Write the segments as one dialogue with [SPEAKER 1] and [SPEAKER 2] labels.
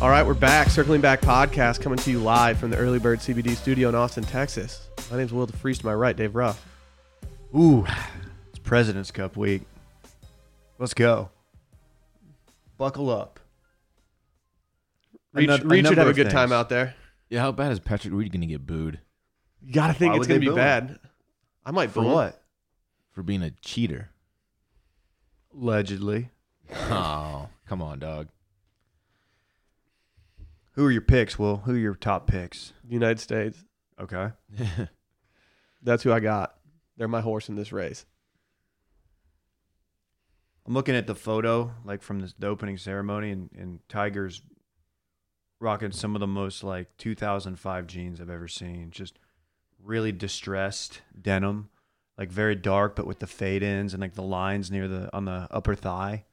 [SPEAKER 1] All right, we're back. Circling Back podcast coming to you live from the Early Bird CBD studio in Austin, Texas. My name's Will DeFreeze. To my right, Dave Ruff.
[SPEAKER 2] Ooh, it's President's Cup week. Let's go. Buckle up.
[SPEAKER 1] Reach,
[SPEAKER 2] Anoth-
[SPEAKER 1] Reed should
[SPEAKER 2] number
[SPEAKER 1] have a
[SPEAKER 2] of
[SPEAKER 1] good
[SPEAKER 2] things.
[SPEAKER 1] time out there.
[SPEAKER 3] Yeah, how bad is Patrick Reed going to get booed
[SPEAKER 1] You gotta think
[SPEAKER 2] Why
[SPEAKER 1] it's
[SPEAKER 2] would
[SPEAKER 1] gonna be
[SPEAKER 2] they boo him?
[SPEAKER 1] bad. I might
[SPEAKER 2] For
[SPEAKER 1] boo him.
[SPEAKER 2] what?
[SPEAKER 3] for being a cheater?
[SPEAKER 2] Allegedly.
[SPEAKER 3] Oh, come on, dog.
[SPEAKER 2] Who are your picks, Will? Who are your top picks?
[SPEAKER 1] United States.
[SPEAKER 2] Okay.
[SPEAKER 1] That's who I got. They're my horse in this race.
[SPEAKER 2] I'm looking at the photo, like from this, the opening ceremony, and, and Tiger's rocking some of the most like 2005 jeans I've ever seen. Just really distressed denim, like very dark, but with the fade ins and like the lines near the on the upper thigh.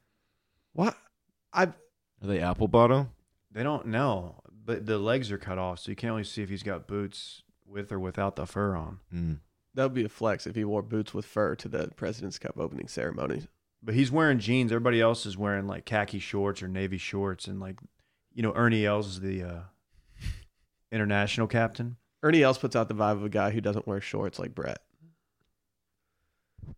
[SPEAKER 1] What? I
[SPEAKER 3] Are they apple bottom?
[SPEAKER 2] They don't know, but the legs are cut off, so you can't really see if he's got boots with or without the fur on.
[SPEAKER 3] Mm.
[SPEAKER 1] that would be a flex if he wore boots with fur to the President's Cup opening ceremony.
[SPEAKER 2] But he's wearing jeans. Everybody else is wearing like khaki shorts or navy shorts, and like you know, Ernie Els is the uh, international captain.
[SPEAKER 1] Ernie Els puts out the vibe of a guy who doesn't wear shorts like Brett.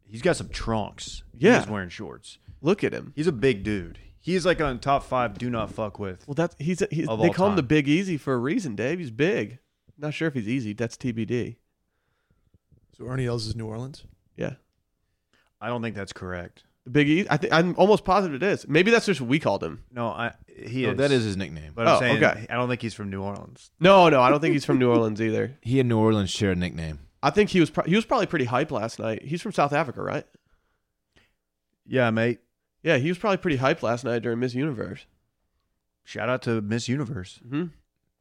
[SPEAKER 2] He's got some trunks.
[SPEAKER 1] Yeah.
[SPEAKER 2] He's wearing shorts.
[SPEAKER 1] Look at him.
[SPEAKER 2] He's a big dude. He's like on top five do not fuck with.
[SPEAKER 1] Well, that's he's, he's
[SPEAKER 2] Of
[SPEAKER 1] they
[SPEAKER 2] all
[SPEAKER 1] call him the
[SPEAKER 2] time.
[SPEAKER 1] Big Easy for a reason, Dave. He's big. Not sure if he's easy. That's TBD.
[SPEAKER 4] So Ernie Els is New Orleans.
[SPEAKER 1] Yeah,
[SPEAKER 2] I don't think that's correct.
[SPEAKER 1] the Big Easy. I think I'm almost positive it is. Maybe that's just what we called him.
[SPEAKER 2] No, I he
[SPEAKER 3] Oh,
[SPEAKER 2] is.
[SPEAKER 3] that is his nickname.
[SPEAKER 2] But I'm
[SPEAKER 1] Oh,
[SPEAKER 2] saying
[SPEAKER 1] okay.
[SPEAKER 2] I don't think he's from New Orleans.
[SPEAKER 1] No, no, I don't think he's from New Orleans either.
[SPEAKER 3] He and New Orleans share a nickname.
[SPEAKER 1] I think he was pro- he was probably pretty hype last night. He's from South Africa, right?
[SPEAKER 2] Yeah, mate.
[SPEAKER 1] Yeah, he was probably pretty hype last night during Miss Universe.
[SPEAKER 2] Shout out to Miss Universe.
[SPEAKER 1] Mm-hmm.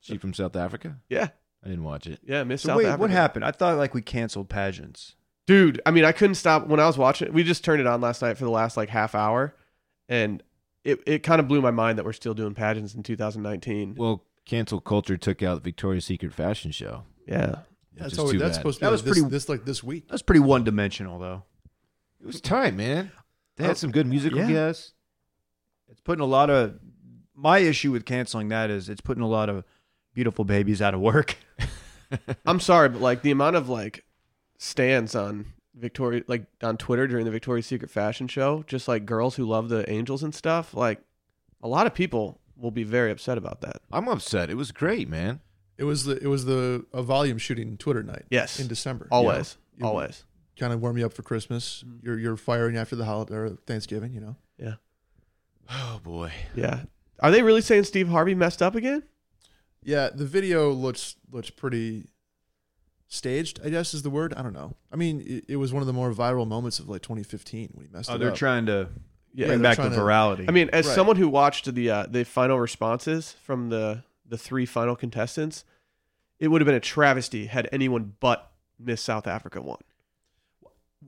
[SPEAKER 3] She from South Africa?
[SPEAKER 1] Yeah,
[SPEAKER 3] I didn't watch it.
[SPEAKER 1] yeah, Miss
[SPEAKER 2] So
[SPEAKER 1] South
[SPEAKER 2] wait,
[SPEAKER 1] Africa.
[SPEAKER 2] what happened? I thought like we canceled pageants.
[SPEAKER 1] dude i mean i couldn't stop when i was watching it we just turned it on last night for the last like half hour and it, it kind of blew my mind that we're still doing pageants in 2019
[SPEAKER 3] Well, cancel culture took out Victoria's Secret fashion show.
[SPEAKER 1] yeah
[SPEAKER 3] which
[SPEAKER 4] That's
[SPEAKER 3] is
[SPEAKER 4] always
[SPEAKER 3] too
[SPEAKER 4] that's
[SPEAKER 3] bad.
[SPEAKER 4] supposed to be
[SPEAKER 2] That
[SPEAKER 4] like
[SPEAKER 2] was
[SPEAKER 4] this,
[SPEAKER 2] pretty-
[SPEAKER 4] this like this week.
[SPEAKER 2] That's pretty one dimensional though.
[SPEAKER 3] It was tight, man. They
[SPEAKER 2] Oh,
[SPEAKER 3] had some good musical
[SPEAKER 2] yeah.
[SPEAKER 3] guests.
[SPEAKER 2] It's putting a lot of my issue with canceling that is it's putting a lot of beautiful babies out of work.
[SPEAKER 1] i'm sorry but like the amount of like stands on victoria like on twitter during the victoria's secret fashion show just like girls who love the angels and stuff like a lot of people will be very upset about that
[SPEAKER 3] I'm upset. It was great, man.
[SPEAKER 4] It was the it was the a volume shooting Twitter night.
[SPEAKER 1] Yes.
[SPEAKER 4] in December.
[SPEAKER 1] always always
[SPEAKER 4] kind of warm you up for Christmas.
[SPEAKER 2] Mm.
[SPEAKER 4] You're you're firing after the holiday or Thanksgiving. You know,
[SPEAKER 3] Oh boy.
[SPEAKER 1] yeah are they really saying steve harvey messed up again
[SPEAKER 4] yeah. The video looks looks pretty staged. I guess is the word. I don't know. I mean, it, it was one of the more viral moments of like 2015 when he messed
[SPEAKER 2] Oh,
[SPEAKER 4] it
[SPEAKER 2] they're
[SPEAKER 4] up.
[SPEAKER 2] trying to
[SPEAKER 1] yeah
[SPEAKER 2] bring
[SPEAKER 4] they're
[SPEAKER 2] back the
[SPEAKER 4] trying to-
[SPEAKER 2] virality.
[SPEAKER 1] I mean, as
[SPEAKER 4] Right.
[SPEAKER 1] someone who watched the uh, the final responses from the the three final contestants, it would have been a travesty had anyone but Miss South Africa won.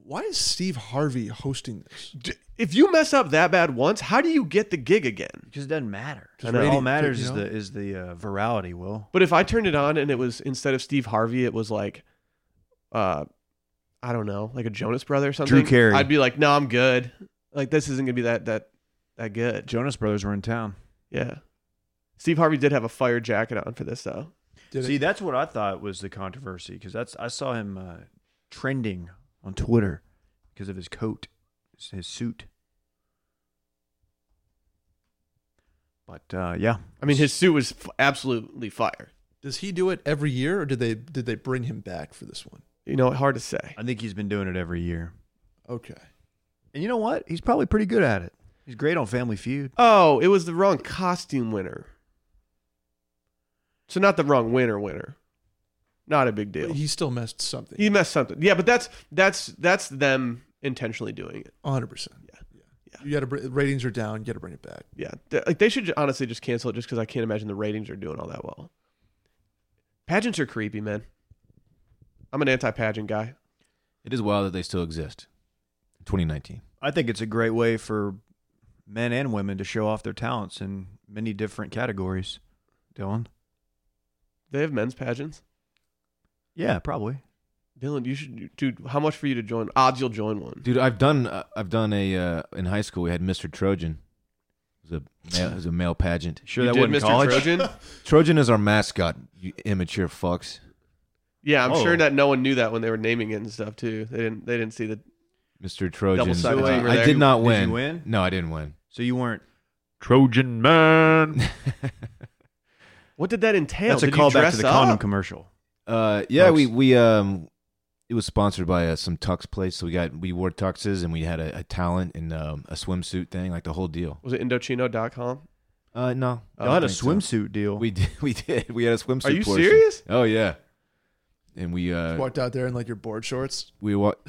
[SPEAKER 4] Why is Steve Harvey hosting this?
[SPEAKER 1] D- If you mess up that bad once, how do you get the gig again?
[SPEAKER 2] because it doesn't matter.
[SPEAKER 4] Just
[SPEAKER 2] All
[SPEAKER 4] rating-
[SPEAKER 2] matters
[SPEAKER 4] you
[SPEAKER 2] is
[SPEAKER 4] know?
[SPEAKER 2] the is the uh, virality. Will
[SPEAKER 1] But if I turned it on and it was instead of Steve Harvey, it was like, uh, I don't know, like a Jonas brother or something.
[SPEAKER 2] Carey.
[SPEAKER 1] I'd be like, no, I'm good. Like this isn't gonna be that that that good.
[SPEAKER 2] Jonas Brothers were in town.
[SPEAKER 1] Yeah. Steve Harvey did have a fire jacket on for this though.
[SPEAKER 4] Did
[SPEAKER 2] See,
[SPEAKER 4] it,
[SPEAKER 2] that's what I thought was the controversy because that's I saw him uh, trending on Twitter because of his coat, his- his suit. But uh, yeah,
[SPEAKER 1] I mean, his suit was f- absolutely fire.
[SPEAKER 4] does he do it every year, or did they did they bring him back for this one?
[SPEAKER 1] You know, hard to say.
[SPEAKER 2] I think he's been doing it every year,
[SPEAKER 4] Okay,
[SPEAKER 2] and you know what? He's probably pretty good at it. He's great on Family Feud.
[SPEAKER 1] Oh, it was the wrong costume winner. So not the wrong winner winner. Not a big deal.
[SPEAKER 4] But
[SPEAKER 1] He,
[SPEAKER 4] he still messed something.
[SPEAKER 1] messed something. Yeah, but that's that's that's them intentionally doing it.
[SPEAKER 4] 100. percent
[SPEAKER 1] Yeah.
[SPEAKER 4] yeah,
[SPEAKER 1] Yeah.
[SPEAKER 4] You got to br- ratings are down. You got to bring it back.
[SPEAKER 1] Yeah. They- Like they should ju- honestly just cancel it just cuz I can't imagine the ratings are doing all that well. Pageants are creepy, man. I'm an anti-pageant guy.
[SPEAKER 3] It is wild that they still exist. 2019.
[SPEAKER 2] I think it's a great way for men and women to show off their talents in many different categories. Dylan,
[SPEAKER 1] They have men's pageants.
[SPEAKER 2] yeah, probably.
[SPEAKER 1] Dylan, you should dude, how much for you to join? Odds you'll join one.
[SPEAKER 3] Dude, I've done uh, I've done a uh, in high school we had Mr. Trojan. It It was a male, it was a male pageant.
[SPEAKER 2] Sure,
[SPEAKER 1] you
[SPEAKER 2] that
[SPEAKER 1] did
[SPEAKER 2] wasn't
[SPEAKER 1] Mr.
[SPEAKER 2] college.
[SPEAKER 1] Trojan?
[SPEAKER 3] Trojan is our mascot. You immature fucks.
[SPEAKER 1] Yeah, I'm
[SPEAKER 2] Oh.
[SPEAKER 1] sure that no one knew that when they were naming it and stuff too. They didn't. They didn't see the.
[SPEAKER 3] Mr. Trojan.
[SPEAKER 1] Double-sided
[SPEAKER 3] Uh,
[SPEAKER 1] finger
[SPEAKER 3] I
[SPEAKER 1] there.
[SPEAKER 3] did not
[SPEAKER 2] Did you
[SPEAKER 3] win.
[SPEAKER 2] win?
[SPEAKER 3] No, I didn't win.
[SPEAKER 2] So you weren't Trojan man.
[SPEAKER 1] What did that entail?
[SPEAKER 2] That's a
[SPEAKER 1] Did you
[SPEAKER 2] callback
[SPEAKER 1] dress
[SPEAKER 2] to the
[SPEAKER 1] up?
[SPEAKER 2] condom commercial.
[SPEAKER 3] Uh, yeah, we
[SPEAKER 2] Tux.
[SPEAKER 3] we um, it was sponsored by uh, some tux place. So we got we wore tuxes and we had a, a talent and um, a swimsuit thing, like the whole deal.
[SPEAKER 1] Was it Indochino.com?
[SPEAKER 3] Uh, no, I
[SPEAKER 2] Y'all had a
[SPEAKER 3] don't think so.
[SPEAKER 2] swimsuit deal.
[SPEAKER 3] We did. We did. We had a swimsuit.
[SPEAKER 1] Are you
[SPEAKER 3] portion.
[SPEAKER 1] serious?
[SPEAKER 3] Oh yeah. And we uh
[SPEAKER 4] Walked out there in like your board shorts.
[SPEAKER 3] we what?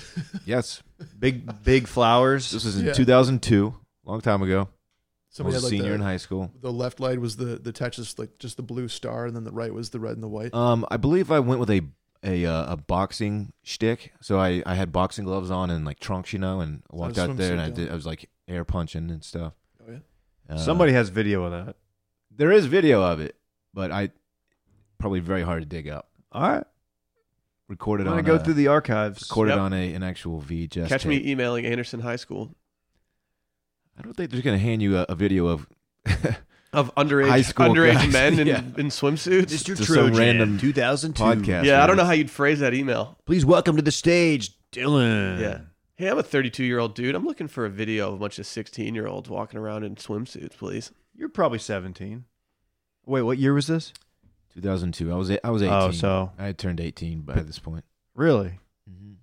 [SPEAKER 3] yes,
[SPEAKER 2] big big flowers.
[SPEAKER 3] this was in
[SPEAKER 4] Yeah.
[SPEAKER 3] 2002, long time ago. I
[SPEAKER 4] Somebody
[SPEAKER 3] was a
[SPEAKER 4] had like
[SPEAKER 3] senior in
[SPEAKER 4] the,
[SPEAKER 3] high school.
[SPEAKER 4] the left light was the the Texas like just the blue star, and then the right was the red and the white.
[SPEAKER 3] Um, I believe I went with a a uh, a boxing shtick. So I I had boxing gloves on and like trunks, you know, and I walked
[SPEAKER 4] a
[SPEAKER 3] out there and I
[SPEAKER 4] swimsuit,
[SPEAKER 3] did
[SPEAKER 4] yeah.
[SPEAKER 3] I was like air punching and stuff.
[SPEAKER 4] oh yeah,
[SPEAKER 3] Uh,
[SPEAKER 2] Somebody has video of that.
[SPEAKER 3] there is video of it, but I probably very hard to dig up.
[SPEAKER 2] All right,
[SPEAKER 3] Recorded
[SPEAKER 2] I'm gonna
[SPEAKER 3] on uh,
[SPEAKER 2] go
[SPEAKER 3] a-
[SPEAKER 2] through the archives.
[SPEAKER 3] recorded
[SPEAKER 1] Yep.
[SPEAKER 3] on a an actual VHS.
[SPEAKER 1] Catch
[SPEAKER 3] tape.
[SPEAKER 1] me emailing Anderson High School
[SPEAKER 3] I don't think they're gonna hand you a, a video of
[SPEAKER 1] of underage
[SPEAKER 3] High school
[SPEAKER 1] underage
[SPEAKER 3] guys.
[SPEAKER 1] men in,
[SPEAKER 3] Yeah.
[SPEAKER 1] in swimsuits.
[SPEAKER 2] Mr.
[SPEAKER 3] Just some random
[SPEAKER 2] 2002
[SPEAKER 3] podcast.
[SPEAKER 1] Yeah, I don't know
[SPEAKER 3] where
[SPEAKER 1] how you'd phrase that email.
[SPEAKER 2] Please welcome to the stage, Dylan.
[SPEAKER 1] Yeah. Hey, I'm a 32 year old dude. I'm looking for a video of a bunch of 16 year olds walking around in swimsuits, please.
[SPEAKER 2] you're probably 17. Wait, what year was this?
[SPEAKER 3] 2002. I was eight- I was 18.
[SPEAKER 2] Oh, so
[SPEAKER 3] I had turned 18 by this point.
[SPEAKER 2] really?
[SPEAKER 1] Mm-hmm.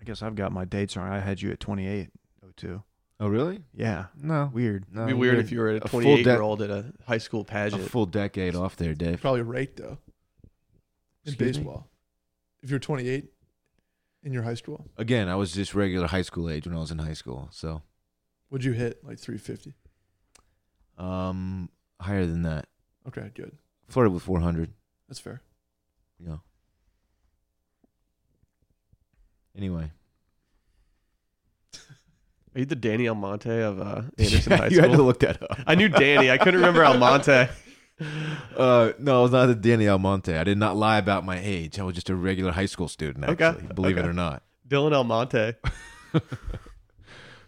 [SPEAKER 2] I guess I've got my dates wrong. I had you at 28, 02.
[SPEAKER 3] Oh, really?
[SPEAKER 2] Yeah,
[SPEAKER 3] No.
[SPEAKER 2] weird.
[SPEAKER 3] no
[SPEAKER 1] It'd be weird if you were a
[SPEAKER 3] Uh, a full
[SPEAKER 1] 28 year
[SPEAKER 3] de-
[SPEAKER 1] old at a high school
[SPEAKER 3] a
[SPEAKER 1] pageant.
[SPEAKER 3] full decade off there, Dave.
[SPEAKER 4] probably right though. In
[SPEAKER 3] Excuse me?
[SPEAKER 4] baseball, if you're 28 in your high school,
[SPEAKER 3] Again, I was just regular high school age when I was in high school, so
[SPEAKER 4] would you hit like 350?
[SPEAKER 3] um higher than that.
[SPEAKER 4] Okay, good.
[SPEAKER 3] Flirted with 400.
[SPEAKER 4] That's fair.
[SPEAKER 3] You know. Anyway,
[SPEAKER 1] Are you the Danny Almonte of uh, Anderson
[SPEAKER 3] Yeah,
[SPEAKER 1] High
[SPEAKER 3] you had to
[SPEAKER 1] School?
[SPEAKER 3] look that up.
[SPEAKER 1] I knew Danny. I couldn't remember Almonte.
[SPEAKER 3] Uh, no, I was not a Danny Almonte. I did not lie about my age. I was just a regular high school student,
[SPEAKER 1] Okay.
[SPEAKER 3] actually, believe
[SPEAKER 1] Okay.
[SPEAKER 3] it or not.
[SPEAKER 1] Dylan Almonte.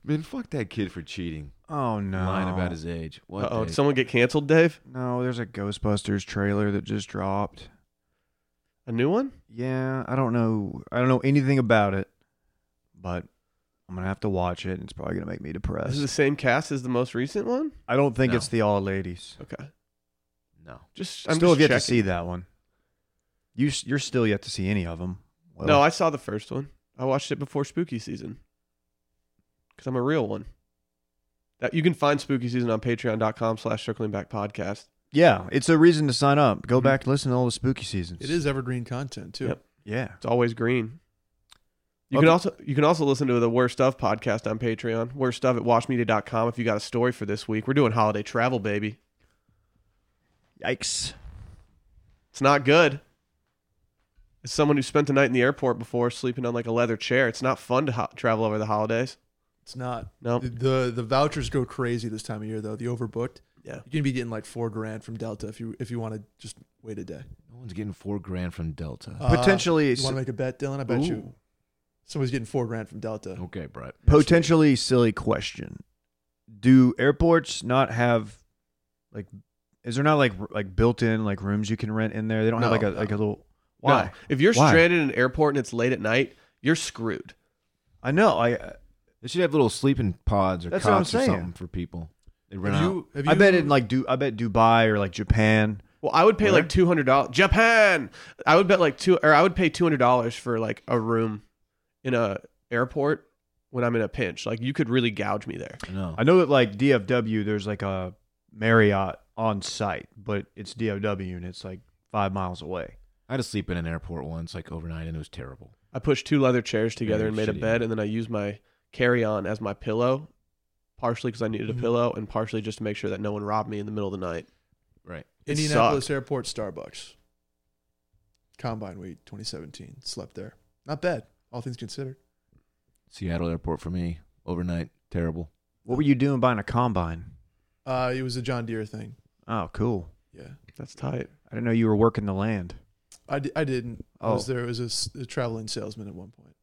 [SPEAKER 3] Man, fuck that kid for cheating,
[SPEAKER 2] Oh no.
[SPEAKER 3] lying about his age. What?
[SPEAKER 1] Oh,
[SPEAKER 3] Dave?
[SPEAKER 1] did someone get canceled, Dave?
[SPEAKER 2] No, there's a Ghostbusters trailer that just dropped.
[SPEAKER 1] A new one?
[SPEAKER 2] Yeah, I don't know. I don't know anything about it, but I'm gonna have to watch it. and It's probably gonna make me
[SPEAKER 1] This
[SPEAKER 3] Uh,
[SPEAKER 2] depressed.
[SPEAKER 1] is the same cast as the most recent one.
[SPEAKER 2] I don't think
[SPEAKER 3] No.
[SPEAKER 2] it's the all ladies.
[SPEAKER 1] Okay,
[SPEAKER 3] no.
[SPEAKER 1] just I'm
[SPEAKER 2] still have
[SPEAKER 1] just
[SPEAKER 2] yet to
[SPEAKER 1] checking.
[SPEAKER 2] see that one. You s- you're still yet to see any of them.
[SPEAKER 1] No, I saw the first one. I watched it before spooky season because I'm a real one. That you can find spooky season on patreon.com slash circling back podcast.
[SPEAKER 2] yeah, it's a reason to sign up.
[SPEAKER 1] Mm-hmm.
[SPEAKER 2] Go back, listen to all the spooky seasons.
[SPEAKER 4] It is evergreen content too.
[SPEAKER 1] Yep.
[SPEAKER 2] Yeah.
[SPEAKER 1] It's always green. You
[SPEAKER 2] Okay.
[SPEAKER 1] can also you can also listen to the worst of podcast on Patreon. Worst of at washmedia.com if you got a story for this week. We're doing holiday travel, baby.
[SPEAKER 2] Yikes.
[SPEAKER 1] It's not good. As someone who spent the night in the airport before sleeping on like a leather chair, it's not fun to ho- travel over the holidays.
[SPEAKER 4] It's not.
[SPEAKER 1] No.
[SPEAKER 4] The, the the vouchers go crazy this time of year though. The overbooked.
[SPEAKER 1] Yeah.
[SPEAKER 4] You can be getting like four grand from Delta if you if you want to just wait a day.
[SPEAKER 3] No one's getting four grand from Delta.
[SPEAKER 4] Uh,
[SPEAKER 2] Potentially
[SPEAKER 4] you want to make a bet, Dylan? I bet you
[SPEAKER 2] Ooh.
[SPEAKER 4] somebody's getting four grand from Delta.
[SPEAKER 3] okay, Brett.
[SPEAKER 2] potentially silly question. Do airports not have like is there not like r- like built-in like rooms you can rent in there? They don't have
[SPEAKER 3] No,
[SPEAKER 2] like a
[SPEAKER 3] no.
[SPEAKER 2] like a little
[SPEAKER 1] No.
[SPEAKER 2] Why?
[SPEAKER 1] If you're
[SPEAKER 2] Why?
[SPEAKER 1] stranded in an airport and it's late at night, you're screwed.
[SPEAKER 2] I know. I
[SPEAKER 3] They should have little sleeping pods or
[SPEAKER 2] That's what I'm
[SPEAKER 3] cots or
[SPEAKER 2] saying.
[SPEAKER 3] something for people. They rent
[SPEAKER 4] Have
[SPEAKER 3] out.
[SPEAKER 4] you- have
[SPEAKER 2] I bet
[SPEAKER 4] you-
[SPEAKER 2] in like do I bet Dubai or like Japan.
[SPEAKER 1] Well, I would pay
[SPEAKER 2] Where?
[SPEAKER 1] like two hundred dollars. Japan. I would bet like two, or I would pay two hundred dollars for like a room in a airport when I'm in a pinch. Like you could really gouge me there.
[SPEAKER 3] no.
[SPEAKER 2] I know that like DFW there's like a Marriott on site, but it's DFW and it's like 5 miles away.
[SPEAKER 3] I had to sleep in an airport once, like overnight, and it was terrible.
[SPEAKER 1] I pushed two leather chairs together
[SPEAKER 3] Very
[SPEAKER 1] and made a
[SPEAKER 3] shitty.
[SPEAKER 1] bed, and then I used my carry on as my pillow, partially because I needed
[SPEAKER 4] Mm-hmm.
[SPEAKER 1] a pillow, and partially just to make sure that no one robbed me in the middle of the night.
[SPEAKER 3] Right.
[SPEAKER 1] It
[SPEAKER 4] Indianapolis
[SPEAKER 1] sucked.
[SPEAKER 4] Airport Starbucks. Combine week 2017. Slept there. Not bad, all things considered.
[SPEAKER 3] Seattle airport for me, overnight, terrible.
[SPEAKER 2] What were you doing buying a combine?
[SPEAKER 4] Uh, it was a John Deere thing.
[SPEAKER 2] Oh, cool.
[SPEAKER 4] Yeah.
[SPEAKER 1] That's tight.
[SPEAKER 2] I didn't know you were working the land.
[SPEAKER 4] I, di- I didn't. I was
[SPEAKER 2] Oh.
[SPEAKER 4] there as a, s- a traveling salesman at one point.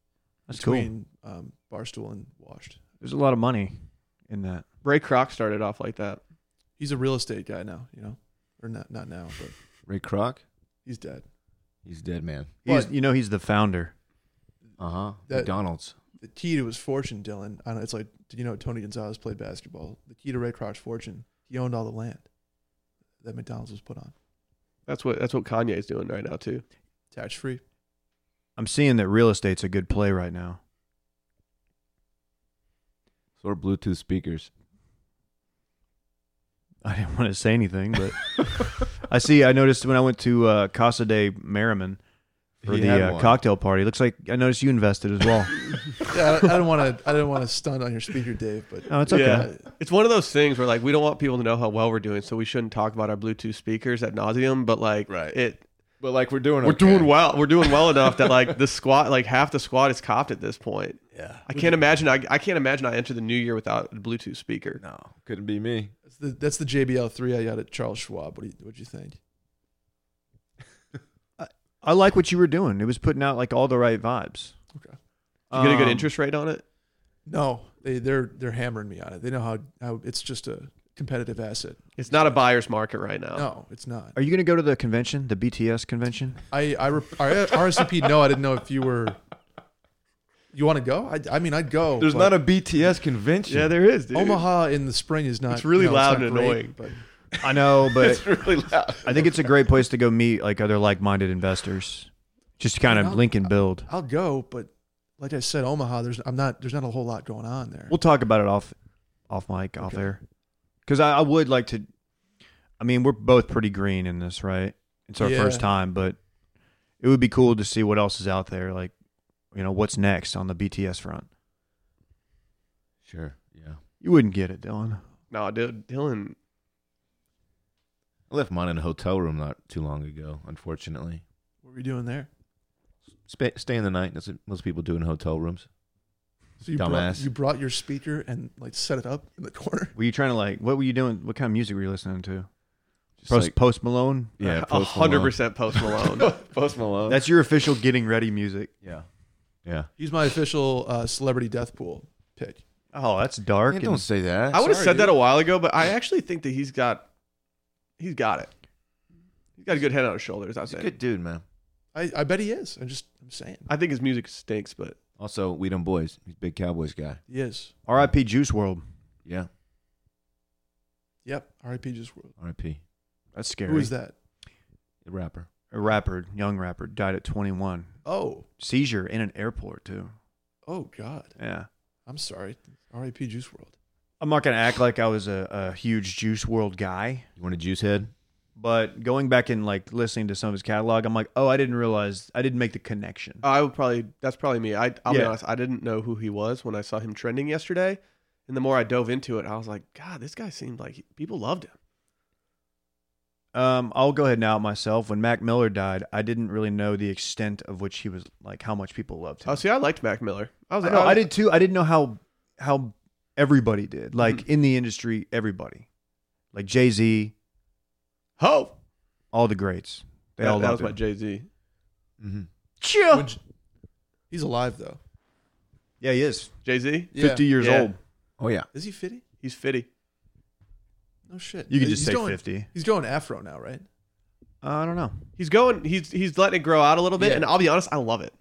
[SPEAKER 2] That's cool.
[SPEAKER 4] between um, Barstool and Washed.
[SPEAKER 2] There's a lot of money in that.
[SPEAKER 1] Ray Kroc started off like that.
[SPEAKER 4] He's a real estate guy now, you know, or not not now, but
[SPEAKER 3] Ray Kroc,
[SPEAKER 4] he's dead.
[SPEAKER 3] he's dead, man.
[SPEAKER 2] He's,
[SPEAKER 4] But-
[SPEAKER 2] you know, he's the founder.
[SPEAKER 3] Uh huh.
[SPEAKER 4] That-
[SPEAKER 3] McDonald's.
[SPEAKER 4] The key to his fortune, Dylan. I don't, it's like did you know Tony Gonzalez played basketball? The key to Ray Kroc's fortune, he owned all the land that McDonald's was put on,
[SPEAKER 1] That's what that's what Kanye's doing right now too.
[SPEAKER 4] tax free.
[SPEAKER 2] I'm seeing that real estate's a good play right now.
[SPEAKER 3] So are Bluetooth speakers.
[SPEAKER 2] I didn't want to say anything, but I see. I noticed when I went to uh, Casa de Merriman for
[SPEAKER 3] He had
[SPEAKER 2] the uh,
[SPEAKER 3] one.
[SPEAKER 2] cocktail party. Looks like I noticed you invested as well.
[SPEAKER 4] Yeah, I, I don't want to. I didn't want to stunt on your speaker, Dave, but
[SPEAKER 2] No, it's okay.
[SPEAKER 1] Yeah. It's one of those things where like we don't want people to know how well we're doing, so we shouldn't talk about our Bluetooth speakers at nauseum. But like,
[SPEAKER 3] Right.
[SPEAKER 1] it
[SPEAKER 3] But like we're doing,
[SPEAKER 1] we're doing well. We're doing well enough that like the squad, like half the squad is copped at this point.
[SPEAKER 3] Yeah.
[SPEAKER 1] I can't imagine. I, I can't imagine I enter the new year without a Bluetooth speaker.
[SPEAKER 3] No, couldn't be me.
[SPEAKER 4] That's the, that's the JBL three I got at Charles Schwab. What do you, what'd you think?
[SPEAKER 2] I like what you were doing. It was putting out like all the right vibes.
[SPEAKER 4] Okay.
[SPEAKER 1] Did you get a good
[SPEAKER 2] Um,
[SPEAKER 1] interest rate on it?
[SPEAKER 4] No, they they're they're hammering me on it. They know how how it's just a competitive asset.
[SPEAKER 1] It's not a buyer's market right now.
[SPEAKER 4] No, it's not.
[SPEAKER 2] Are you going to go to the convention, the BTS convention?
[SPEAKER 4] I I, rep- I RSVP. No, I didn't know if you were. You want to go? I, I mean, I'd go.
[SPEAKER 3] There's
[SPEAKER 4] but
[SPEAKER 3] not a BTS convention.
[SPEAKER 1] Yeah, there is, dude.
[SPEAKER 4] Omaha in the spring is not.
[SPEAKER 1] It's really
[SPEAKER 4] you know,
[SPEAKER 1] loud
[SPEAKER 4] not
[SPEAKER 1] and
[SPEAKER 4] great,
[SPEAKER 1] annoying.
[SPEAKER 4] But
[SPEAKER 2] I know, but
[SPEAKER 1] It's really loud.
[SPEAKER 2] I think it's a great place to go meet like other like-minded investors, just to kind of
[SPEAKER 4] I'll-
[SPEAKER 2] link and build.
[SPEAKER 4] I'll go. But like I said, Omaha. There's I'm not. There's not a whole lot going on there.
[SPEAKER 2] We'll talk about it off, off mic, off air, because I, I would like to. I mean, we're both pretty green in this, right? It's our
[SPEAKER 4] Yeah.
[SPEAKER 2] first time, but it would be cool to see what else is out there. Like, you know, what's next on the BTS front?
[SPEAKER 3] Sure. Yeah.
[SPEAKER 2] You wouldn't get it, Dylan.
[SPEAKER 1] No, dude, Dylan.
[SPEAKER 3] I left mine in a hotel room not too long ago. Unfortunately,
[SPEAKER 4] what were you doing there?
[SPEAKER 3] Sp- staying the night. That's what most people do in hotel rooms.
[SPEAKER 4] So you Brought,
[SPEAKER 3] Dumbass.
[SPEAKER 4] you brought your speaker and like set it up in the corner.
[SPEAKER 2] Were you trying to like? What were you doing? What kind of music were you listening to?
[SPEAKER 3] Just
[SPEAKER 2] Post,
[SPEAKER 3] like-
[SPEAKER 2] Post Malone.
[SPEAKER 3] yeah,
[SPEAKER 1] a
[SPEAKER 3] Post
[SPEAKER 1] uh, hundred
[SPEAKER 3] Malone.
[SPEAKER 1] percent Post Malone.
[SPEAKER 3] Post Malone.
[SPEAKER 2] That's your official getting ready music.
[SPEAKER 3] yeah, yeah.
[SPEAKER 4] He's my official uh, celebrity death pool pick.
[SPEAKER 2] Oh, that's dark.
[SPEAKER 3] Man,
[SPEAKER 2] and-
[SPEAKER 3] don't say that.
[SPEAKER 1] I would have
[SPEAKER 4] Sorry,
[SPEAKER 1] said that
[SPEAKER 4] dude.
[SPEAKER 1] a while ago, but I actually think that he's got, he's got it. He's got a good head on his shoulders. I
[SPEAKER 3] He's a
[SPEAKER 1] think.
[SPEAKER 3] good dude, man.
[SPEAKER 4] I, I bet he is. I'm just I'm saying
[SPEAKER 1] I think his music stinks, but
[SPEAKER 3] Also, we done boys. He's a big Cowboys guy.
[SPEAKER 4] he is.
[SPEAKER 2] R.I.P. Juice World.
[SPEAKER 3] Yeah.
[SPEAKER 4] Yep. R.I.P. Just world.
[SPEAKER 3] R.I.P.
[SPEAKER 2] That's scary.
[SPEAKER 4] Who is that?
[SPEAKER 3] The rapper.
[SPEAKER 2] A rapper, young rapper, died at 21.
[SPEAKER 4] Oh
[SPEAKER 2] Seizure in an airport too.
[SPEAKER 4] oh God.
[SPEAKER 2] Yeah.
[SPEAKER 4] I'm sorry. R.I.P. Juice World.
[SPEAKER 2] I'm not gonna act like I was a, a huge Juice World guy,
[SPEAKER 3] You want a juice head?
[SPEAKER 2] but going back and like listening to some of his catalog, I'm like, oh, I didn't realize I didn't make the connection.
[SPEAKER 1] I would probably that's probably me. I I'll be
[SPEAKER 2] Yeah.
[SPEAKER 1] honest, I didn't know who he was when I saw him trending yesterday, and the more I dove into it, I was like, God, this guy seemed like he- people loved him.
[SPEAKER 2] Um, I'll go ahead and out myself. When Mac Miller died, I didn't really know the extent of which he was like how much people loved him.
[SPEAKER 1] Oh, see, I liked Mac Miller. I was
[SPEAKER 2] I,
[SPEAKER 1] like,
[SPEAKER 2] know,
[SPEAKER 1] oh,
[SPEAKER 2] I did too. I didn't know how how everybody did. Like
[SPEAKER 1] Mm-hmm.
[SPEAKER 2] in the industry, everybody, like Jay Z,
[SPEAKER 1] Ho!
[SPEAKER 2] all the greats. They all
[SPEAKER 1] That, that was
[SPEAKER 2] loved
[SPEAKER 1] my Jay
[SPEAKER 2] him.
[SPEAKER 1] Z.
[SPEAKER 3] Mm-hmm.
[SPEAKER 4] When J- He's alive though.
[SPEAKER 2] yeah, he is
[SPEAKER 1] Jay Z.
[SPEAKER 4] Yeah.
[SPEAKER 2] 50 years
[SPEAKER 1] Yeah.
[SPEAKER 2] old.
[SPEAKER 3] Oh yeah.
[SPEAKER 4] Is he fifty?
[SPEAKER 1] He's fitty.
[SPEAKER 4] No shit.
[SPEAKER 2] You could
[SPEAKER 4] He's
[SPEAKER 2] just say
[SPEAKER 4] going-
[SPEAKER 2] 50.
[SPEAKER 4] He's going afro now, right?
[SPEAKER 2] Uh, I don't know.
[SPEAKER 1] He's going. He's he's letting it grow out a little bit,
[SPEAKER 4] Yeah.
[SPEAKER 1] and I'll be honest, I love it.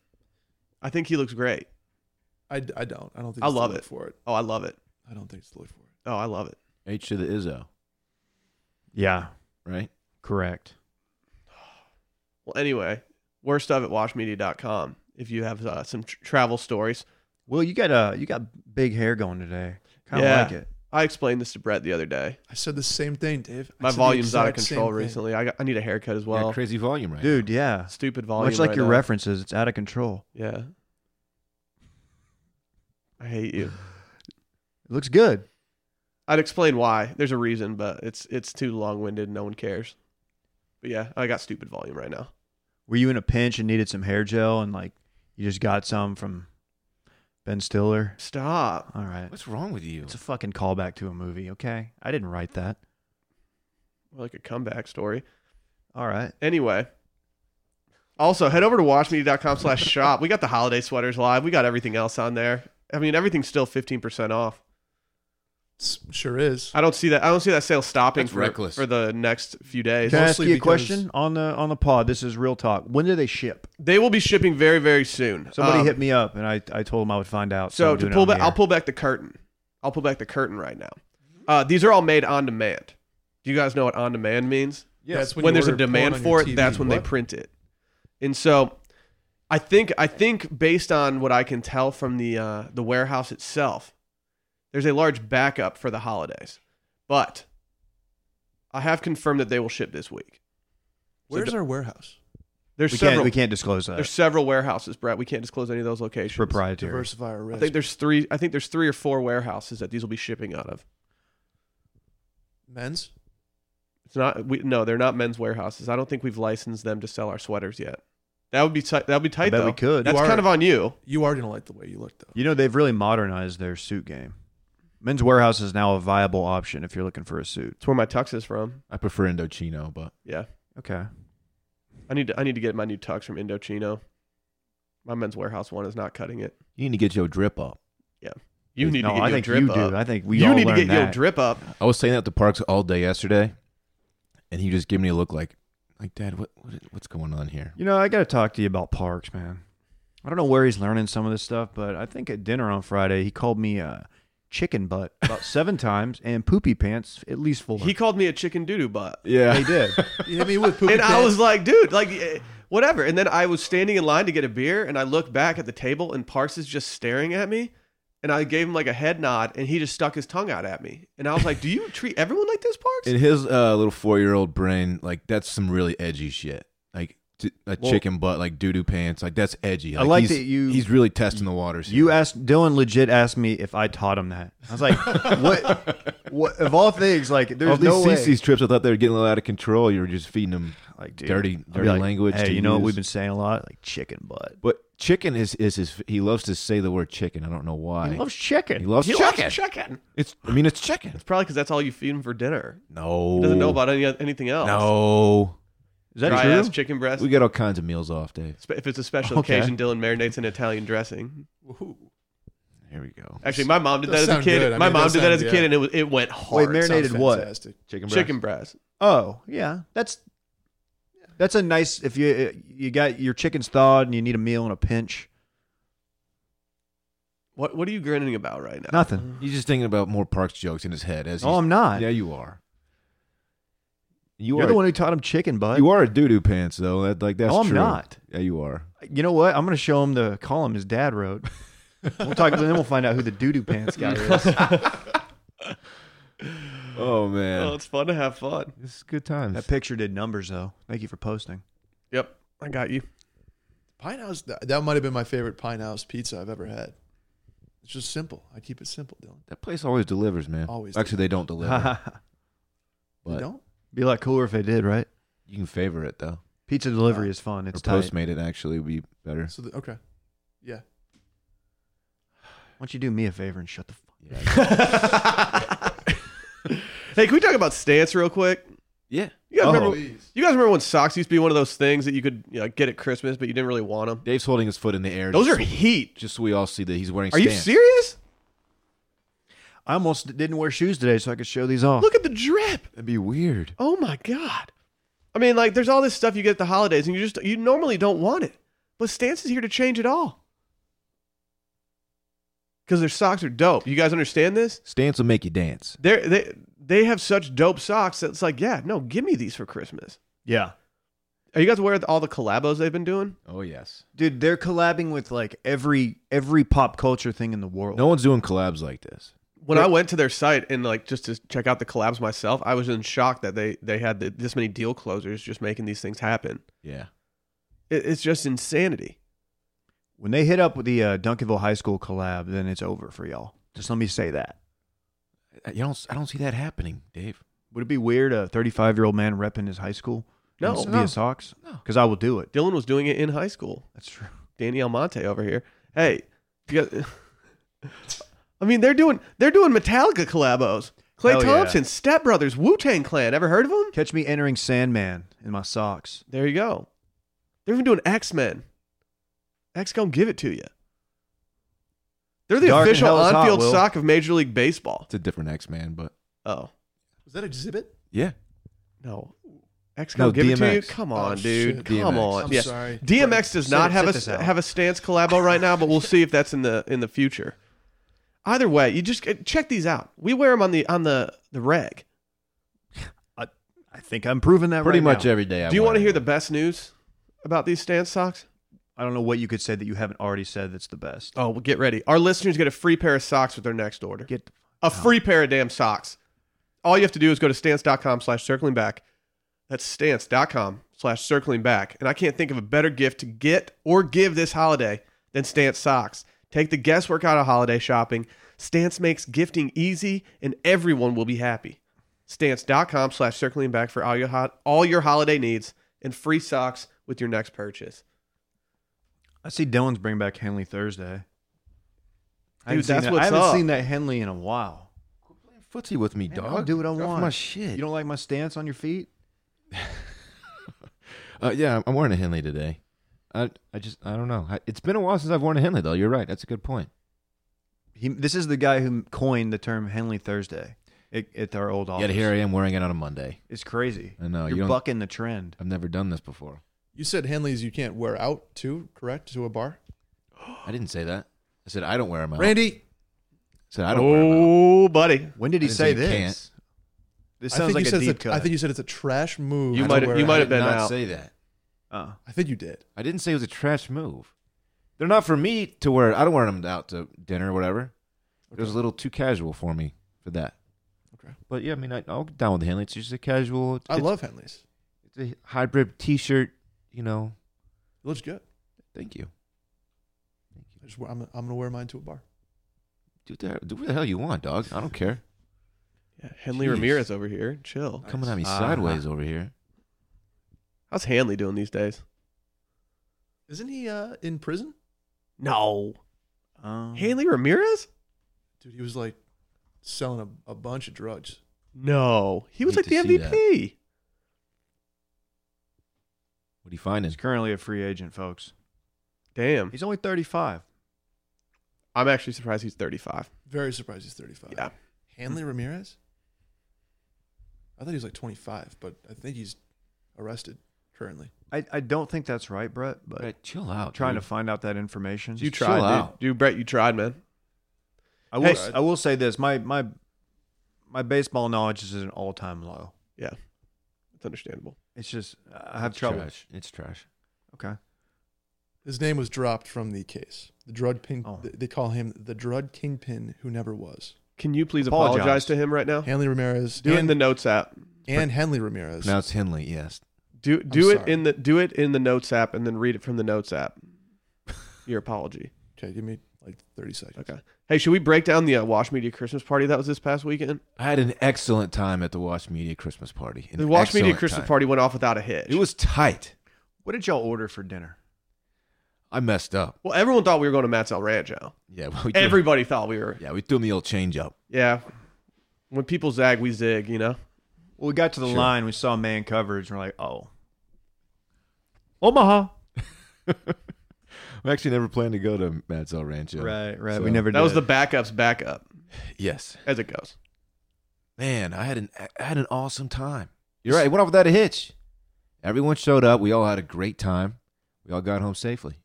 [SPEAKER 1] I think he looks great.
[SPEAKER 4] I, d- I don't. I don't think.
[SPEAKER 1] I
[SPEAKER 4] it's the
[SPEAKER 1] love
[SPEAKER 4] look
[SPEAKER 1] it.
[SPEAKER 4] for it.
[SPEAKER 1] Oh, I love it.
[SPEAKER 4] I don't think it's the look for it.
[SPEAKER 1] Oh, I love it.
[SPEAKER 3] H to the Izzo,
[SPEAKER 2] Yeah,
[SPEAKER 3] right?
[SPEAKER 2] correct.
[SPEAKER 1] Well, anyway, worst of it, washmedia.com. If you have uh, some tr- travel stories,
[SPEAKER 2] Well, you got uh, you got big hair going today. Kind of
[SPEAKER 1] Yeah.
[SPEAKER 2] like it.
[SPEAKER 1] I explained this to Brett the other day.
[SPEAKER 4] I said the same thing, Dave. I
[SPEAKER 1] My
[SPEAKER 4] said the
[SPEAKER 1] volume's out of
[SPEAKER 4] exact same
[SPEAKER 1] control
[SPEAKER 4] thing.
[SPEAKER 1] recently. I, got, I need a haircut as well.
[SPEAKER 3] yeah, crazy volume, right?
[SPEAKER 2] Dude, yeah.
[SPEAKER 1] Stupid volume.
[SPEAKER 2] Much like
[SPEAKER 1] right
[SPEAKER 2] your
[SPEAKER 1] now.
[SPEAKER 2] references, it's out of control.
[SPEAKER 1] Yeah. I hate you.
[SPEAKER 2] It looks good.
[SPEAKER 1] I'd explain why. There's a reason, but it's it's too long winded. No one cares. But yeah, I got stupid volume right now.
[SPEAKER 2] Were you in a pinch and needed some hair gel and like you just got some from Ben Stiller?
[SPEAKER 1] Stop.
[SPEAKER 2] All right.
[SPEAKER 3] What's wrong with you?
[SPEAKER 2] It's a fucking callback to a movie, okay? I didn't write that.
[SPEAKER 1] More like a comeback story.
[SPEAKER 2] All right.
[SPEAKER 1] Anyway. Also, head over to watchmedia.com slash shop. We got the holiday sweaters live. We got everything else on there. I mean, everything's still 15% off.
[SPEAKER 4] S- Sure is.
[SPEAKER 1] I don't see that. I don't see that sale stopping
[SPEAKER 3] That's
[SPEAKER 1] for,
[SPEAKER 3] reckless.
[SPEAKER 1] for the next few days.
[SPEAKER 2] Can I ask
[SPEAKER 4] Mostly
[SPEAKER 2] you a
[SPEAKER 4] because-
[SPEAKER 2] question on the on the pod? This is real talk. When do they ship?
[SPEAKER 1] They will be shipping very, very soon.
[SPEAKER 2] Somebody
[SPEAKER 1] Um,
[SPEAKER 2] hit me up and I, I told them I would find out.
[SPEAKER 1] So
[SPEAKER 2] I'm
[SPEAKER 1] to
[SPEAKER 2] doing it
[SPEAKER 1] pull
[SPEAKER 2] on the
[SPEAKER 1] back, I'll
[SPEAKER 2] air.
[SPEAKER 1] pull back the curtain. I'll pull back the curtain right now. Uh, these are all made on demand. Do you guys know what on demand means?
[SPEAKER 4] That's
[SPEAKER 1] When,
[SPEAKER 4] you
[SPEAKER 1] there's a
[SPEAKER 4] order porn
[SPEAKER 1] demand
[SPEAKER 4] on your
[SPEAKER 1] for it,
[SPEAKER 4] TV.
[SPEAKER 1] that's when they
[SPEAKER 4] What?
[SPEAKER 1] print it. And so, I think I think based on what I can tell from the uh, the warehouse itself, there's a large backup for the holidays. But I have confirmed that they will ship this week.
[SPEAKER 4] Where's our warehouse?
[SPEAKER 1] There's
[SPEAKER 2] we can't
[SPEAKER 1] several.
[SPEAKER 2] we can't disclose
[SPEAKER 1] There's
[SPEAKER 2] that.
[SPEAKER 1] several warehouses, Brett. We can't disclose any of those locations.
[SPEAKER 2] It's proprietary.
[SPEAKER 4] Diversify our
[SPEAKER 1] I
[SPEAKER 4] risk.
[SPEAKER 1] think there's three. I think there's three or four warehouses that these will be shipping out of.
[SPEAKER 4] Men's.
[SPEAKER 1] It's not. We, no, they're not men's warehouses. I don't think we've licensed them to sell our sweaters yet. That would be tight. That would be tight.
[SPEAKER 2] I bet
[SPEAKER 1] though.
[SPEAKER 2] we could.
[SPEAKER 1] That's
[SPEAKER 4] You are-
[SPEAKER 1] kind of on you.
[SPEAKER 4] You are gonna like the way you look though.
[SPEAKER 2] You know they've really modernized their suit game. Men's Warehouse is now a viable option if you're looking for a suit.
[SPEAKER 1] It's where my tux is from.
[SPEAKER 3] I prefer Indochino, but
[SPEAKER 1] Yeah,
[SPEAKER 2] Okay.
[SPEAKER 1] I need. To, I need to get my new tux from Indochino. My men's warehouse one is not cutting it.
[SPEAKER 3] you need to get your drip up.
[SPEAKER 1] You need
[SPEAKER 2] no,
[SPEAKER 1] to get
[SPEAKER 2] I
[SPEAKER 1] your
[SPEAKER 2] think
[SPEAKER 1] drip
[SPEAKER 2] you
[SPEAKER 1] up.
[SPEAKER 2] do. I think we
[SPEAKER 1] you
[SPEAKER 2] all
[SPEAKER 1] need to
[SPEAKER 2] learned
[SPEAKER 1] get
[SPEAKER 2] that.
[SPEAKER 1] your drip up.
[SPEAKER 3] I was saying that at the parks all day yesterday, and he just gave me a look like, like Dad, what, what what's going on here?
[SPEAKER 2] You know, I got to talk to you about parks, man. I don't know where he's learning some of this stuff, but I think at dinner on Friday he called me a chicken butt about seven times and poopy pants at least four.
[SPEAKER 1] He called me a chicken doo doo butt,
[SPEAKER 3] Yeah,
[SPEAKER 2] He did.
[SPEAKER 4] You hit me with poopy
[SPEAKER 1] and I
[SPEAKER 4] pants.
[SPEAKER 1] was like, dude, like. eh, Whatever. And then I was standing in line to get a beer, and I looked back at the table, and Parks is just staring at me. And I gave him like a head nod, and he just stuck his tongue out at me. And I was like, "Do you treat everyone like this, Parks?"
[SPEAKER 3] in his uh, little four-year-old brain, like that's some really edgy shit. Like t- a
[SPEAKER 2] Well-
[SPEAKER 3] chicken butt, like doo doo pants, like that's edgy.
[SPEAKER 2] I like
[SPEAKER 3] he's-
[SPEAKER 2] that you-
[SPEAKER 3] He's really testing the waters.
[SPEAKER 2] You
[SPEAKER 3] here.
[SPEAKER 2] asked Dylan legit asked me if I taught him that. I was like, what? What of all things? Like, there's
[SPEAKER 3] All these
[SPEAKER 2] no way.
[SPEAKER 3] CC's trips, I thought they were getting a little out of control. You were just feeding them
[SPEAKER 2] like,
[SPEAKER 3] dirty-
[SPEAKER 2] I'd be
[SPEAKER 3] dirty language
[SPEAKER 2] Hey,
[SPEAKER 3] to
[SPEAKER 2] you know what
[SPEAKER 3] use.
[SPEAKER 2] we've been saying a lot? Like chicken butt.
[SPEAKER 3] But chicken is is his. He loves to say the word chicken. I don't know why.
[SPEAKER 2] He loves chicken.
[SPEAKER 3] He loves
[SPEAKER 1] He loves
[SPEAKER 3] chicken.
[SPEAKER 1] chicken.
[SPEAKER 3] It's. I mean, it's chicken.
[SPEAKER 1] Probably because that's all you feed him for dinner.
[SPEAKER 3] No.
[SPEAKER 1] He doesn't know about any anything else.
[SPEAKER 3] No.
[SPEAKER 2] Is that
[SPEAKER 1] Dry
[SPEAKER 2] true?
[SPEAKER 1] ass chicken breast.
[SPEAKER 3] We got all kinds of meals off, Dave.
[SPEAKER 1] Spe- if it's a special
[SPEAKER 2] Okay.
[SPEAKER 1] occasion, Dylan marinates in Italian dressing.
[SPEAKER 4] Ooh.
[SPEAKER 3] Here we go.
[SPEAKER 1] Actually, my mom did that
[SPEAKER 4] Does
[SPEAKER 1] as a
[SPEAKER 4] sound
[SPEAKER 1] kid.
[SPEAKER 4] good. I
[SPEAKER 1] my
[SPEAKER 4] mean,
[SPEAKER 1] mom
[SPEAKER 4] does
[SPEAKER 1] did that
[SPEAKER 4] sound-
[SPEAKER 1] as a kid,
[SPEAKER 4] yeah.
[SPEAKER 1] and it was, it went
[SPEAKER 2] Wait,
[SPEAKER 1] hard.
[SPEAKER 2] marinated
[SPEAKER 4] Sounds
[SPEAKER 2] what?
[SPEAKER 4] fantastic.
[SPEAKER 3] Chicken
[SPEAKER 1] Chicken breast.
[SPEAKER 2] Oh, yeah. That's that's a nice. If you you got your chicken's thawed and you need a meal and a pinch,
[SPEAKER 1] What What are you grinning about right now?
[SPEAKER 2] nothing.
[SPEAKER 3] He's just thinking about more Parks jokes in his head. As
[SPEAKER 2] Oh, I'm not.
[SPEAKER 3] Mm-hmm. Yeah, you are. You
[SPEAKER 2] You're
[SPEAKER 3] are
[SPEAKER 2] the one who taught him chicken butt.
[SPEAKER 3] You are a doo doo pants though. That like that's
[SPEAKER 2] No, I'm
[SPEAKER 3] true.
[SPEAKER 2] not.
[SPEAKER 3] Yeah, you are.
[SPEAKER 2] You know what? I'm going to show him the column his dad wrote. We'll talk. then we'll find out who the doo doo pants guy is.
[SPEAKER 3] Oh man,
[SPEAKER 1] Oh, it's fun to have fun.
[SPEAKER 3] this is good times.
[SPEAKER 2] That picture did numbers though. Thank you for posting.
[SPEAKER 1] Yep, I got you.
[SPEAKER 4] Pine House. That, that might have been my favorite Pine House pizza I've ever had. It's just simple. I keep it simple, Dylan.
[SPEAKER 3] That place always delivers, man.
[SPEAKER 4] Always
[SPEAKER 3] Actually, they don't deliver,
[SPEAKER 4] You
[SPEAKER 3] but
[SPEAKER 4] don't?
[SPEAKER 2] Be like cooler if they did, right?
[SPEAKER 3] you can favor it though.
[SPEAKER 2] Pizza delivery is fun. It's
[SPEAKER 3] or
[SPEAKER 2] tight.
[SPEAKER 3] Postmate it actually would be better.
[SPEAKER 4] So the, okay. Yeah.
[SPEAKER 2] Why don't you do me a favor and shut the fuck?
[SPEAKER 3] Yeah.
[SPEAKER 1] Hey, can we talk about stance real quick?
[SPEAKER 3] yeah.
[SPEAKER 1] You guys,
[SPEAKER 2] Oh.
[SPEAKER 1] remember, you guys remember when socks used to be one of those things that you could you know, get at Christmas, but you didn't really want them?
[SPEAKER 3] Dave's holding his foot in the air.
[SPEAKER 1] Those are
[SPEAKER 3] just,
[SPEAKER 1] heat.
[SPEAKER 3] just so we all see that he's wearing.
[SPEAKER 1] Are you
[SPEAKER 3] stance.
[SPEAKER 1] serious?
[SPEAKER 2] I almost didn't wear shoes today, so I could show these off.
[SPEAKER 1] Look at the drip.
[SPEAKER 3] That'd be weird.
[SPEAKER 1] Oh my god. I mean, like, there's all this stuff you get at the holidays, and you just you normally don't want it, but Stance is here to change it all. Because their socks are dope. You guys understand this?
[SPEAKER 3] Stance will make you dance.
[SPEAKER 1] They're, they they have such dope socks that it's like, yeah, no, give me these for Christmas.
[SPEAKER 2] yeah,
[SPEAKER 1] Are you guys aware of all the collabos they've been doing?
[SPEAKER 3] Oh yes.
[SPEAKER 2] dude, they're collabing with like every every pop culture thing in the world.
[SPEAKER 3] No one's doing collabs like this.
[SPEAKER 1] When
[SPEAKER 2] Yeah.
[SPEAKER 1] I went to their site and like just to check out the collabs myself, I was in shock that they they had the, this many deal closers just making these things happen.
[SPEAKER 3] Yeah.
[SPEAKER 1] It, it's just insanity.
[SPEAKER 2] When they hit up with the uh, Duncanville High School collab, then it's over for y'all. Just let me say that.
[SPEAKER 3] I- You don't. I don't see that happening, Dave.
[SPEAKER 2] Would it be weird a 35 year old man repping his high school?
[SPEAKER 1] No.
[SPEAKER 2] in
[SPEAKER 3] No.
[SPEAKER 2] via socks.
[SPEAKER 3] No.
[SPEAKER 2] because I will do it.
[SPEAKER 1] Dylan was doing it in high school.
[SPEAKER 2] That's true.
[SPEAKER 1] Danny Almonte over here. Hey, you got, I mean they're doing they're doing Metallica collabos. Clay
[SPEAKER 2] Hell yeah.
[SPEAKER 1] Thompson, Step Brothers, Wu Tang Clan. Ever heard of them?
[SPEAKER 2] Catch me entering Sandman in my socks.
[SPEAKER 1] There you go. They're even doing X Men. X gonna give it to you. They're the
[SPEAKER 2] Dark and
[SPEAKER 1] official
[SPEAKER 2] hell is hot,
[SPEAKER 1] on-field
[SPEAKER 2] Will.
[SPEAKER 1] sock of Major League Baseball.
[SPEAKER 3] It's a different X Man, but
[SPEAKER 1] Oh
[SPEAKER 4] Was that exhibit?
[SPEAKER 3] yeah,
[SPEAKER 1] no, X
[SPEAKER 3] No,
[SPEAKER 1] no, give it to you.
[SPEAKER 3] DMX.
[SPEAKER 1] Come
[SPEAKER 4] Oh,
[SPEAKER 1] on, dude.
[SPEAKER 4] shit.
[SPEAKER 1] Come
[SPEAKER 3] DMX.
[SPEAKER 1] on.
[SPEAKER 4] I'm
[SPEAKER 1] Yeah.
[SPEAKER 4] sorry.
[SPEAKER 1] DMX does
[SPEAKER 2] Sit-
[SPEAKER 1] not
[SPEAKER 2] sit
[SPEAKER 1] have
[SPEAKER 2] this
[SPEAKER 1] a
[SPEAKER 2] out.
[SPEAKER 1] have a stance collabo right now, but we'll see if that's in the in the future. Either way, you just uh, check these out. We wear them on the on the the reg.
[SPEAKER 2] I think I'm proving that
[SPEAKER 3] pretty
[SPEAKER 2] right
[SPEAKER 3] much
[SPEAKER 2] now.
[SPEAKER 3] every day. I
[SPEAKER 1] Do you want
[SPEAKER 3] want
[SPEAKER 1] to hear the best news about these stance socks?
[SPEAKER 2] I don't know what you could say that you haven't already said that's the best.
[SPEAKER 1] Oh, well, get ready. Our listeners get a free pair of socks with their next order.
[SPEAKER 2] Get the
[SPEAKER 1] a free pair of damn socks. All you have to do is go to stance.com slash circling back. That's stance.com slash circling back. And I can't think of a better gift to get or give this holiday than Stance socks. Take the guesswork out of holiday shopping. Stance makes gifting easy and everyone will be happy. Stance.com slash circling back for all your, hot, all your holiday needs and free socks with your next purchase.
[SPEAKER 2] I see Dylan's bring back Henley Thursday. I
[SPEAKER 1] Dude,
[SPEAKER 2] haven't seen
[SPEAKER 1] that's
[SPEAKER 2] that-
[SPEAKER 1] what's
[SPEAKER 2] I haven't
[SPEAKER 1] up.
[SPEAKER 2] seen that Henley in a while.
[SPEAKER 3] footsie with me,
[SPEAKER 2] Man,
[SPEAKER 3] dog?
[SPEAKER 2] I'll do what I
[SPEAKER 3] Get off
[SPEAKER 2] want.
[SPEAKER 3] My shit.
[SPEAKER 2] You don't like my stance on your feet?
[SPEAKER 3] uh, yeah, I'm- I'm wearing a Henley today. I I just I don't know. I, it's been a while since I've worn a Henley though. You're right. That's a good point.
[SPEAKER 2] He, this is the guy who coined the term Henley Thursday at, at our old office.
[SPEAKER 3] Yet here I am wearing it on a Monday.
[SPEAKER 2] It's crazy.
[SPEAKER 3] I know, you
[SPEAKER 2] You're
[SPEAKER 3] don't-
[SPEAKER 2] bucking the trend.
[SPEAKER 3] I've never done this before.
[SPEAKER 4] You said Henley's you can't wear out too, correct? To a bar?
[SPEAKER 3] I didn't say that. I said I don't wear them out. I
[SPEAKER 4] Randy,
[SPEAKER 3] said I don't wear 'em out.
[SPEAKER 1] Oh, buddy.
[SPEAKER 2] When did
[SPEAKER 3] I
[SPEAKER 2] he
[SPEAKER 3] didn't
[SPEAKER 2] say
[SPEAKER 3] say you
[SPEAKER 2] this?
[SPEAKER 3] can't.
[SPEAKER 2] This
[SPEAKER 4] I
[SPEAKER 2] sounds
[SPEAKER 4] think
[SPEAKER 2] like
[SPEAKER 4] you
[SPEAKER 2] a
[SPEAKER 4] said
[SPEAKER 2] deep
[SPEAKER 4] it's a-
[SPEAKER 2] cut.
[SPEAKER 4] I think you said it's a trash move.
[SPEAKER 1] You
[SPEAKER 4] to
[SPEAKER 1] might-
[SPEAKER 4] wear
[SPEAKER 1] you
[SPEAKER 4] out.
[SPEAKER 1] might
[SPEAKER 3] I
[SPEAKER 1] have
[SPEAKER 3] did
[SPEAKER 1] been
[SPEAKER 3] not
[SPEAKER 1] out.
[SPEAKER 3] Say that.
[SPEAKER 2] uh,
[SPEAKER 4] I think you did.
[SPEAKER 3] I didn't say it was a trash move. They're not for me to wear. I don't wear them out to dinner or whatever. It was a little too casual for me for that.
[SPEAKER 4] Okay.
[SPEAKER 3] But yeah, I mean, I, I'll get down with Henley. It's just a casual. It's,
[SPEAKER 4] I love Henley's.
[SPEAKER 3] it's a hybrid T-shirt. You know.
[SPEAKER 4] It looks good.
[SPEAKER 3] Thank you. Thank
[SPEAKER 4] I
[SPEAKER 3] you.
[SPEAKER 4] just, wear- I'm, I'm gonna wear mine to a bar.
[SPEAKER 3] Do that. Do what the hell you want, dog. I don't care.
[SPEAKER 1] Yeah, Henley
[SPEAKER 3] Jeez.
[SPEAKER 1] Ramirez over here. Chill.
[SPEAKER 3] Coming at me
[SPEAKER 2] Uh-huh.
[SPEAKER 3] sideways over here.
[SPEAKER 1] How's Hanley doing these days?
[SPEAKER 4] Isn't he uh, in prison?
[SPEAKER 1] No.
[SPEAKER 2] um,
[SPEAKER 1] Hanley Ramirez?
[SPEAKER 4] Dude, he was like selling a, a bunch of drugs.
[SPEAKER 1] No, he was
[SPEAKER 3] Hate
[SPEAKER 1] like the
[SPEAKER 3] to see
[SPEAKER 1] MVP.
[SPEAKER 3] What do you find
[SPEAKER 2] is
[SPEAKER 3] is
[SPEAKER 2] currently a free agent, folks.
[SPEAKER 1] Damn,
[SPEAKER 2] He's only 35.
[SPEAKER 1] I'm actually surprised he's 35.
[SPEAKER 4] Very surprised he's 35.
[SPEAKER 1] Yeah,
[SPEAKER 4] Hanley Ramirez? I thought he was like 25, but I think he's arrested currently.
[SPEAKER 2] I, I don't think that's right, Brett, but
[SPEAKER 3] Hey, chill out.
[SPEAKER 2] trying
[SPEAKER 3] dude.
[SPEAKER 2] to find out that information.
[SPEAKER 1] you
[SPEAKER 3] Just
[SPEAKER 1] tried,
[SPEAKER 3] chill
[SPEAKER 1] dude.
[SPEAKER 3] out.
[SPEAKER 1] You Brett, you tried, man.
[SPEAKER 2] I will,
[SPEAKER 1] Hey.
[SPEAKER 2] I will say this. My, my, my baseball knowledge is at an all time low.
[SPEAKER 1] Yeah, it's understandable.
[SPEAKER 2] It's just, I have
[SPEAKER 3] It's
[SPEAKER 2] trouble.
[SPEAKER 3] Trash. It's trash.
[SPEAKER 2] Okay.
[SPEAKER 4] His name was dropped from the case. The drug pin,
[SPEAKER 2] Oh.
[SPEAKER 4] th- they call him the drug kingpin who never was.
[SPEAKER 1] Can you please
[SPEAKER 2] Apologize.
[SPEAKER 1] apologize to him right now?
[SPEAKER 4] Hanley Ramirez
[SPEAKER 1] Do it in
[SPEAKER 4] and,
[SPEAKER 1] Oh. the notes app.
[SPEAKER 4] and Henley Ramirez.
[SPEAKER 3] Now it's Henley. Yes.
[SPEAKER 1] Do do it
[SPEAKER 4] sorry.
[SPEAKER 1] in the do it in the notes app, and then read it from the notes app. Your apology.
[SPEAKER 4] Okay, give me like 30 seconds.
[SPEAKER 1] Okay. Hey, should we break down the uh, Wash Media Christmas party that was this past weekend?
[SPEAKER 3] I had an excellent time at the Wash Media Christmas party. An
[SPEAKER 1] the Wash Media
[SPEAKER 3] excellent
[SPEAKER 1] Christmas
[SPEAKER 3] time.
[SPEAKER 1] party went off without a hitch.
[SPEAKER 3] It was tight.
[SPEAKER 2] What did y'all order for dinner?
[SPEAKER 3] I messed up.
[SPEAKER 1] well, everyone thought we were going to Matt's El Rancho.
[SPEAKER 3] Yeah, well, we threw-
[SPEAKER 1] Everybody thought we were.
[SPEAKER 3] yeah, we threw him the old change up.
[SPEAKER 1] Yeah. When people zag, we zig. You know.
[SPEAKER 2] Well, we got to the
[SPEAKER 3] Sure.
[SPEAKER 2] line, we saw man coverage, and we're like, oh, Omaha.
[SPEAKER 3] We actually never planned to go to Matt's El Rancho.
[SPEAKER 2] Right, right.
[SPEAKER 3] So-
[SPEAKER 2] we never.
[SPEAKER 1] That was the
[SPEAKER 2] did.
[SPEAKER 1] backup's backup,
[SPEAKER 3] Yes,
[SPEAKER 1] as it goes.
[SPEAKER 3] man, I had an I had an awesome time. You're right. It went off without a hitch. Everyone showed up. We all had a great time. We all got home safely.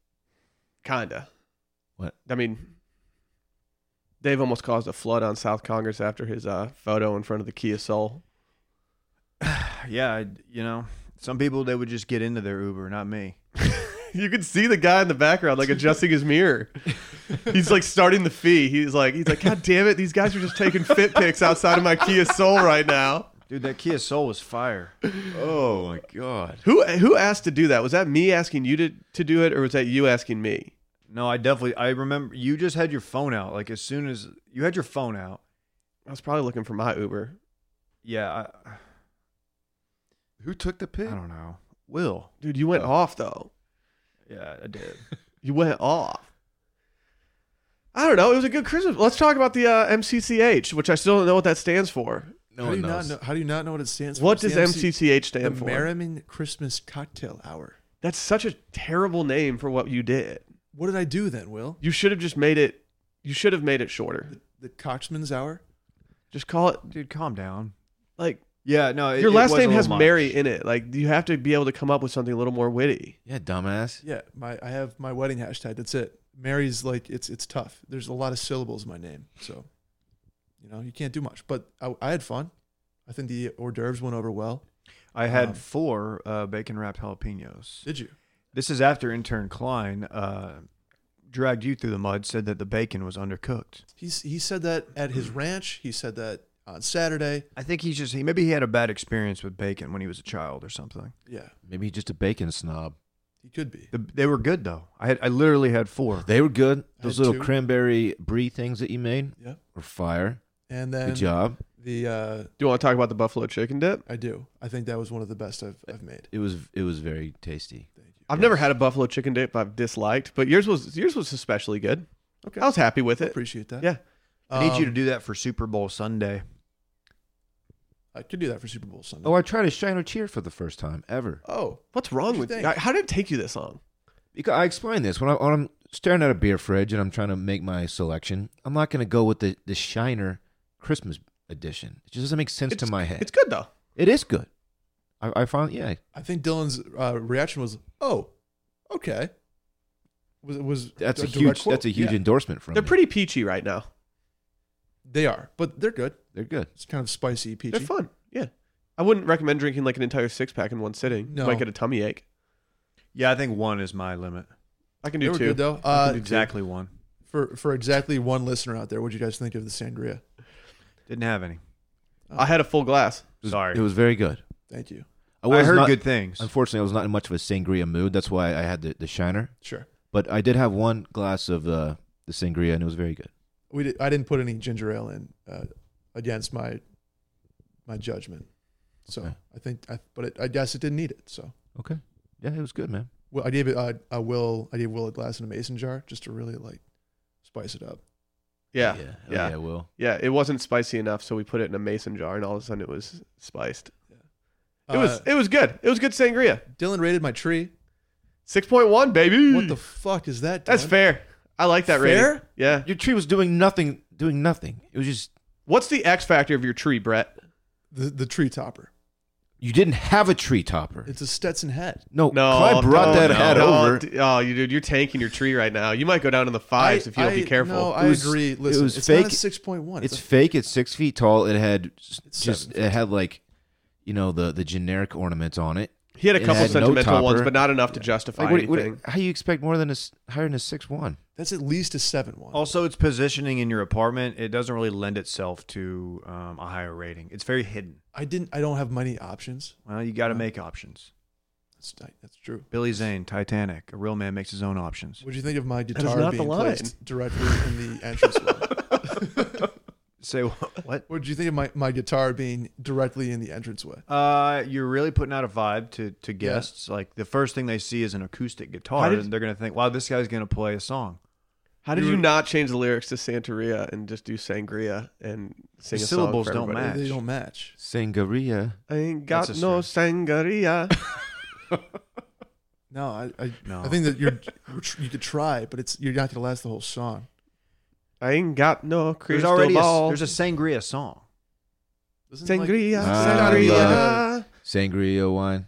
[SPEAKER 1] Kinda.
[SPEAKER 3] What?
[SPEAKER 1] I mean, Dave almost caused a flood on South Congress after his uh, photo in front of the Kia Soul.
[SPEAKER 2] Yeah, I, you know, some people they would just get into their Uber, not me.
[SPEAKER 1] You could see the guy in the background, like adjusting his mirror. He's like starting the fee. He's like, he's like, God damn it! These guys are just taking fit pics outside of my Kia Soul right now.
[SPEAKER 2] Dude, that Kia Soul was fire.
[SPEAKER 3] Oh my god.
[SPEAKER 1] Who who asked to do that? Was that me asking you to to do it, or was that you asking me?
[SPEAKER 2] No, I definitely. I remember you just had your phone out. Like as soon as you had your phone out,
[SPEAKER 1] I was probably looking for my Uber,
[SPEAKER 2] yeah. I,
[SPEAKER 3] Who took the
[SPEAKER 2] I
[SPEAKER 3] pic?
[SPEAKER 2] don't know. Will.
[SPEAKER 1] dude. You went off though.
[SPEAKER 2] Yeah, I did.
[SPEAKER 1] you went off. I don't know. It was a good Christmas. Let's talk about the uh, MCCH, which I still don't know what that stands for.
[SPEAKER 3] No
[SPEAKER 4] how, do
[SPEAKER 3] one
[SPEAKER 4] you not
[SPEAKER 3] knows.
[SPEAKER 4] know, how do you not know what it stands for?
[SPEAKER 1] what
[SPEAKER 4] It's the
[SPEAKER 1] does MCCH stand
[SPEAKER 4] the
[SPEAKER 1] for?
[SPEAKER 4] Merriman Christmas Cocktail Hour.
[SPEAKER 1] That's such a terrible name for what you did.
[SPEAKER 4] What did I do then, Will?
[SPEAKER 1] You should have just made it. You should have made it shorter.
[SPEAKER 4] The Coxman's hour.
[SPEAKER 1] Just call it
[SPEAKER 2] Dude, calm down.
[SPEAKER 1] like
[SPEAKER 2] Yeah, no. it-
[SPEAKER 1] your
[SPEAKER 2] it
[SPEAKER 1] last
[SPEAKER 2] was a
[SPEAKER 1] name
[SPEAKER 2] little
[SPEAKER 1] has
[SPEAKER 2] much.
[SPEAKER 1] Mary in it. Like you have to be able to come up with something a little more witty.
[SPEAKER 3] Yeah, dumbass.
[SPEAKER 4] Yeah, my I have my wedding hashtag. That's it. Mary's like it's it's tough. There's a lot of syllables in my name, so you know you can't do much. But I, I had fun. I think the hors d'oeuvres went over well.
[SPEAKER 2] I had
[SPEAKER 4] Um,
[SPEAKER 2] four uh, bacon wrapped jalapenos.
[SPEAKER 4] Did you?
[SPEAKER 2] This is after intern Klein uh, dragged you through the mud, said that the bacon was undercooked.
[SPEAKER 4] He's he said that at his ranch. He said that on Saturday.
[SPEAKER 2] I think he's just he maybe he had a bad experience with bacon when he was a child or something.
[SPEAKER 4] Yeah,
[SPEAKER 3] Maybe he's just a bacon snob.
[SPEAKER 4] he could be.
[SPEAKER 2] The, they were good though. I had I literally had four.
[SPEAKER 3] They were good.
[SPEAKER 4] I
[SPEAKER 3] Those
[SPEAKER 4] had
[SPEAKER 3] little
[SPEAKER 4] two.
[SPEAKER 3] cranberry brie things that you made
[SPEAKER 4] Yeah,
[SPEAKER 3] were fire.
[SPEAKER 4] and then
[SPEAKER 3] Good job.
[SPEAKER 4] the uh,
[SPEAKER 1] Do you want to talk about the buffalo chicken dip?
[SPEAKER 4] I do. I think that was one of the best I've I've made.
[SPEAKER 3] It was it was very tasty.
[SPEAKER 4] Thank you.
[SPEAKER 1] I've never had a buffalo chicken dip I've disliked, but yours was yours was especially good.
[SPEAKER 4] Okay.
[SPEAKER 1] I was happy with it.
[SPEAKER 4] Appreciate that.
[SPEAKER 1] Yeah.
[SPEAKER 2] I need you to
[SPEAKER 4] Um,
[SPEAKER 2] do that for Super Bowl Sunday.
[SPEAKER 4] I could do that for Super Bowl Sunday.
[SPEAKER 3] Oh, I tried a Shiner cheer for the first time ever.
[SPEAKER 4] oh,
[SPEAKER 1] What's wrong
[SPEAKER 4] What'd you
[SPEAKER 1] with you?
[SPEAKER 4] think?
[SPEAKER 1] How did it take you this long?
[SPEAKER 3] Because I explained this when, I, when I'm staring at a beer fridge and I'm trying to make my selection, I'm not going to go with the the Shiner Christmas edition. It just doesn't make sense to my head.
[SPEAKER 1] It's good though.
[SPEAKER 3] It is good. I, I found yeah.
[SPEAKER 4] I think Dylan's uh, reaction was, "Oh, okay." Was was
[SPEAKER 3] That's a
[SPEAKER 4] direct
[SPEAKER 3] huge
[SPEAKER 4] quote.
[SPEAKER 3] that's a huge
[SPEAKER 4] Yeah,
[SPEAKER 3] endorsement from.
[SPEAKER 1] They're
[SPEAKER 3] me.
[SPEAKER 1] pretty peachy right now.
[SPEAKER 4] they are, but they're good.
[SPEAKER 3] They're good.
[SPEAKER 4] It's kind of spicy, peachy.
[SPEAKER 1] They're fun. Yeah. I wouldn't recommend drinking like an entire six pack in one sitting.
[SPEAKER 4] No.
[SPEAKER 1] You might get a tummy ache.
[SPEAKER 2] Yeah, I think one is my limit.
[SPEAKER 1] I can
[SPEAKER 4] They
[SPEAKER 1] do
[SPEAKER 4] were
[SPEAKER 1] two.
[SPEAKER 4] good though.
[SPEAKER 1] I
[SPEAKER 4] Uh,
[SPEAKER 1] can do two.
[SPEAKER 2] Exactly one.
[SPEAKER 4] for for exactly one listener out there, what do you guys think of the sangria? Um,
[SPEAKER 2] Didn't have any.
[SPEAKER 1] I had a full glass.
[SPEAKER 3] It was-
[SPEAKER 2] Sorry.
[SPEAKER 3] it was very good.
[SPEAKER 4] Thank you.
[SPEAKER 2] I,
[SPEAKER 3] was
[SPEAKER 2] heard
[SPEAKER 3] not-
[SPEAKER 2] good things.
[SPEAKER 3] Unfortunately, I was not in much of a sangria mood. That's why I had the, the Shiner.
[SPEAKER 4] Sure.
[SPEAKER 3] But I did have one glass of uh, the sangria, and it was very good.
[SPEAKER 4] We did, I didn't put any ginger ale in uh, against my my judgment. So
[SPEAKER 3] Okay.
[SPEAKER 4] I think, I, but it, I guess it didn't need it. So
[SPEAKER 3] Okay. Yeah, it was good, man.
[SPEAKER 4] well, I gave it. Uh, I will. I gave Will a glass in a mason jar just to really like spice it up.
[SPEAKER 1] Yeah.
[SPEAKER 3] Yeah.
[SPEAKER 1] Yeah.
[SPEAKER 3] Oh,
[SPEAKER 1] Yeah.
[SPEAKER 3] yeah, Will.
[SPEAKER 1] It wasn't spicy enough, so we put it in a mason jar and all of a sudden it was spiced. It
[SPEAKER 4] Uh,
[SPEAKER 1] was it was good. It was good sangria.
[SPEAKER 4] Dylan rated my tree.
[SPEAKER 1] Six point one, baby.
[SPEAKER 4] What the fuck is that?
[SPEAKER 1] Hmm. That's
[SPEAKER 4] Dylan?
[SPEAKER 1] fair. I like that rating.
[SPEAKER 4] Fair?
[SPEAKER 1] Yeah.
[SPEAKER 3] Your tree was doing nothing. Doing nothing. It was just
[SPEAKER 1] What's the X factor of your tree, Brett?
[SPEAKER 4] The the tree topper.
[SPEAKER 3] you didn't have a tree topper.
[SPEAKER 4] It's a Stetson hat.
[SPEAKER 3] no,
[SPEAKER 1] No,
[SPEAKER 3] Clyde brought
[SPEAKER 1] no,
[SPEAKER 3] that
[SPEAKER 1] no,
[SPEAKER 3] hat
[SPEAKER 1] no,
[SPEAKER 3] over.
[SPEAKER 1] d- Oh, you dude, you're tanking your tree right now. You might go down in the fives
[SPEAKER 4] I-
[SPEAKER 1] if you don't
[SPEAKER 4] I-
[SPEAKER 1] be careful.
[SPEAKER 4] No, I
[SPEAKER 3] It was-
[SPEAKER 4] agree.
[SPEAKER 3] it
[SPEAKER 4] Listen,
[SPEAKER 3] was
[SPEAKER 4] it's
[SPEAKER 3] fake.
[SPEAKER 4] not a six point one.
[SPEAKER 3] It's
[SPEAKER 4] It's,
[SPEAKER 3] fake. It's six feet tall. It had s-
[SPEAKER 4] It's
[SPEAKER 3] just
[SPEAKER 4] seven
[SPEAKER 3] it had like, you know, the the generic ornaments on it.
[SPEAKER 1] He had a
[SPEAKER 3] It
[SPEAKER 1] couple
[SPEAKER 3] had no
[SPEAKER 1] sentimental ones,
[SPEAKER 3] topper.
[SPEAKER 1] but not enough to justify
[SPEAKER 3] Like, what,
[SPEAKER 1] anything.
[SPEAKER 3] what, how you expect more than a s- higher than a six one?
[SPEAKER 4] a, that's at least a seven one.
[SPEAKER 2] Also, its positioning in your apartment it doesn't really lend itself to um, a higher rating. It's very hidden.
[SPEAKER 4] I didn't. I don't have many options.
[SPEAKER 2] Well, you got to
[SPEAKER 4] Yeah.
[SPEAKER 2] make options.
[SPEAKER 4] That's that's true.
[SPEAKER 2] Billy Zane, Titanic. A real man makes his own options.
[SPEAKER 4] What do you think of my
[SPEAKER 1] is
[SPEAKER 4] guitar
[SPEAKER 1] not
[SPEAKER 4] being
[SPEAKER 1] the line.
[SPEAKER 4] placed directly in the entrance?
[SPEAKER 2] Say wh- what?
[SPEAKER 4] what do you think of my, my guitar being directly in the entranceway?
[SPEAKER 2] Uh, you're really putting out a vibe to, to
[SPEAKER 4] Yeah.
[SPEAKER 2] guests. Like the first thing they see is an acoustic guitar,
[SPEAKER 1] How did-
[SPEAKER 2] and they're gonna think, "Wow, this guy's gonna play a song."
[SPEAKER 1] How did
[SPEAKER 2] You-
[SPEAKER 1] you not change the lyrics to Santeria and just do Sangria and sing
[SPEAKER 2] The
[SPEAKER 1] a
[SPEAKER 2] syllables
[SPEAKER 1] song for
[SPEAKER 2] don't
[SPEAKER 1] everybody?
[SPEAKER 2] match.
[SPEAKER 4] They don't match.
[SPEAKER 3] Sangria.
[SPEAKER 1] I ain't
[SPEAKER 2] That's
[SPEAKER 1] got
[SPEAKER 2] a
[SPEAKER 1] no Sangria.
[SPEAKER 4] No, I I,
[SPEAKER 2] No.
[SPEAKER 4] I think that you're you're tr- you could try, but it's you're not gonna last the whole song.
[SPEAKER 1] I ain't got no
[SPEAKER 2] There's
[SPEAKER 1] crystal
[SPEAKER 2] already a,
[SPEAKER 1] ball.
[SPEAKER 2] there's a sangria song.
[SPEAKER 4] Isn't like-
[SPEAKER 1] Sangria, Sangria.
[SPEAKER 3] Ah, Sangria wine.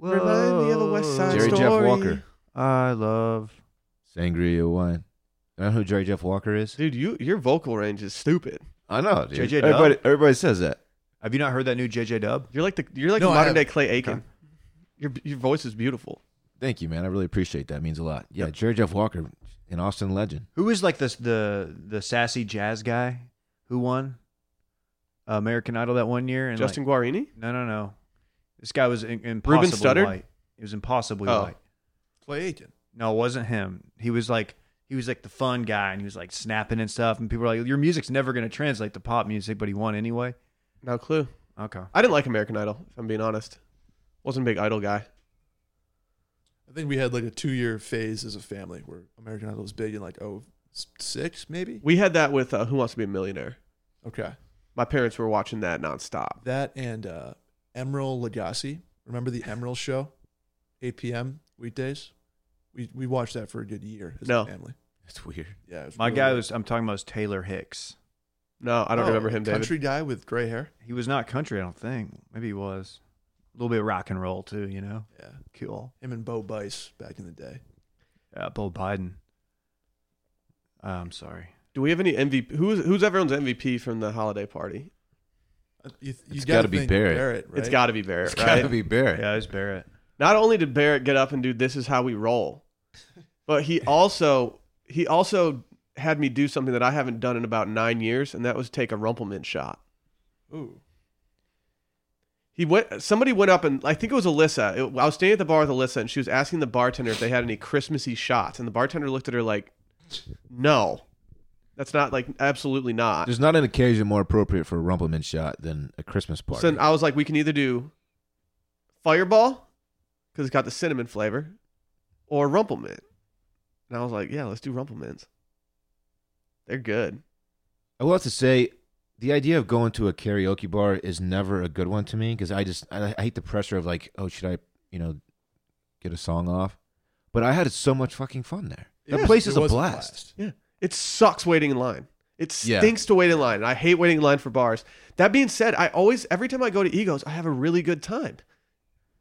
[SPEAKER 1] Remind me of a West Side
[SPEAKER 3] Jerry Jeff
[SPEAKER 1] Story.
[SPEAKER 3] Walker.
[SPEAKER 2] I love.
[SPEAKER 3] Sangria wine. You know who Jerry Jeff Walker is?
[SPEAKER 1] Dude, you your vocal range is stupid.
[SPEAKER 3] I know, dude.
[SPEAKER 2] JJ Dub?
[SPEAKER 3] everybody, everybody says that.
[SPEAKER 2] Have you not heard that new JJ Dub?
[SPEAKER 1] You're like the you're like
[SPEAKER 4] No,
[SPEAKER 1] the
[SPEAKER 4] I
[SPEAKER 1] modern
[SPEAKER 4] have-
[SPEAKER 1] day Clay Aiken.
[SPEAKER 2] okay.
[SPEAKER 1] Your your voice is beautiful.
[SPEAKER 3] Thank you, man. I really appreciate that. It means a lot. Yeah, Jerry Jeff Walker, an Austin legend.
[SPEAKER 2] Who is like this the the sassy jazz guy who won uh, American Idol that one year? And like-
[SPEAKER 1] Justin Guarini?
[SPEAKER 2] no, no, no. This guy was in, impossibly
[SPEAKER 1] Studdard?
[SPEAKER 2] white. He was impossibly
[SPEAKER 1] Oh.
[SPEAKER 2] white.
[SPEAKER 4] Clay Aiken.
[SPEAKER 2] No, it wasn't him. He was like he was like the fun guy, and he was like snapping and stuff. And people were like, "Your music's never gonna translate to pop music," but he won anyway.
[SPEAKER 1] No clue.
[SPEAKER 2] Okay.
[SPEAKER 1] I didn't like American Idol, if I'm being honest. Wasn't a big idol guy.
[SPEAKER 4] I think we had like a two year phase as a family where American Idol was big in like oh s- six maybe.
[SPEAKER 1] We had that with uh, Who Wants to Be a Millionaire.
[SPEAKER 4] Okay,
[SPEAKER 1] My parents were watching that nonstop.
[SPEAKER 4] that and uh, Emeril Lagasse. Remember the Emeril show, eight p.m. weekdays. We we watched that for a good year as
[SPEAKER 1] No.
[SPEAKER 4] a family.
[SPEAKER 3] It's weird.
[SPEAKER 4] Yeah, it was
[SPEAKER 2] My
[SPEAKER 4] really
[SPEAKER 2] guy
[SPEAKER 4] weird.
[SPEAKER 2] was I'm talking about was Taylor Hicks.
[SPEAKER 1] No, I don't
[SPEAKER 4] Oh,
[SPEAKER 1] remember him, David.
[SPEAKER 4] Country guy with gray hair.
[SPEAKER 2] He was not country, I don't think. Maybe he was. A little bit of rock and roll too, you know.
[SPEAKER 4] Yeah,
[SPEAKER 2] Cool.
[SPEAKER 4] him and Bo Bice back in the day.
[SPEAKER 2] Yeah, Bill Biden. Uh, I'm sorry.
[SPEAKER 1] Do we have any MVP? Who's who's everyone's MVP from the holiday party?
[SPEAKER 4] Uh, You, th- you
[SPEAKER 3] It's
[SPEAKER 4] gotta
[SPEAKER 3] gotta be
[SPEAKER 4] think
[SPEAKER 3] Barrett.
[SPEAKER 4] right?
[SPEAKER 1] It's got to be Barrett,
[SPEAKER 3] It's
[SPEAKER 1] right?
[SPEAKER 3] gotta be Barrett.
[SPEAKER 2] Yeah, it was Barrett.
[SPEAKER 1] Not only did Barrett get up and do "This is how we roll," but he also he also had me do something that I haven't done in about nine years, and that was take a rumplement shot.
[SPEAKER 4] Ooh,
[SPEAKER 1] He went. Somebody went up and I think it was Alyssa. It- I was standing at the bar with Alyssa, and she was asking the bartender if they had any Christmassy shots, and the bartender looked at her like, "No, that's not like absolutely not."
[SPEAKER 3] There's not an occasion more appropriate for a rumpleman shot than a Christmas party.
[SPEAKER 1] So I was like, "We can either do Fireball because it's got the cinnamon flavor, or Rumplemint." And I was like, "Yeah, let's do Rumplemints. They're good."
[SPEAKER 3] I will have to say, the idea of going to a karaoke bar is never a good one to me because I just I, I hate the pressure of like, oh, should I, you know, get a song off? But I had so much fucking fun there.
[SPEAKER 4] It
[SPEAKER 3] That
[SPEAKER 4] was-
[SPEAKER 3] place
[SPEAKER 4] it
[SPEAKER 3] is a
[SPEAKER 4] was
[SPEAKER 3] blast.
[SPEAKER 1] Yeah. It sucks waiting in line. It
[SPEAKER 3] Yeah.
[SPEAKER 1] stinks to wait in line. and I hate waiting in line for bars. That being said, I always, every time I go to Egos, I have a really good time.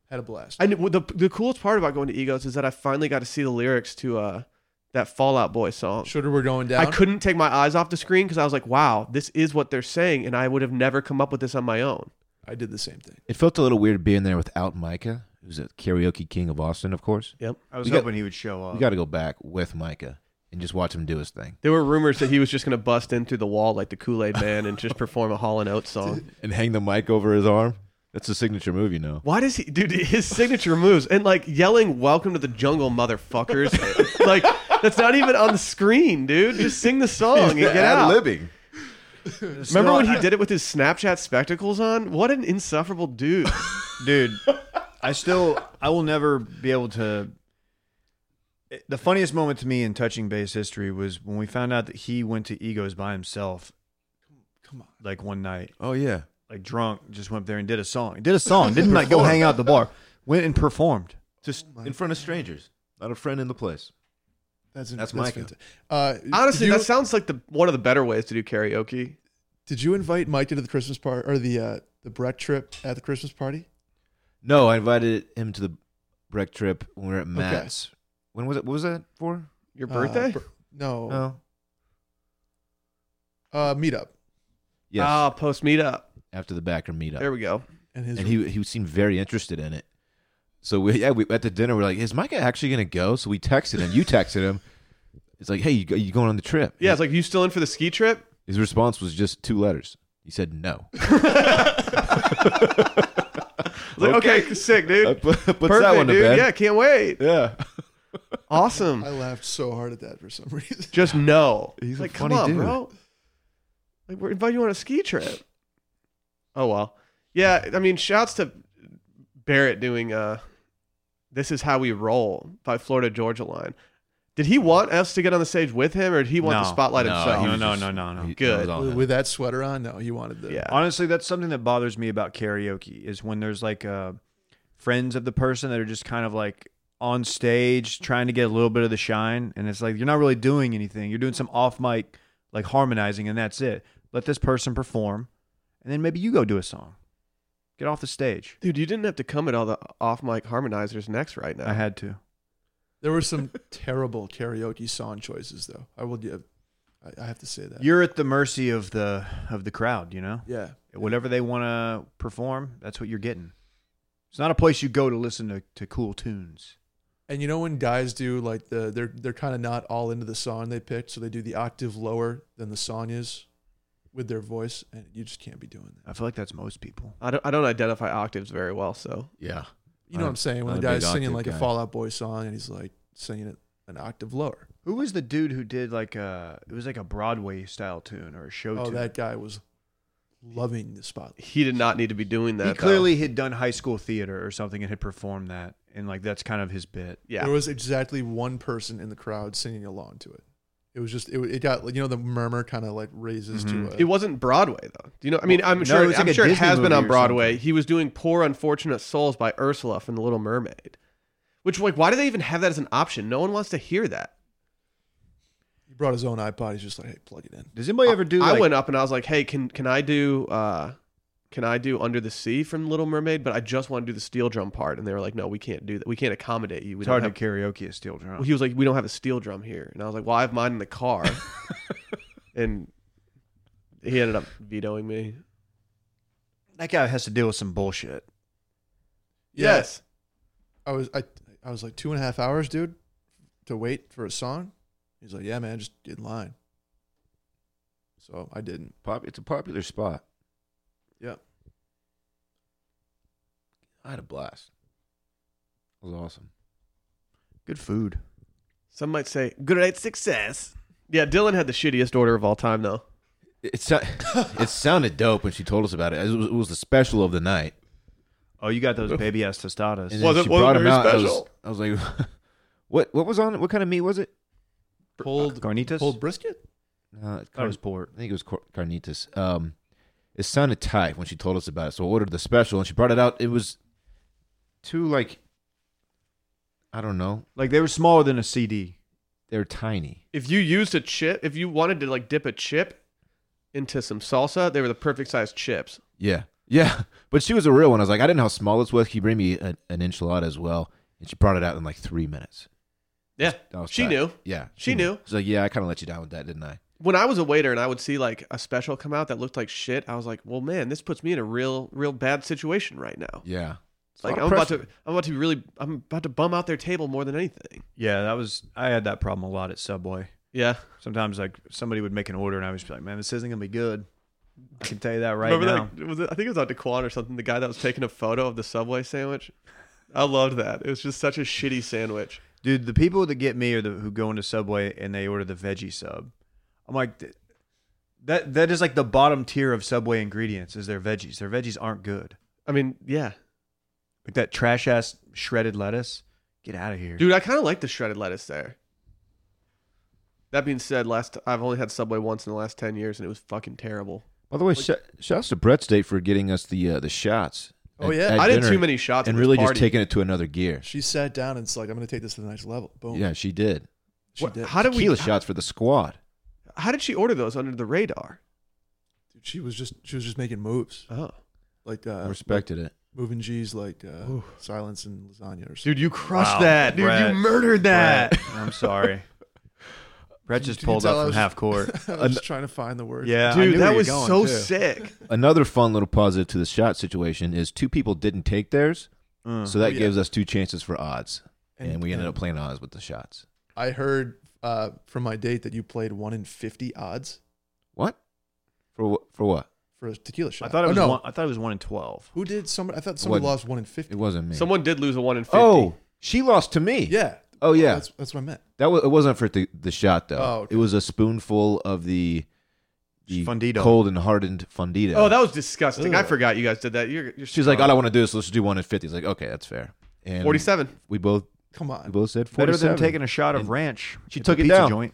[SPEAKER 4] Had a blast.
[SPEAKER 1] And the, the coolest part about going to Egos is that I finally got to see the lyrics to uh, that Fallout Boy song.
[SPEAKER 4] Shooter, we're going down.
[SPEAKER 1] I couldn't take my eyes off the screen because I was like, wow, this is what they're saying. And I would have never come up with this on my own.
[SPEAKER 4] I did the same thing.
[SPEAKER 3] It felt a little weird being there without Micah, who's a karaoke king of Austin, of course.
[SPEAKER 1] Yep.
[SPEAKER 2] I was
[SPEAKER 3] We got-
[SPEAKER 2] hoping he would show up.
[SPEAKER 3] We got to go back with Micah and just watch him do his thing
[SPEAKER 1] There were rumors that he was just going to bust in through the wall like the Kool Aid Man and just perform a Hall and Oates song.
[SPEAKER 3] and hang the mic over his arm. That's a signature move, you know.
[SPEAKER 1] Why does he, dude? His signature moves and like yelling "Welcome to the Jungle, motherfuckers!" like that's not even on the screen, dude. Just sing the song and get out.
[SPEAKER 3] living.
[SPEAKER 1] Remember when he did it with his Snapchat spectacles on? What an insufferable dude!
[SPEAKER 2] dude i still i will never be able to the funniest moment to me in touching base history was when we found out that he went to egos by himself
[SPEAKER 4] Come on.
[SPEAKER 2] like one night
[SPEAKER 3] Oh yeah,
[SPEAKER 2] like drunk just went up there and did a song did a song didn't like go hang out at the bar went and performed
[SPEAKER 3] just in front of strangers, not a friend in the place.
[SPEAKER 4] That's
[SPEAKER 3] That's Micah.
[SPEAKER 4] fantastic. Uh,
[SPEAKER 1] Honestly,
[SPEAKER 4] did you,
[SPEAKER 1] that sounds like the one of the better ways to do karaoke.
[SPEAKER 4] did you invite Micah to the Christmas party or the uh, the Brett trip at the Christmas party?
[SPEAKER 3] No, I invited him to the Breck trip when we were at Matt's. When was it? What was that for?
[SPEAKER 1] Your
[SPEAKER 4] Uh,
[SPEAKER 1] birthday?
[SPEAKER 4] br- no.
[SPEAKER 3] No.
[SPEAKER 4] Uh, meetup.
[SPEAKER 3] Yes.
[SPEAKER 1] Ah, post meetup.
[SPEAKER 3] after the backer meetup,
[SPEAKER 1] There we go.
[SPEAKER 4] And his
[SPEAKER 3] and he he seemed very interested in it. So we yeah we at the dinner we're like, is Micah actually gonna go? So we texted him. You texted him. It's like, hey, you, go- you going on the trip?
[SPEAKER 1] Yeah, it's like you still in for the ski trip?
[SPEAKER 3] His response was just two letters. He said no.
[SPEAKER 1] I was like, okay, sick, dude.
[SPEAKER 3] Uh, put- puts
[SPEAKER 1] Perfect,
[SPEAKER 3] that one to
[SPEAKER 1] dude.
[SPEAKER 3] bed.
[SPEAKER 1] Yeah, can't wait.
[SPEAKER 3] Yeah.
[SPEAKER 1] Awesome.
[SPEAKER 4] I laughed so hard at that for some reason.
[SPEAKER 1] Just no.
[SPEAKER 3] He's a
[SPEAKER 1] like,
[SPEAKER 3] funny
[SPEAKER 1] come on,
[SPEAKER 3] dude.
[SPEAKER 1] bro. Like, we're inviting you on a ski trip. Oh well. Yeah, I mean, shouts to Barrett doing uh This Is How We Roll by Florida Georgia Line. Did he want us to get on the stage with him or did he want the
[SPEAKER 2] No.
[SPEAKER 1] spotlight himself?
[SPEAKER 2] he was- No, no, no, no.
[SPEAKER 3] he-
[SPEAKER 1] Good.
[SPEAKER 3] that was all
[SPEAKER 4] With,
[SPEAKER 3] him.
[SPEAKER 4] with that sweater on, no, he wanted the.
[SPEAKER 1] Yeah.
[SPEAKER 2] honestly that's something that bothers me about karaoke is when there's like uh, friends of the person that are just kind of like on stage trying to get a little bit of the shine and it's like you're not really doing anything you're doing some off mic like harmonizing and that's it let this person perform and then maybe you go do a song get off the stage
[SPEAKER 1] Dude, you didn't have to come at all the off mic harmonizers next right now.
[SPEAKER 2] i had to
[SPEAKER 4] There were some terrible karaoke song choices, though. I will give. I, I have to say that.
[SPEAKER 2] you're at the mercy of the of the crowd you know
[SPEAKER 4] yeah.
[SPEAKER 2] whatever they want to perform that's what you're getting it's not a place you go to listen to, to cool tunes
[SPEAKER 4] And you know when guys do like the they're they're kind of not all into the song they picked, so they do the octave lower than the song is with their voice, and you just can't be doing that.
[SPEAKER 2] i feel like that's most people
[SPEAKER 1] I don't I don't identify octaves very well, so
[SPEAKER 3] Yeah.
[SPEAKER 4] You know what
[SPEAKER 3] I'm-
[SPEAKER 4] I'm saying? When
[SPEAKER 3] I'm
[SPEAKER 4] the
[SPEAKER 3] a big
[SPEAKER 4] guy's singing
[SPEAKER 3] octave
[SPEAKER 4] like a
[SPEAKER 3] guy.
[SPEAKER 4] Fallout Boy song, and he's like singing it an octave lower.
[SPEAKER 2] Who was the dude who did like a? It was like a Broadway style tune or a show
[SPEAKER 4] Oh,
[SPEAKER 2] tune.
[SPEAKER 4] that guy was loving the spotlight.
[SPEAKER 1] he did not need to be doing that.
[SPEAKER 2] he
[SPEAKER 1] though.
[SPEAKER 2] clearly had done high school theater or something and had performed that, and like that's kind of his bit.
[SPEAKER 1] Yeah.
[SPEAKER 4] There was exactly one person in the crowd singing along to it. It was just it, it got you know the murmur kind of like raises
[SPEAKER 3] Mm-hmm.
[SPEAKER 2] Mhm.
[SPEAKER 4] to a,
[SPEAKER 1] It wasn't Broadway though. Do you know? I mean, I'm
[SPEAKER 2] No,
[SPEAKER 1] sure.
[SPEAKER 2] it was like
[SPEAKER 1] I'm
[SPEAKER 2] a
[SPEAKER 1] sure
[SPEAKER 2] Disney
[SPEAKER 1] it has been
[SPEAKER 2] movie
[SPEAKER 1] on
[SPEAKER 2] or
[SPEAKER 1] Broadway.
[SPEAKER 2] something.
[SPEAKER 1] He was doing "Poor Unfortunate Souls" by Ursula from The Little Mermaid, which like, why do they even have that as an option? No one wants to hear that.
[SPEAKER 4] He brought his own iPod. He's just like, hey, plug it in.
[SPEAKER 2] Does anybody ever do? Like,
[SPEAKER 1] I went up and I was like, "Hey, can can I do uh, can I do Under the Sea from Little Mermaid?" But I just want to do the steel drum part, and they were like, "No, we can't do that. We can't accommodate you. We
[SPEAKER 2] It's hard
[SPEAKER 1] don't
[SPEAKER 2] to karaoke a steel drum.
[SPEAKER 1] have, He was like, "We don't have a steel drum here," and I was like, "Well, I have mine in the car," and he ended up vetoing me.
[SPEAKER 2] that guy has to deal with some bullshit.
[SPEAKER 4] Yeah, I was I I was like two and a half hours, dude, to wait for a song. He's like, yeah, man, just get in line. So I didn't.
[SPEAKER 3] Pop, it's a popular spot.
[SPEAKER 4] Yeah.
[SPEAKER 3] I had a blast. It was awesome.
[SPEAKER 2] Good food.
[SPEAKER 1] Some might say great success. Yeah, Dylan had the shittiest order of all time, though.
[SPEAKER 3] It, sou- it sounded dope when she told us about it. It was, it was the special of the night.
[SPEAKER 2] Oh, you got those baby ass tostadas.
[SPEAKER 3] And then
[SPEAKER 1] Was it-
[SPEAKER 3] she
[SPEAKER 1] was it
[SPEAKER 3] brought 'em
[SPEAKER 1] very
[SPEAKER 3] out. and I was-
[SPEAKER 1] special?
[SPEAKER 3] I was, like, what What was on it? What kind of meat was it?
[SPEAKER 4] Pulled
[SPEAKER 2] Carnitas.
[SPEAKER 4] pulled brisket.
[SPEAKER 3] No,
[SPEAKER 1] Oh.
[SPEAKER 3] it's
[SPEAKER 2] That
[SPEAKER 3] car-
[SPEAKER 2] was port.
[SPEAKER 3] I think it Uh, was cor- carnitas. Um, it sounded tight when she told us about it. So I ordered the special and she brought it out. It was two, like, I don't know.
[SPEAKER 2] Like they were smaller than a CD.
[SPEAKER 3] They were tiny.
[SPEAKER 1] If you used a chip, if you wanted to like dip a chip into some salsa, they were the perfect sized chips.
[SPEAKER 3] Yeah. Yeah. But she was a real one. I was like, I didn't know how small this was. Can you bring me a, an enchilada as well? And she brought it out in like three minutes.
[SPEAKER 1] Yeah,
[SPEAKER 3] That was
[SPEAKER 1] she
[SPEAKER 3] tight.
[SPEAKER 1] knew.
[SPEAKER 3] Yeah.
[SPEAKER 1] She knew.
[SPEAKER 3] She's like, yeah, I kind of let you down with that, didn't I?
[SPEAKER 1] when I was a waiter and I would see like a special come out that looked like shit, I was like, "Well, man, this puts me in a real, real bad situation right now."
[SPEAKER 3] Yeah. It's a
[SPEAKER 1] like
[SPEAKER 3] lot
[SPEAKER 1] I'm
[SPEAKER 3] of
[SPEAKER 1] about to,
[SPEAKER 3] pressure.
[SPEAKER 1] I'm about to be really, I'm about to bum out their table more than anything.
[SPEAKER 2] Yeah, that was. I had that problem a lot at Subway.
[SPEAKER 1] Yeah,
[SPEAKER 2] Sometimes like somebody would make an order and I would just be like, man, this isn't gonna be good. I can tell you that right
[SPEAKER 1] remember
[SPEAKER 2] now.
[SPEAKER 1] that? Was it, I think it was on Daquan or something. The guy that was taking a photo of the Subway sandwich. I loved that. It was just such a shitty sandwich.
[SPEAKER 2] Dude, the people that get me are the who go into Subway and they order the veggie sub. I'm like, th- that that is like the bottom tier of Subway ingredients is their veggies. Their veggies aren't good.
[SPEAKER 1] I mean, yeah,
[SPEAKER 2] Like that trash ass shredded lettuce. Get out of here.
[SPEAKER 1] dude, I kind of like the shredded lettuce there. That being said, last I've only had Subway once in the last ten years, and it was fucking terrible.
[SPEAKER 3] By the way, sh- shouts to Brett State for getting us the uh, the shots.
[SPEAKER 4] Oh, yeah.
[SPEAKER 1] I did
[SPEAKER 3] dinner
[SPEAKER 1] too many shots at
[SPEAKER 3] and
[SPEAKER 1] this
[SPEAKER 3] really
[SPEAKER 1] party.
[SPEAKER 3] just taking it to another gear.
[SPEAKER 4] She sat down and it's like, I'm gonna take this to the next level. Boom.
[SPEAKER 3] Yeah, she did.
[SPEAKER 4] She
[SPEAKER 1] What-
[SPEAKER 4] did.
[SPEAKER 1] How did we?
[SPEAKER 3] Tequila shots for the squad.
[SPEAKER 1] How did she order those under the radar?
[SPEAKER 4] Dude, she was just she was just making moves
[SPEAKER 1] Oh,
[SPEAKER 4] like uh,
[SPEAKER 3] Respected it.
[SPEAKER 4] moving G's like uh,
[SPEAKER 1] Ooh.
[SPEAKER 4] silence and lasagna or something.
[SPEAKER 1] dude, you crushed
[SPEAKER 2] Wow, Um,
[SPEAKER 1] that, dude.
[SPEAKER 2] Brett.
[SPEAKER 1] you murdered that.
[SPEAKER 2] Brett, I'm sorry. Brett
[SPEAKER 4] Can-
[SPEAKER 2] just
[SPEAKER 4] can you
[SPEAKER 2] pulled
[SPEAKER 4] tell I
[SPEAKER 2] up from
[SPEAKER 4] was-
[SPEAKER 2] half court.
[SPEAKER 4] I was just trying to find the word.
[SPEAKER 2] Yeah, I knew
[SPEAKER 1] Dude,
[SPEAKER 2] where
[SPEAKER 1] that
[SPEAKER 2] you're
[SPEAKER 1] was
[SPEAKER 2] going,
[SPEAKER 1] so
[SPEAKER 2] too.
[SPEAKER 1] sick.
[SPEAKER 3] Another fun little positive to the shot situation is two people didn't take theirs,
[SPEAKER 2] Mm.
[SPEAKER 3] so that
[SPEAKER 4] Oh, yeah.
[SPEAKER 3] gives us two chances for odds, and, we ended up playing odds with the shots.
[SPEAKER 4] I heard uh, from my date that you played one in fifty odds
[SPEAKER 3] What? For wh- for what?
[SPEAKER 4] for a tequila shot.
[SPEAKER 2] I thought it
[SPEAKER 4] Oh,
[SPEAKER 2] was
[SPEAKER 4] no.
[SPEAKER 2] one, I thought it was one in twelve.
[SPEAKER 4] Who did somebody? I thought somebody
[SPEAKER 3] One.
[SPEAKER 4] lost one in fifty.
[SPEAKER 3] It wasn't me.
[SPEAKER 1] Someone did lose a one in fifty.
[SPEAKER 3] oh, she lost to me.
[SPEAKER 4] Yeah.
[SPEAKER 3] Oh yeah.
[SPEAKER 4] That's that's what I meant.
[SPEAKER 3] That was, it wasn't for the, the shot though.
[SPEAKER 4] Oh, okay.
[SPEAKER 3] It was a spoonful of the, the
[SPEAKER 2] Fundido.
[SPEAKER 3] cold and hardened fundido.
[SPEAKER 1] oh, that was disgusting. I
[SPEAKER 4] Ugh.
[SPEAKER 1] forgot you guys did that. You're, you're
[SPEAKER 3] she's like,
[SPEAKER 2] Uh,
[SPEAKER 3] all I want to do is let's do one at fifty. It's like, okay, that's fair. And
[SPEAKER 1] forty-seven.
[SPEAKER 3] We both
[SPEAKER 4] Come
[SPEAKER 3] we
[SPEAKER 4] on.
[SPEAKER 3] both said
[SPEAKER 2] Better
[SPEAKER 3] forty-seven.
[SPEAKER 2] than taking a shot of
[SPEAKER 3] And
[SPEAKER 2] ranch.
[SPEAKER 3] she
[SPEAKER 2] at
[SPEAKER 3] took
[SPEAKER 2] the
[SPEAKER 3] it
[SPEAKER 2] pizza
[SPEAKER 3] down.
[SPEAKER 2] Joint.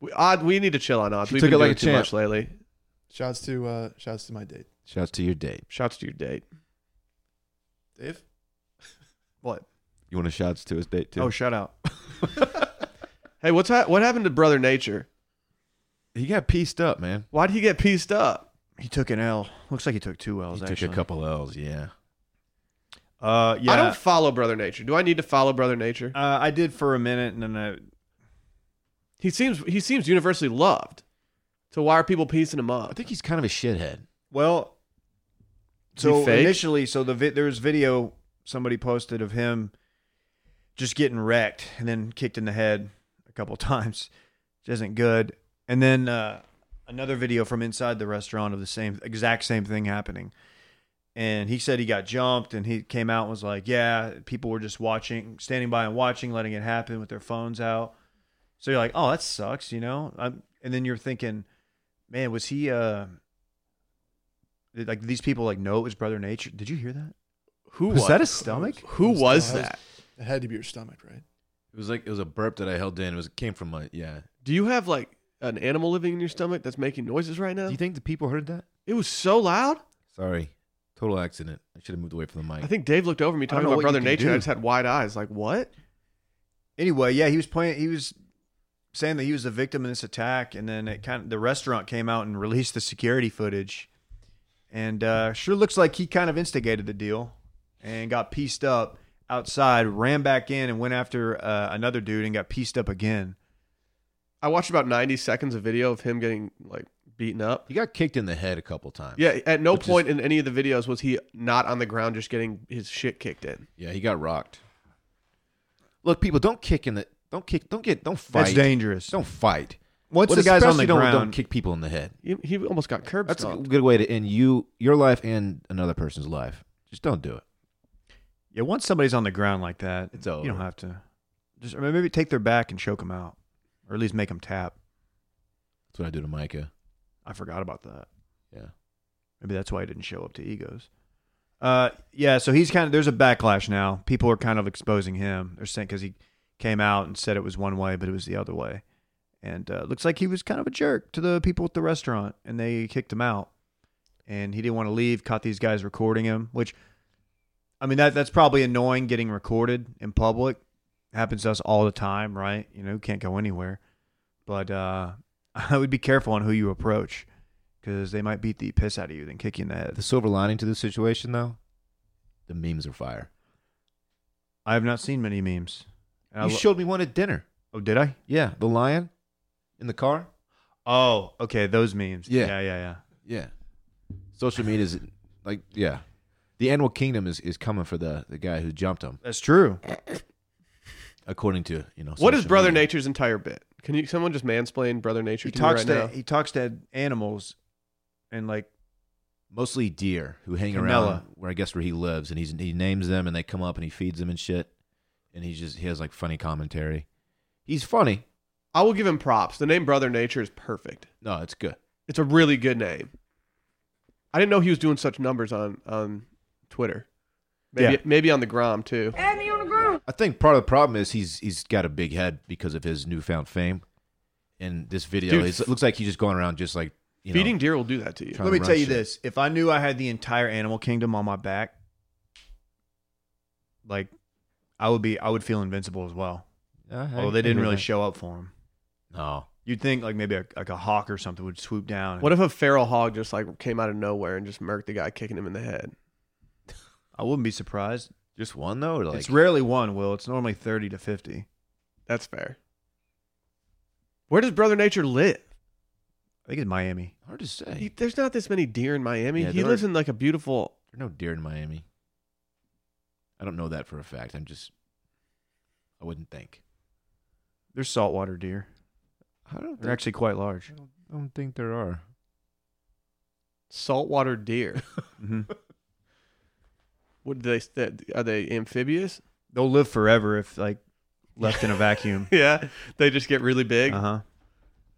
[SPEAKER 1] We, odd, we need to chill on odds.
[SPEAKER 3] She
[SPEAKER 1] We've
[SPEAKER 3] took
[SPEAKER 1] been
[SPEAKER 3] it
[SPEAKER 1] doing
[SPEAKER 3] like a
[SPEAKER 1] too
[SPEAKER 3] champ.
[SPEAKER 1] much lately.
[SPEAKER 4] Shouts to uh, shouts to my date,
[SPEAKER 3] Shouts to your date.
[SPEAKER 1] Shouts to your date.
[SPEAKER 4] Dave.
[SPEAKER 2] What?
[SPEAKER 3] You want to shouts to his date too?
[SPEAKER 2] Oh, shout out.
[SPEAKER 1] Hey, what's ha- what happened to Brother Nature?
[SPEAKER 3] he got pieced up, man.
[SPEAKER 1] Why would he get pieced up?
[SPEAKER 2] He took an L. Looks like he took two L's.
[SPEAKER 3] He took
[SPEAKER 2] actually.
[SPEAKER 3] a couple L's. Yeah.
[SPEAKER 2] Uh, yeah.
[SPEAKER 1] I don't follow Brother Nature. Do I need to follow Brother Nature?
[SPEAKER 2] uh, I did for a minute, and then I,
[SPEAKER 1] He seems he seems universally loved. So why are people piecing him up?
[SPEAKER 3] I think he's kind of a shithead.
[SPEAKER 2] well,
[SPEAKER 1] Is he
[SPEAKER 2] so
[SPEAKER 1] fake?
[SPEAKER 2] initially, so the vi- there was video somebody posted of him just getting wrecked and then kicked in the head a couple times, which isn't good. And then uh, another video from inside the restaurant of the same exact same thing happening. And he said he got jumped, and he came out and was like, "Yeah, people were just watching, standing by and watching, letting it happen with their phones out." So you're like, "Oh, that sucks," you know. I'm, and then you're thinking, "Man, was he uh, like these people like know it was Brother Nature? Did you hear that?
[SPEAKER 1] who
[SPEAKER 2] was that a
[SPEAKER 1] was-
[SPEAKER 2] stomach?
[SPEAKER 1] Who was
[SPEAKER 4] Still has-
[SPEAKER 1] that?
[SPEAKER 4] It had to be your stomach, right?
[SPEAKER 3] It was like it was a burp that I held in. It was it came from my yeah.
[SPEAKER 1] Do you have like an animal living in your stomach that's making noises right now?
[SPEAKER 3] Do you think the people heard that?
[SPEAKER 1] It was so loud.
[SPEAKER 3] Sorry, total accident. I should have moved away from the mic.
[SPEAKER 1] I think Dave looked over at me
[SPEAKER 2] I don't
[SPEAKER 1] talking
[SPEAKER 2] know
[SPEAKER 1] about
[SPEAKER 2] what
[SPEAKER 1] Brother
[SPEAKER 2] you can
[SPEAKER 1] Nature.
[SPEAKER 2] do.
[SPEAKER 1] I just had wide eyes. Like, what?
[SPEAKER 2] Anyway, yeah, he was playing. He was saying that he was the victim of this attack, and then it kind of the restaurant came out and released the security footage, and uh, sure looks like he kind of instigated the deal, and got pieced up outside, ran back in, and went after uh, another dude and got pieced up again.
[SPEAKER 1] I watched about 90 seconds of video of him getting like beaten up.
[SPEAKER 3] He got kicked in the head a couple times.
[SPEAKER 1] Yeah, at no
[SPEAKER 3] Which is-
[SPEAKER 1] point in any of the videos was he not on the ground just getting his shit kicked in.
[SPEAKER 3] Yeah, he got rocked. Look, people, don't kick in the don't kick don't get don't fight.
[SPEAKER 2] That's dangerous.
[SPEAKER 3] Don't fight.
[SPEAKER 2] Once
[SPEAKER 3] But
[SPEAKER 2] the guy's on
[SPEAKER 3] especially
[SPEAKER 2] the
[SPEAKER 3] don't,
[SPEAKER 2] ground,
[SPEAKER 3] don't kick people in the head.
[SPEAKER 1] He, he almost got curb
[SPEAKER 3] That's a
[SPEAKER 1] stomped.
[SPEAKER 3] good way to end you your life and another person's life. Just don't do it.
[SPEAKER 2] yeah, once somebody's on the ground like that,
[SPEAKER 3] It's
[SPEAKER 2] You
[SPEAKER 3] over.
[SPEAKER 2] don't have to. Just or maybe take their back and choke them out, or at least make them tap.
[SPEAKER 3] That's what I do to Micah.
[SPEAKER 2] I forgot about that.
[SPEAKER 3] Yeah.
[SPEAKER 2] Maybe that's why he didn't show up to Egos. Uh, yeah. So he's kind of there's a backlash now. People are kind of exposing him. They're saying because he came out and said it was one way, but it was the other way, and uh, looks like he was kind of a jerk to the people at the restaurant, and they kicked him out. And he didn't want to leave. Caught these guys recording him, which, I mean, that that's probably annoying getting recorded in public. Happens to us all the time, right? You know, can't go anywhere. But uh, I would be careful on who you approach because they might beat the piss out of you, then kick you in the head.
[SPEAKER 3] The silver lining to this situation though, the memes are fire.
[SPEAKER 2] I have not seen many memes. And I
[SPEAKER 3] You
[SPEAKER 2] lo-
[SPEAKER 3] showed me one at dinner.
[SPEAKER 2] oh, did I?
[SPEAKER 3] Yeah, the lion in the car.
[SPEAKER 2] Oh, okay, those memes.
[SPEAKER 3] Yeah.
[SPEAKER 2] yeah, yeah, yeah.
[SPEAKER 3] Yeah. Social media is like yeah. The animal kingdom is, is coming for the, the guy who jumped him,
[SPEAKER 2] That's true.
[SPEAKER 3] according to you know.
[SPEAKER 1] What is
[SPEAKER 3] social
[SPEAKER 1] Brother
[SPEAKER 3] media.
[SPEAKER 1] Nature's entire bit? Can you someone just mansplain Brother Nature
[SPEAKER 2] He
[SPEAKER 1] to me
[SPEAKER 2] talks
[SPEAKER 1] right
[SPEAKER 2] to
[SPEAKER 1] now?
[SPEAKER 2] he talks to animals, and like
[SPEAKER 3] mostly deer who hang
[SPEAKER 2] Canela.
[SPEAKER 3] around where I guess where he lives, and he's he names them, and they come up and he feeds them and shit, and he's just he has like funny commentary. He's funny.
[SPEAKER 1] I will give him props. The name Brother Nature is perfect.
[SPEAKER 3] No, it's good.
[SPEAKER 1] It's a really good name. I didn't know he was doing such numbers on on Twitter. Maybe
[SPEAKER 2] Yeah.
[SPEAKER 1] maybe on the Grom too.
[SPEAKER 3] I think part of the problem is he's he's got a big head because of his newfound fame. And this video,
[SPEAKER 1] Dude,
[SPEAKER 3] it's, it looks like he's just going around just like you know,
[SPEAKER 1] Feeding deer will do that to you.
[SPEAKER 3] Trying
[SPEAKER 2] let
[SPEAKER 3] to
[SPEAKER 2] me
[SPEAKER 3] run
[SPEAKER 2] tell you
[SPEAKER 3] shit.
[SPEAKER 2] this: if I knew I had the entire animal kingdom on my back, like I would be, I would feel invincible as well.
[SPEAKER 3] Uh, I-
[SPEAKER 2] Although Oh, they
[SPEAKER 3] I
[SPEAKER 2] didn't
[SPEAKER 3] hear
[SPEAKER 2] really
[SPEAKER 3] that.
[SPEAKER 2] show up for him.
[SPEAKER 3] No,
[SPEAKER 2] You'd think like maybe a, like a hawk or something would swoop down. and-
[SPEAKER 1] What if a feral hog just like came out of nowhere and just murked the guy kicking him in the head?
[SPEAKER 2] I wouldn't be surprised.
[SPEAKER 3] just one though. Or like
[SPEAKER 2] it's rarely one. Will it's normally thirty to fifty.
[SPEAKER 1] That's fair. Where does Brother Nature live?
[SPEAKER 2] I think it's Miami.
[SPEAKER 3] hard to say.
[SPEAKER 1] He, there's not this many deer in Miami.
[SPEAKER 3] Yeah,
[SPEAKER 1] he
[SPEAKER 3] there
[SPEAKER 1] lives
[SPEAKER 3] are-
[SPEAKER 1] in like a beautiful.
[SPEAKER 3] There are no deer in Miami. I don't know that for a fact. I'm just, I wouldn't think.
[SPEAKER 2] There's saltwater deer.
[SPEAKER 3] I don't.
[SPEAKER 2] They're actually quite large.
[SPEAKER 3] I don't think there are.
[SPEAKER 1] saltwater deer.
[SPEAKER 2] Mm-hmm.
[SPEAKER 1] What do they? That, are they amphibious?
[SPEAKER 2] They'll live forever if like left in a vacuum.
[SPEAKER 1] Yeah, they just get really big
[SPEAKER 2] Uh huh.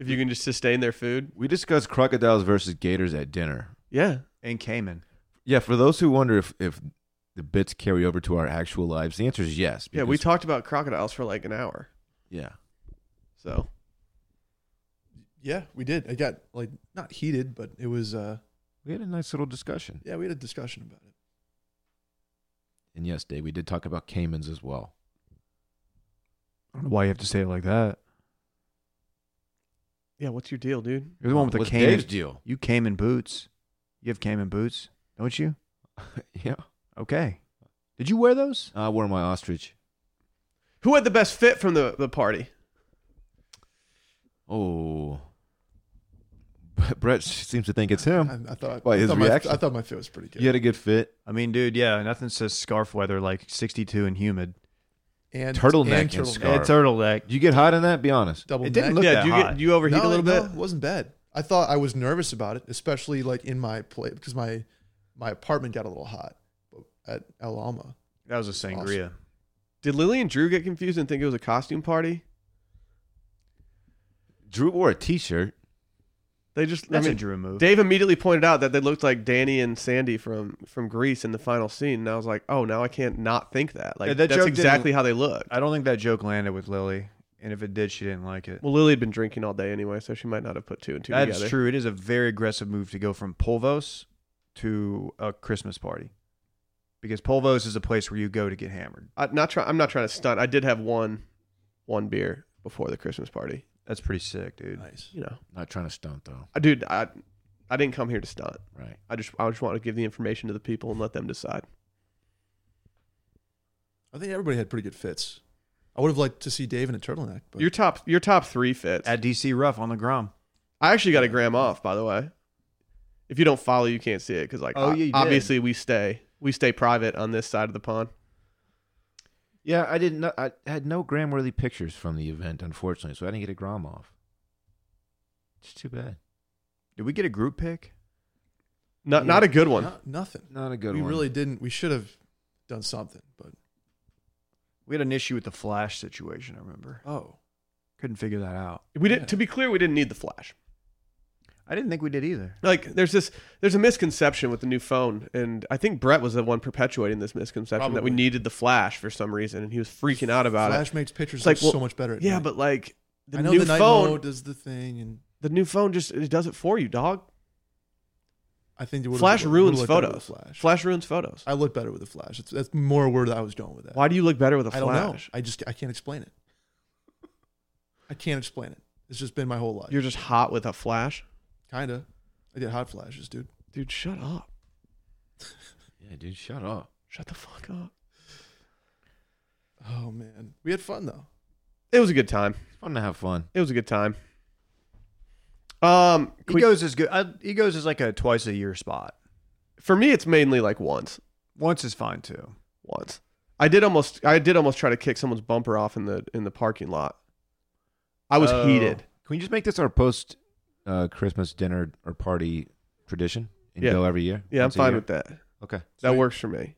[SPEAKER 1] if you can just sustain their food.
[SPEAKER 3] We discussed crocodiles versus gators at dinner.
[SPEAKER 1] Yeah,
[SPEAKER 2] And Cayman.
[SPEAKER 3] Yeah, for those who wonder if if the bits carry over to our actual lives, the answer is yes.
[SPEAKER 1] yeah. We
[SPEAKER 3] because-
[SPEAKER 1] talked about crocodiles for like an hour.
[SPEAKER 3] Yeah,
[SPEAKER 1] So
[SPEAKER 4] Yeah, we did. It got like not heated, but it was. uh
[SPEAKER 3] we had a nice little discussion.
[SPEAKER 4] Yeah, we had a discussion about it.
[SPEAKER 3] And yes, Dave, we did talk about caimans as well.
[SPEAKER 2] I don't know why you have to say it like that.
[SPEAKER 1] yeah, what's your deal, dude?
[SPEAKER 2] You're the one with the
[SPEAKER 3] What's
[SPEAKER 2] Cayman.
[SPEAKER 3] Dave's deal?
[SPEAKER 2] You Cayman boots. You have Cayman boots, don't you?
[SPEAKER 3] yeah,
[SPEAKER 2] Okay. Did you wear those?
[SPEAKER 3] I wore my ostrich.
[SPEAKER 1] Who had the best fit from the the party?
[SPEAKER 3] Oh, Brett seems to think it's him.
[SPEAKER 4] I, I thought.
[SPEAKER 3] Why,
[SPEAKER 4] I
[SPEAKER 3] his
[SPEAKER 4] thought my-
[SPEAKER 3] reaction?
[SPEAKER 4] I thought my fit was pretty good.
[SPEAKER 3] You had a good fit.
[SPEAKER 2] I mean, dude, yeah, nothing says scarf weather like 62 and humid.
[SPEAKER 4] And
[SPEAKER 3] Turtleneck and
[SPEAKER 4] and turtleneck.
[SPEAKER 3] scarf.
[SPEAKER 2] It's turtle neck.
[SPEAKER 3] Did you get hot in that? Be honest.
[SPEAKER 4] Double
[SPEAKER 2] It didn't
[SPEAKER 4] neck.
[SPEAKER 2] look
[SPEAKER 1] yeah,
[SPEAKER 2] that
[SPEAKER 1] did you
[SPEAKER 2] hot.
[SPEAKER 1] get, do you overheat a little
[SPEAKER 4] no,
[SPEAKER 1] bit?
[SPEAKER 4] It wasn't bad. I thought I was nervous about it, especially like in my play because my my apartment got a little hot at El Alma.
[SPEAKER 2] That was a sangria.
[SPEAKER 1] Did Lily and Drew get confused and think it was a costume party?
[SPEAKER 3] Drew wore a T-shirt.
[SPEAKER 1] They just
[SPEAKER 2] That's
[SPEAKER 1] I
[SPEAKER 2] a
[SPEAKER 1] mean,
[SPEAKER 2] Drew move.
[SPEAKER 1] Dave immediately pointed out that they looked like Danny and Sandy from from Greece in the final scene, and I was like, oh, now I can't not think that. Like
[SPEAKER 2] Yeah, that
[SPEAKER 1] that's
[SPEAKER 2] joke
[SPEAKER 1] exactly how they looked.
[SPEAKER 2] I don't think that joke landed with Lily, and if it did, she didn't like it.
[SPEAKER 1] Well, Lily had been drinking all day anyway, so she might not have put two and two
[SPEAKER 2] That's
[SPEAKER 1] together.
[SPEAKER 2] true. It is a very aggressive move to go from Polvos to a Christmas party, because Polvos is a place where you go to get hammered.
[SPEAKER 1] I, not try, I'm not trying to stunt. I did have one one beer before the Christmas party.
[SPEAKER 2] That's pretty sick, dude.
[SPEAKER 4] Nice.
[SPEAKER 1] You know,
[SPEAKER 3] Not trying to stunt though,
[SPEAKER 1] I- dude, I I didn't come here to stunt.
[SPEAKER 3] right?
[SPEAKER 1] I just I just want to give the information to the people and let them decide.
[SPEAKER 4] I think everybody had pretty good fits. I would have liked to see Dave in a turtleneck, but
[SPEAKER 1] Your top your top three fits.
[SPEAKER 2] At DC Rough on the Grom.
[SPEAKER 1] I actually got a gram off, by the way. If you don't follow, you can't see it because like
[SPEAKER 2] Oh, yeah, you did.
[SPEAKER 1] obviously we stay we stay private on this side of the pond.
[SPEAKER 3] Yeah, I didn't. know- I had no Graham Worthy pictures from the event, unfortunately, so I didn't get a Grom off. It's too bad.
[SPEAKER 2] Did we get a group pick?
[SPEAKER 1] Not not a good one.
[SPEAKER 4] Not- nothing.
[SPEAKER 3] Not a good
[SPEAKER 4] we
[SPEAKER 3] one.
[SPEAKER 4] really didn't. We should have done something, but
[SPEAKER 2] We had an issue with the flash situation. I remember.
[SPEAKER 4] oh,
[SPEAKER 2] Couldn't figure that out.
[SPEAKER 1] We didn't. To be clear, we didn't need the flash.
[SPEAKER 2] I didn't think we did either.
[SPEAKER 1] Like there's this there's a misconception with the new phone, and I think Brett was the one perpetuating this misconception that we
[SPEAKER 4] Probably.
[SPEAKER 1] needed the flash for some reason, and he was freaking out about
[SPEAKER 4] Flash makes pictures
[SPEAKER 1] It's like,
[SPEAKER 4] look
[SPEAKER 1] well,
[SPEAKER 4] so much better.
[SPEAKER 1] it.
[SPEAKER 4] At
[SPEAKER 1] Yeah,
[SPEAKER 4] night.
[SPEAKER 1] but like the
[SPEAKER 4] I know
[SPEAKER 1] new
[SPEAKER 4] the night
[SPEAKER 1] phone,
[SPEAKER 4] mode does the thing, and
[SPEAKER 1] the new phone just it does it for you, dog.
[SPEAKER 4] I think it would've-
[SPEAKER 1] Flash
[SPEAKER 4] would've
[SPEAKER 1] ruins
[SPEAKER 4] looked better with
[SPEAKER 1] photos.
[SPEAKER 4] the
[SPEAKER 1] Flash.
[SPEAKER 4] Flash.
[SPEAKER 1] ruins photos.
[SPEAKER 4] I look better with a flash. It's, that's more where I was going with that.
[SPEAKER 1] Why do you look better with a
[SPEAKER 4] I
[SPEAKER 1] flash?
[SPEAKER 4] don't know. I just I can't explain it. I can't explain it. It's just been my whole life.
[SPEAKER 1] You're just hot with a flash,
[SPEAKER 4] Kinda. I did hot flashes, dude.
[SPEAKER 1] dude. Shut up.
[SPEAKER 3] Yeah, dude, shut up.
[SPEAKER 1] Shut the fuck up.
[SPEAKER 4] Oh man, we had fun though.
[SPEAKER 1] It was a good time.
[SPEAKER 3] It's fun to have fun.
[SPEAKER 1] It was a good time. Um, can we-
[SPEAKER 2] Egos is good. I, Egos is like a twice a year spot.
[SPEAKER 1] for me, it's mainly like once,
[SPEAKER 2] Once is fine too.
[SPEAKER 1] once. I did almost, I did almost try to kick someone's bumper off in the in the parking lot. I was
[SPEAKER 2] Oh.
[SPEAKER 1] heated.
[SPEAKER 3] Can we just make this our post uh, Christmas dinner or party tradition and
[SPEAKER 1] Yeah.
[SPEAKER 3] go every year?
[SPEAKER 1] Yeah, I'm
[SPEAKER 3] Once a
[SPEAKER 1] fine
[SPEAKER 3] year?
[SPEAKER 1] with that.
[SPEAKER 3] Okay,
[SPEAKER 1] That
[SPEAKER 4] Sweet.
[SPEAKER 1] works for me.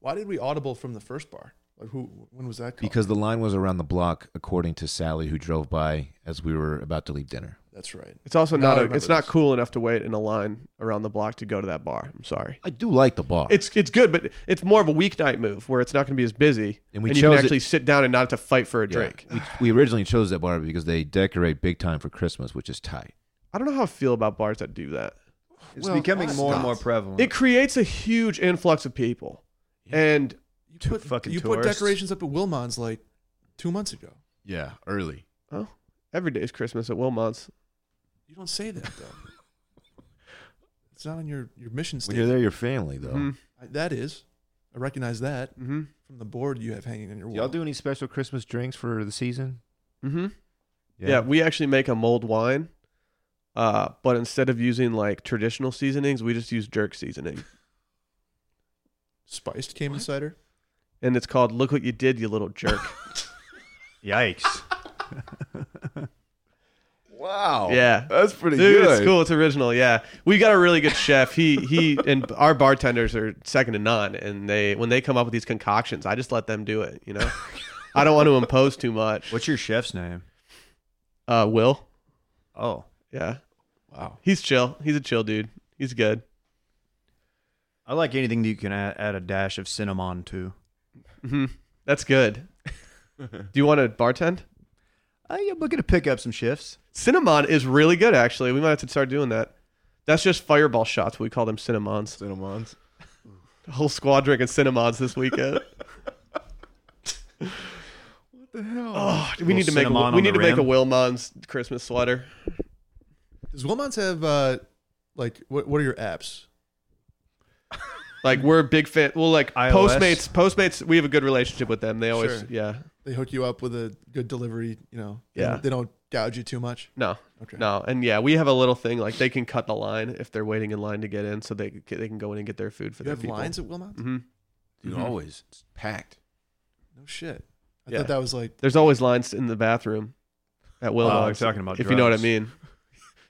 [SPEAKER 4] Why did we audible from the first bar? Like who? When was that? Called?
[SPEAKER 3] because the line was around the block, according to Sally, who drove by as we were about to leave dinner.
[SPEAKER 4] that's right.
[SPEAKER 1] It's also
[SPEAKER 4] Now I
[SPEAKER 1] not a,
[SPEAKER 4] remember
[SPEAKER 1] it's not
[SPEAKER 4] this.
[SPEAKER 1] cool enough to wait in a line around the block to go to that bar. I'm sorry.
[SPEAKER 3] I do like the bar.
[SPEAKER 1] It's it's good, but it's more of a weeknight move where it's not going to be as busy,
[SPEAKER 3] And we
[SPEAKER 1] you can
[SPEAKER 3] chose it-
[SPEAKER 1] actually sit down and not have to fight for a
[SPEAKER 3] Yeah.
[SPEAKER 1] drink.
[SPEAKER 3] We, we originally chose that bar because they decorate big time for Christmas, which is tight.
[SPEAKER 1] I don't know how I feel about bars that do that.
[SPEAKER 2] It's
[SPEAKER 3] Well,
[SPEAKER 2] becoming
[SPEAKER 3] that's
[SPEAKER 2] more and
[SPEAKER 3] not-
[SPEAKER 2] more prevalent.
[SPEAKER 1] It creates a huge influx of people, and
[SPEAKER 4] You
[SPEAKER 2] Two
[SPEAKER 4] put
[SPEAKER 2] fucking
[SPEAKER 4] you put
[SPEAKER 2] tourists.
[SPEAKER 4] decorations up at Wilmon's like two months ago.
[SPEAKER 3] Yeah, early.
[SPEAKER 1] oh, every day is Christmas at Wilmot's.
[SPEAKER 4] You don't say that though. it's not on your your mission
[SPEAKER 3] When you're
[SPEAKER 4] statement.
[SPEAKER 3] there, your family though.
[SPEAKER 1] hmm
[SPEAKER 4] I- That is. I recognize that
[SPEAKER 1] hmm
[SPEAKER 4] from the board you have hanging on your
[SPEAKER 3] Do
[SPEAKER 4] wall.
[SPEAKER 3] y'all do any special Christmas drinks for the season?
[SPEAKER 1] hmm Yeah. we actually make a mulled wine, uh, but instead of using like traditional seasonings, we just use jerk seasoning,
[SPEAKER 4] spiced Cayman cider.
[SPEAKER 1] and it's called "Look What You Did, You Little Jerk."
[SPEAKER 2] Yikes.
[SPEAKER 3] Wow.
[SPEAKER 1] Yeah.
[SPEAKER 3] Oh, that's pretty
[SPEAKER 1] Dude, it's cool. It's original. Yeah, we got a really good chef. He he, and our bartenders are second to none. And they when they come up with these concoctions, I just let them do it. You know, I don't want to impose too much.
[SPEAKER 2] What's your chef's name?
[SPEAKER 1] Uh, Will.
[SPEAKER 2] Oh,
[SPEAKER 1] Yeah,
[SPEAKER 4] Wow.
[SPEAKER 1] he's chill. He's a chill dude. He's good.
[SPEAKER 2] I like anything that you can add, add a dash of cinnamon to. Mm-hmm.
[SPEAKER 1] hmm That's good. Do you want to bartend?
[SPEAKER 2] Uh, yeah, we're gonna pick up some shifts.
[SPEAKER 1] Cinnamon is really good. Actually, we might have to start doing that. That's just fireball shots. We call them cinnamons.
[SPEAKER 3] Cinnamons.
[SPEAKER 1] The whole squad drinking cinnamons this weekend.
[SPEAKER 3] The hell.
[SPEAKER 1] Oh, we need to
[SPEAKER 2] Little
[SPEAKER 1] make a,
[SPEAKER 2] cinnamon
[SPEAKER 1] we
[SPEAKER 2] on
[SPEAKER 1] need to
[SPEAKER 2] the
[SPEAKER 1] make a
[SPEAKER 2] rim.
[SPEAKER 1] Wilmon's Christmas sweater.
[SPEAKER 4] Does Wilmon's have uh like what what are your apps?
[SPEAKER 1] Like we're a big fan. Well, like
[SPEAKER 2] iOS.
[SPEAKER 1] Postmates. Postmates. We have a good relationship with them. They always,
[SPEAKER 4] Sure.
[SPEAKER 1] yeah.
[SPEAKER 4] They hook you up with a good delivery, you know. They
[SPEAKER 1] Yeah.
[SPEAKER 4] don't- They don't gouge you too much.
[SPEAKER 1] No,
[SPEAKER 4] Okay.
[SPEAKER 1] no, and yeah, we have a little thing like they can cut the line if they're waiting in line to get in, so they c- they can go in and get their food for
[SPEAKER 4] You
[SPEAKER 1] their
[SPEAKER 4] have
[SPEAKER 1] people.
[SPEAKER 4] lines at Wilmont?
[SPEAKER 1] hmm
[SPEAKER 3] Dude,
[SPEAKER 1] Mhm.
[SPEAKER 3] always it's packed.
[SPEAKER 4] No shit. I
[SPEAKER 1] Yeah.
[SPEAKER 4] thought that was like
[SPEAKER 1] There's always lines in the bathroom at
[SPEAKER 2] Oh,
[SPEAKER 1] Wilmon's.
[SPEAKER 2] we're talking about
[SPEAKER 1] if you know what I
[SPEAKER 2] drugs.
[SPEAKER 1] mean.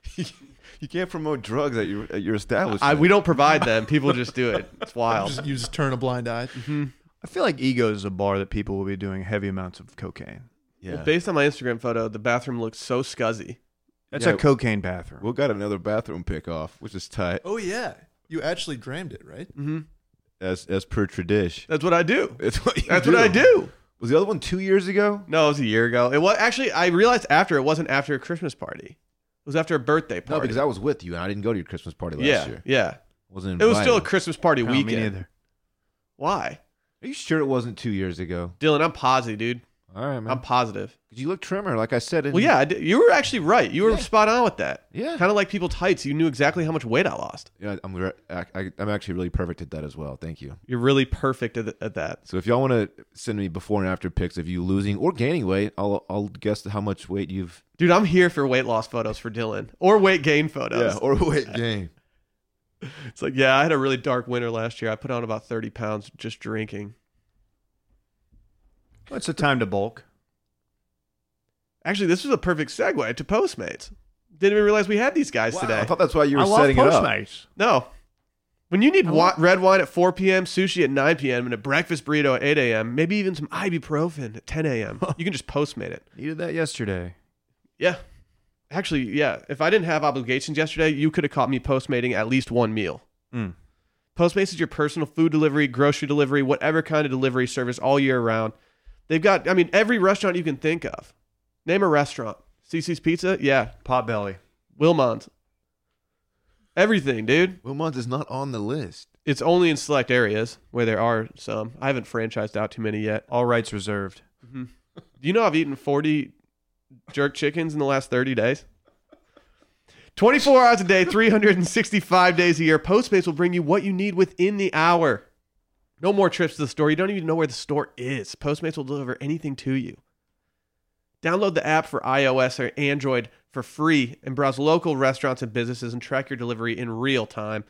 [SPEAKER 3] You can't promote drugs at your at your establishment.
[SPEAKER 1] I, we don't provide them. People just do it. It's
[SPEAKER 4] you
[SPEAKER 1] wild.
[SPEAKER 4] just, you just turn a blind eye.
[SPEAKER 1] hmm
[SPEAKER 2] I feel like Egos is a bar that people will be doing heavy amounts of cocaine.
[SPEAKER 3] yeah.
[SPEAKER 1] Well, based on my Instagram photo, the bathroom looks so scuzzy.
[SPEAKER 2] That's
[SPEAKER 3] Yeah.
[SPEAKER 2] a cocaine bathroom.
[SPEAKER 3] we got another bathroom pick off, which is tight
[SPEAKER 4] Oh yeah. You actually grammed it, right?
[SPEAKER 1] hmm
[SPEAKER 3] as as per tradition.
[SPEAKER 1] That's what I do.
[SPEAKER 3] That's what, you
[SPEAKER 1] That's what I do.
[SPEAKER 3] Was the other one two years ago?
[SPEAKER 1] No, it was a year ago. It was actually I realized after it wasn't after a Christmas party. It was after a birthday party.
[SPEAKER 3] No, because I was with you and I didn't go to your Christmas party last
[SPEAKER 1] yeah,
[SPEAKER 3] year.
[SPEAKER 1] yeah.
[SPEAKER 3] Wasn't
[SPEAKER 1] It was still a
[SPEAKER 3] invited.
[SPEAKER 1] Christmas party
[SPEAKER 2] No, me
[SPEAKER 1] weekend.
[SPEAKER 2] neither.
[SPEAKER 1] Why,
[SPEAKER 3] Are you sure it wasn't two years ago?
[SPEAKER 1] Dylan? I'm posy, dude.
[SPEAKER 3] All right, man.
[SPEAKER 1] I'm positive.
[SPEAKER 3] 'Cause you look trimmer, like I said. In,
[SPEAKER 1] Well, yeah, I did- you were actually right. You were
[SPEAKER 3] Yeah.
[SPEAKER 1] spot on with that.
[SPEAKER 3] yeah.
[SPEAKER 1] Kind of like people tights. You knew exactly how much weight I lost.
[SPEAKER 3] Yeah, I'm re- I, I- I'm actually really perfect at that as well. Thank you.
[SPEAKER 1] You're really perfect at, th- at that.
[SPEAKER 3] So if y'all want to send me before and after pics of you losing or gaining weight, I'll I'll guess how much weight you've
[SPEAKER 1] Dude, I'm here for weight loss photos for Dylan or weight gain photos.
[SPEAKER 3] or weight gain.
[SPEAKER 1] It's like, yeah, I had a really dark winter last year. I put on about 30 pounds just drinking.
[SPEAKER 2] Well, it's a time to bulk.
[SPEAKER 1] Actually, this was a perfect segue to Postmates. Didn't even realize we had these guys
[SPEAKER 3] I
[SPEAKER 1] today.
[SPEAKER 3] thought that's why you were
[SPEAKER 2] I love
[SPEAKER 3] setting it up.
[SPEAKER 2] Postmates.
[SPEAKER 1] No. When you need wa- red wine at 4 p.m., sushi at 9 p.m., and a breakfast burrito at 8 a.m., maybe even some ibuprofen at 10 a.m., you can just Postmate it.
[SPEAKER 2] Needed that yesterday.
[SPEAKER 1] Yeah. Actually, yeah. If I didn't have obligations yesterday, you could have caught me postmating at least one meal.
[SPEAKER 2] Mm.
[SPEAKER 1] Postmates is your personal food delivery, grocery delivery, whatever kind of delivery service all year round. They've got, I mean, every restaurant you can think of. Name a restaurant. CC's Pizza? Yeah.
[SPEAKER 2] Potbelly.
[SPEAKER 1] Wilmont. Everything, dude.
[SPEAKER 3] Wilmont is not on the list.
[SPEAKER 1] It's only in select areas where there are some. I haven't franchised out too many yet.
[SPEAKER 2] All rights reserved.
[SPEAKER 1] Do you know I've eaten 40 jerk chickens in the last 30 days? 24 hours a day, 365 days a year, Postmates will bring you what you need within the hour. No more trips to the store. You don't even know where the store is. Postmates will deliver anything to you. Download the app for iOS or Android for free and browse local restaurants and businesses and track your delivery in real time.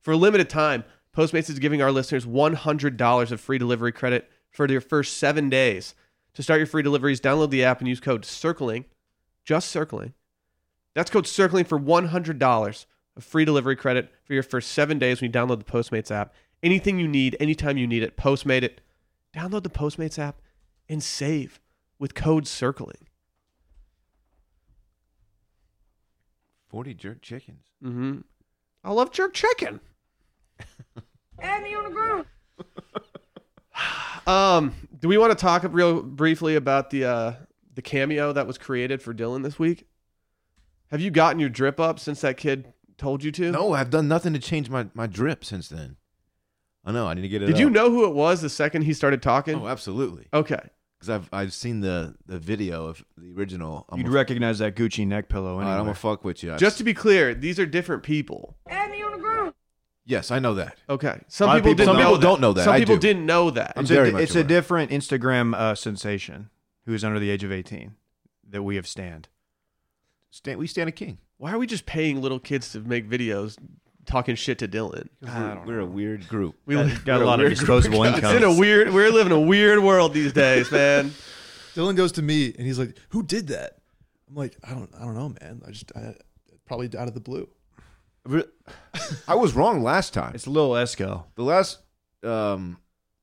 [SPEAKER 1] For a limited time, Postmates is giving our listeners $100 of free delivery credit for their first seven days. To start your free deliveries, download the app and use code CIRCLING, just CIRCLING. That's code CIRCLING for $100 of free delivery credit for your first seven days when you download the Postmates app. Anything you need, anytime you need it, Postmate it. Download the Postmates app and save with code CIRCLING.
[SPEAKER 3] Forty jerk chickens.
[SPEAKER 1] Mm-hmm. I love jerk chicken.
[SPEAKER 5] Add me on the ground.
[SPEAKER 1] Um, do we want to talk real briefly about the uh, the cameo that was created for Dylan this week? Have you gotten your drip up since that kid told you to?
[SPEAKER 3] No, I've done nothing to change my, my drip since then. I know. I need to get it.
[SPEAKER 1] Did you
[SPEAKER 3] up.
[SPEAKER 1] know who it was the second he started talking?
[SPEAKER 3] Oh, absolutely.
[SPEAKER 1] okay.
[SPEAKER 3] Because I've I've seen the the video of the original. I'm
[SPEAKER 2] You'd
[SPEAKER 3] a,
[SPEAKER 2] recognize that Gucci neck pillow
[SPEAKER 3] all
[SPEAKER 2] anyway.
[SPEAKER 3] right, I'm gonna fuck with you. I-
[SPEAKER 1] Just to be clear, these are different people.
[SPEAKER 5] Add me on the ground.
[SPEAKER 3] yes, I know that.
[SPEAKER 1] Okay. Some
[SPEAKER 2] lot of
[SPEAKER 1] people,
[SPEAKER 2] people
[SPEAKER 1] didn't know
[SPEAKER 2] don't.
[SPEAKER 3] Some people don't know that.
[SPEAKER 1] Some
[SPEAKER 3] I
[SPEAKER 1] people
[SPEAKER 3] do.
[SPEAKER 1] didn't know that.
[SPEAKER 3] I'm
[SPEAKER 2] it's
[SPEAKER 3] very
[SPEAKER 2] a,
[SPEAKER 3] much
[SPEAKER 2] it's a
[SPEAKER 3] aware.
[SPEAKER 2] different Instagram uh, sensation who is under the age of 18 that we have stand.
[SPEAKER 3] Stan, we stand a king.
[SPEAKER 1] Why are we just paying little kids to make videos talking shit to Dylan?
[SPEAKER 3] 'Cause
[SPEAKER 2] I
[SPEAKER 3] We're,
[SPEAKER 2] don't
[SPEAKER 3] we're a weird group.
[SPEAKER 1] We
[SPEAKER 2] Got, got a lot of disposable
[SPEAKER 1] it's
[SPEAKER 2] income.
[SPEAKER 1] in a weird we're living a weird world these days, man.
[SPEAKER 4] Dylan goes to me and he's like, "Who did that?" I'm like, "I don't, I don't know, man. I just I, probably out of the blue."
[SPEAKER 3] I was wrong last time.
[SPEAKER 2] it's a little Esco.
[SPEAKER 3] The last, um,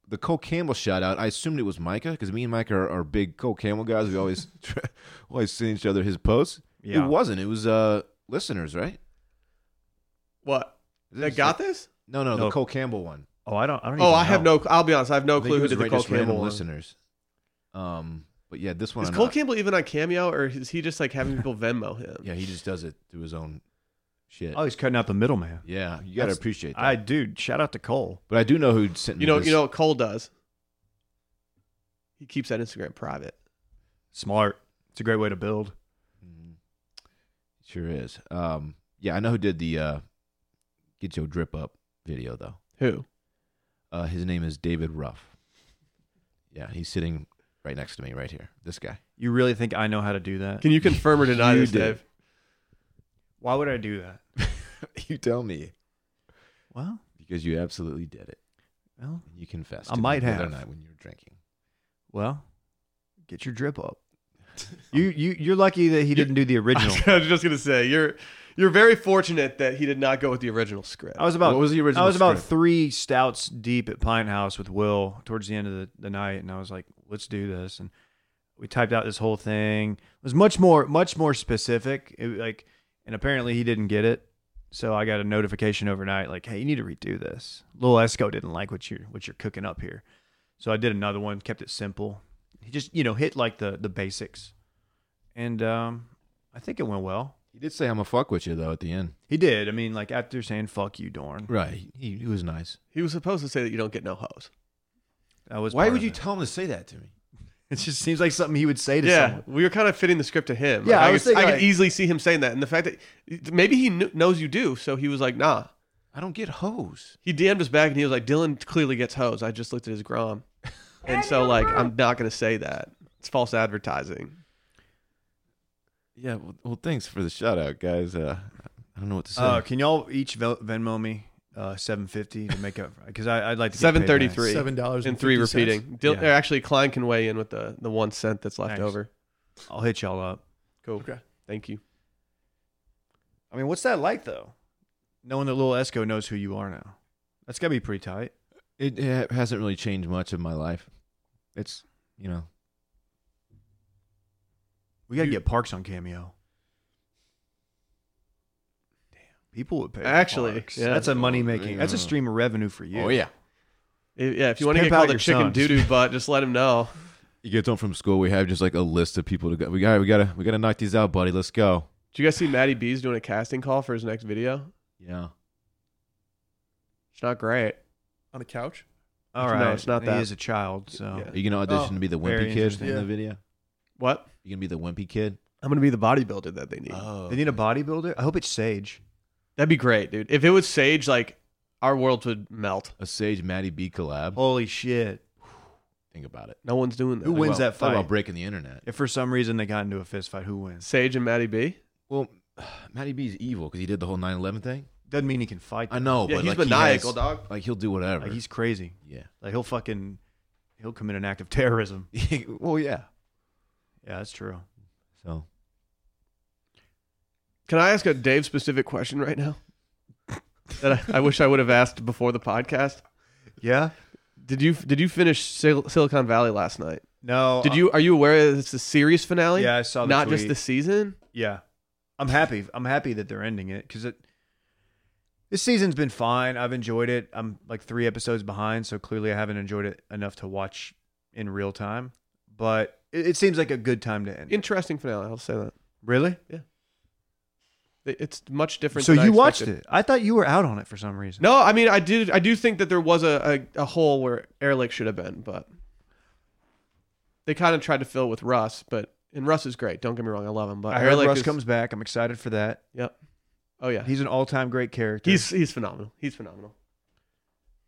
[SPEAKER 3] the Cole Campbell shout out. I assumed it was Micah because me and Micah are, are big Cole Campbell guys. We always always send each other his posts.
[SPEAKER 2] Yeah.
[SPEAKER 3] It wasn't. It was uh listeners, right?
[SPEAKER 1] What? That got this?
[SPEAKER 3] No, no, the
[SPEAKER 2] No.
[SPEAKER 3] Cole Campbell one.
[SPEAKER 2] Oh, I don't. I don't
[SPEAKER 1] Oh,
[SPEAKER 2] even
[SPEAKER 1] I have
[SPEAKER 2] know.
[SPEAKER 1] no I'll be honest, I have no
[SPEAKER 3] I think
[SPEAKER 1] clue
[SPEAKER 3] it
[SPEAKER 1] who
[SPEAKER 3] was
[SPEAKER 1] did the
[SPEAKER 3] right,
[SPEAKER 1] Cole
[SPEAKER 3] just random
[SPEAKER 1] Campbell. one.
[SPEAKER 3] listeners. Um, but yeah, this one.
[SPEAKER 1] Is
[SPEAKER 3] I'm
[SPEAKER 1] Cole
[SPEAKER 3] not-
[SPEAKER 1] Campbell even on Cameo or is he just like having people Venmo him?
[SPEAKER 3] Yeah, he just does it through his own shit.
[SPEAKER 2] Oh, he's cutting out the middleman.
[SPEAKER 3] yeah, you gotta
[SPEAKER 2] That's-
[SPEAKER 3] appreciate that.
[SPEAKER 2] I dude, shout out to Cole.
[SPEAKER 3] but I do know who sent me.
[SPEAKER 1] You know,
[SPEAKER 3] this.
[SPEAKER 1] you know what Cole does? He keeps that Instagram private.
[SPEAKER 2] Smart. It's a great way to build.
[SPEAKER 3] Mhm. Sure is. Um, yeah, I know who did the uh, get your drip up video though.
[SPEAKER 1] Who?
[SPEAKER 3] Uh, his name is David Ruff. Yeah, he's sitting right next to me, right here. This guy.
[SPEAKER 2] You really think I know how to do that?
[SPEAKER 1] Can you confirm or deny
[SPEAKER 3] You
[SPEAKER 1] this,
[SPEAKER 3] did.
[SPEAKER 1] Dave?
[SPEAKER 2] Why would I do that?
[SPEAKER 3] you tell me
[SPEAKER 2] Well,
[SPEAKER 3] because you absolutely did it.
[SPEAKER 2] well,
[SPEAKER 3] And you confessed.
[SPEAKER 2] I
[SPEAKER 3] to me
[SPEAKER 2] might
[SPEAKER 3] the
[SPEAKER 2] have.
[SPEAKER 3] other night when you were drinking.
[SPEAKER 2] well. Get your drip up. you you you're lucky that he didn't do the original.
[SPEAKER 1] I was just gonna say you're you're very fortunate that he did not go with the original script.
[SPEAKER 2] I was about
[SPEAKER 3] What was the original
[SPEAKER 2] I was about
[SPEAKER 3] script?
[SPEAKER 2] three stouts deep at Pine House with Will towards the end of the, the night, and I was like, "Let's do this." And we typed out this whole thing. It was much more much more specific. It, like, and apparently he didn't get it, so I got a notification overnight, like, "Hey, you need to redo this." Lil Esco didn't like what you what you're cooking up here, so I did another one, kept it simple. He just you know hit like the the basics, and um, I think it went well.
[SPEAKER 3] He did say I'm a fuck with you though at the end.
[SPEAKER 2] He did. I mean, like after saying "fuck you, Dorn,"
[SPEAKER 3] Right. He, he was nice.
[SPEAKER 1] he was supposed to say that you don't get no hoes.
[SPEAKER 2] that was
[SPEAKER 3] Why
[SPEAKER 2] part
[SPEAKER 3] would
[SPEAKER 2] of
[SPEAKER 3] you
[SPEAKER 2] it.
[SPEAKER 3] tell him to say that to me?
[SPEAKER 2] It just seems like something he would say to
[SPEAKER 1] yeah,
[SPEAKER 2] someone.
[SPEAKER 1] we were kind of fitting the script to him.
[SPEAKER 2] Yeah,
[SPEAKER 1] Like,
[SPEAKER 2] I
[SPEAKER 1] I,
[SPEAKER 2] was
[SPEAKER 1] could, I
[SPEAKER 2] thinking,
[SPEAKER 1] could
[SPEAKER 2] like-
[SPEAKER 1] easily see him saying that. And the fact that maybe he kn- knows you do, so he was like, "Nah."
[SPEAKER 3] I don't get hose.
[SPEAKER 1] He DM'd us back, and he was like, "Dylan clearly gets hosed. I just looked at his grom, and so like, I'm not gonna say that. It's false advertising."
[SPEAKER 3] Yeah. Well, well thanks for the shout out, guys. Uh, I don't know what to say.
[SPEAKER 2] Uh, can y'all each Ven- Venmo me uh, seven fifty to make up? Because I'd like to get paid
[SPEAKER 1] Seven
[SPEAKER 2] back.
[SPEAKER 1] thirty-three
[SPEAKER 4] Seven dollars
[SPEAKER 1] and three repeating. Dil-
[SPEAKER 2] Yeah.
[SPEAKER 1] Actually, Klein can weigh in with the the one cent that's left
[SPEAKER 2] Nice.
[SPEAKER 1] over.
[SPEAKER 2] I'll hit y'all up.
[SPEAKER 1] Cool.
[SPEAKER 4] Okay.
[SPEAKER 1] Thank you.
[SPEAKER 2] I mean, what's that like though? Knowing that little Esco knows who you are now, that's gotta be pretty tight.
[SPEAKER 3] It, it hasn't really changed much of my life. It's you know
[SPEAKER 2] We gotta
[SPEAKER 4] You-
[SPEAKER 2] get Parks on Cameo. Damn, people would pay. for
[SPEAKER 1] Actually,
[SPEAKER 2] Parks.
[SPEAKER 1] yeah. Oh,
[SPEAKER 2] that's a money making. That's a stream of revenue for
[SPEAKER 3] Oh,
[SPEAKER 2] you.
[SPEAKER 1] If- yeah, if
[SPEAKER 2] Just
[SPEAKER 1] you want to get
[SPEAKER 2] pimp out
[SPEAKER 1] called a
[SPEAKER 2] your
[SPEAKER 1] chicken
[SPEAKER 2] sons.
[SPEAKER 1] doo doo butt, just let him know.
[SPEAKER 3] You get home from school, we have just like a list of people to go. We got, we gotta, we gotta knock these out, buddy. Let's go.
[SPEAKER 1] Do you guys see Matty B's doing a casting call for his next video?
[SPEAKER 3] Yeah.
[SPEAKER 1] It's not great.
[SPEAKER 4] on a couch.
[SPEAKER 2] All
[SPEAKER 1] No,
[SPEAKER 2] right,
[SPEAKER 1] it's not
[SPEAKER 2] he
[SPEAKER 1] that.
[SPEAKER 2] is a child, so
[SPEAKER 1] Yeah.
[SPEAKER 3] Are you gonna audition
[SPEAKER 4] Oh,
[SPEAKER 3] to be the
[SPEAKER 2] very
[SPEAKER 3] wimpy kid in
[SPEAKER 2] interesting.
[SPEAKER 4] Yeah.
[SPEAKER 3] the video?
[SPEAKER 1] What?
[SPEAKER 3] You gonna be the wimpy kid?
[SPEAKER 1] I'm gonna be the bodybuilder that they need.
[SPEAKER 3] Oh,
[SPEAKER 2] they need a bodybuilder. I hope it's Sage.
[SPEAKER 1] That'd be great, dude. If it was Sage, like our world would melt.
[SPEAKER 3] a Sage Maddie B collab.
[SPEAKER 2] Holy shit!
[SPEAKER 3] Think about it.
[SPEAKER 1] No one's doing that.
[SPEAKER 2] Who
[SPEAKER 1] Like,
[SPEAKER 2] wins
[SPEAKER 3] Talk
[SPEAKER 1] well,
[SPEAKER 2] that
[SPEAKER 3] about- talk
[SPEAKER 2] fight?
[SPEAKER 3] about breaking the internet.
[SPEAKER 2] If for some reason they got into a fist fight, who wins?
[SPEAKER 1] Sage and Matty B.
[SPEAKER 3] Well, Maddie B is evil because he did the whole 9/11 thing.
[SPEAKER 2] Doesn't mean he can fight.
[SPEAKER 3] I know,
[SPEAKER 1] yeah,
[SPEAKER 3] but
[SPEAKER 1] he's
[SPEAKER 3] Oh, like,
[SPEAKER 1] maniacal,
[SPEAKER 3] he has-
[SPEAKER 1] dog.
[SPEAKER 3] Like he'll do whatever.
[SPEAKER 2] Like he's crazy.
[SPEAKER 3] yeah.
[SPEAKER 2] Like he'll fucking he'll commit an act of terrorism.
[SPEAKER 3] well, yeah.
[SPEAKER 2] Yeah, that's true.
[SPEAKER 3] So
[SPEAKER 1] Can I ask a Dave specific question right now? that I, I wish I would have asked before the podcast.
[SPEAKER 2] Yeah.
[SPEAKER 1] Did you did you finish Sil- Silicon Valley last night?
[SPEAKER 2] No.
[SPEAKER 1] Did you are you aware that it's the series finale?
[SPEAKER 2] uh, Yeah, I saw the
[SPEAKER 1] not just
[SPEAKER 2] tweet.
[SPEAKER 1] the season.
[SPEAKER 2] Yeah, I'm happy. I'm happy that they're ending it because it. This season's been fine. I've enjoyed it. I'm like three episodes behind, so clearly I haven't enjoyed it enough to watch in real time. But it, it seems like a good time to end. it.
[SPEAKER 1] Interesting finale. I'll say that.
[SPEAKER 2] really?
[SPEAKER 1] It- It's much different.
[SPEAKER 2] So
[SPEAKER 1] than I
[SPEAKER 2] you watched
[SPEAKER 1] expected.
[SPEAKER 2] it? I thought you were out on it for some reason.
[SPEAKER 1] No, I mean I do. I do think that there was a, a, a hole where Ehrlich should have been, but they kind of tried to fill it with Russ. But and Russ is great. Don't get me wrong, I love him. But
[SPEAKER 2] I heard
[SPEAKER 1] Ehrlich
[SPEAKER 2] Russ
[SPEAKER 1] is-
[SPEAKER 2] comes back. I'm excited for that.
[SPEAKER 1] Yep. Oh yeah, he's
[SPEAKER 2] He's an all-time great character.
[SPEAKER 1] he's he's phenomenal. He's phenomenal.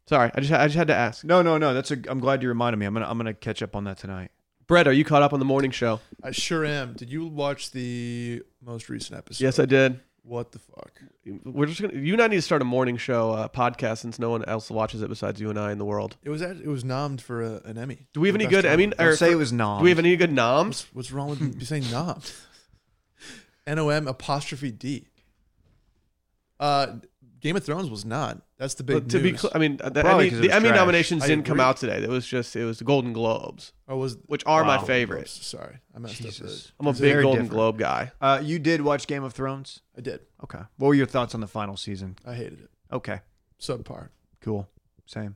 [SPEAKER 1] Sorry, I just I just had to ask.
[SPEAKER 2] no, no, no. That's a. I'm glad you reminded me. I'm gonna. I'm gonna catch up on that tonight.
[SPEAKER 1] Brett, are you caught up on the morning show?
[SPEAKER 4] I sure am. Did you watch the most recent episode?
[SPEAKER 1] Yes, I did.
[SPEAKER 4] What the fuck?
[SPEAKER 1] We're just gonna. You and I need to start a morning show uh, podcast since no one else watches it besides you and I in the world.
[SPEAKER 4] It was at, it was nommed for a, an Emmy.
[SPEAKER 1] Do we have
[SPEAKER 4] For
[SPEAKER 1] any
[SPEAKER 4] best
[SPEAKER 1] good? I mean,
[SPEAKER 4] drama.
[SPEAKER 2] Don't
[SPEAKER 1] or,
[SPEAKER 2] say it
[SPEAKER 1] do
[SPEAKER 2] was nom.
[SPEAKER 1] we have any good noms?
[SPEAKER 4] what's, what's wrong with me saying nommed? N O M apostrophe D. Uh, Game of Thrones was not. That's the big
[SPEAKER 1] But to be
[SPEAKER 4] news.
[SPEAKER 1] clear, I mean, the
[SPEAKER 2] Probably
[SPEAKER 1] Emmy,
[SPEAKER 2] 'cause it
[SPEAKER 1] the
[SPEAKER 2] was
[SPEAKER 1] Emmy
[SPEAKER 2] trash.
[SPEAKER 1] nominations
[SPEAKER 4] I
[SPEAKER 1] didn't come
[SPEAKER 4] agree.
[SPEAKER 1] out today. It was just it was the Golden Globes,
[SPEAKER 4] or was
[SPEAKER 1] which are
[SPEAKER 2] Wow.
[SPEAKER 1] my favorite.
[SPEAKER 4] Sorry, I messed
[SPEAKER 2] Jesus.
[SPEAKER 4] up.
[SPEAKER 1] I'm a
[SPEAKER 4] Is it-
[SPEAKER 1] big
[SPEAKER 2] Very
[SPEAKER 1] Golden
[SPEAKER 2] different.
[SPEAKER 1] Globe guy.
[SPEAKER 2] Uh, you did watch Game of Thrones.
[SPEAKER 4] I did.
[SPEAKER 2] Okay. What were your thoughts on the final season?
[SPEAKER 4] I hated it.
[SPEAKER 2] Okay.
[SPEAKER 4] Subpar.
[SPEAKER 2] Cool. Same.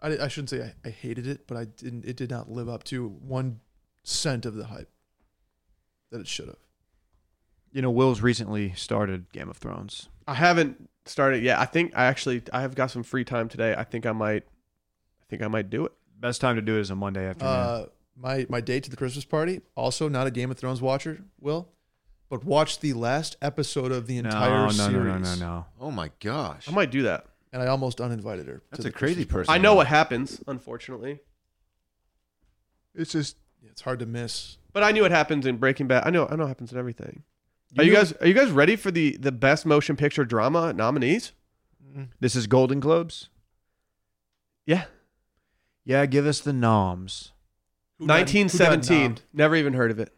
[SPEAKER 4] I, di- I shouldn't say I, I hated it, but I didn't. It did not live up to one cent of the hype that it should have.
[SPEAKER 2] You know, Will's recently started Game of Thrones.
[SPEAKER 1] I haven't started yet. I think I actually I have got some free time today. I think I might, I think I might do it.
[SPEAKER 2] Best time to do it is a Monday afternoon.
[SPEAKER 4] Uh, my my date to the Christmas party. Also, not a Game of Thrones watcher. Will, but watched the last episode of the
[SPEAKER 2] no,
[SPEAKER 4] entire
[SPEAKER 2] no,
[SPEAKER 4] series.
[SPEAKER 2] no, no, no, no.
[SPEAKER 3] oh my gosh,
[SPEAKER 1] I might do that.
[SPEAKER 4] And I almost uninvited her. to
[SPEAKER 3] that's
[SPEAKER 4] the
[SPEAKER 3] a crazy
[SPEAKER 4] Christmas-
[SPEAKER 3] person.
[SPEAKER 1] I know what happens, unfortunately,
[SPEAKER 2] It's just
[SPEAKER 4] Yeah, it's hard to miss.
[SPEAKER 1] but I knew it happens in Breaking Bad. I know I know it happens in everything. Are
[SPEAKER 2] You
[SPEAKER 1] you
[SPEAKER 2] know-
[SPEAKER 1] guys are you guys ready for the the best motion picture drama nominees?
[SPEAKER 2] this is Golden Globes.
[SPEAKER 1] Yeah,
[SPEAKER 2] Yeah, give us the noms.
[SPEAKER 4] Who got- who got
[SPEAKER 1] 1917.
[SPEAKER 4] nommed?
[SPEAKER 1] Never even heard of it.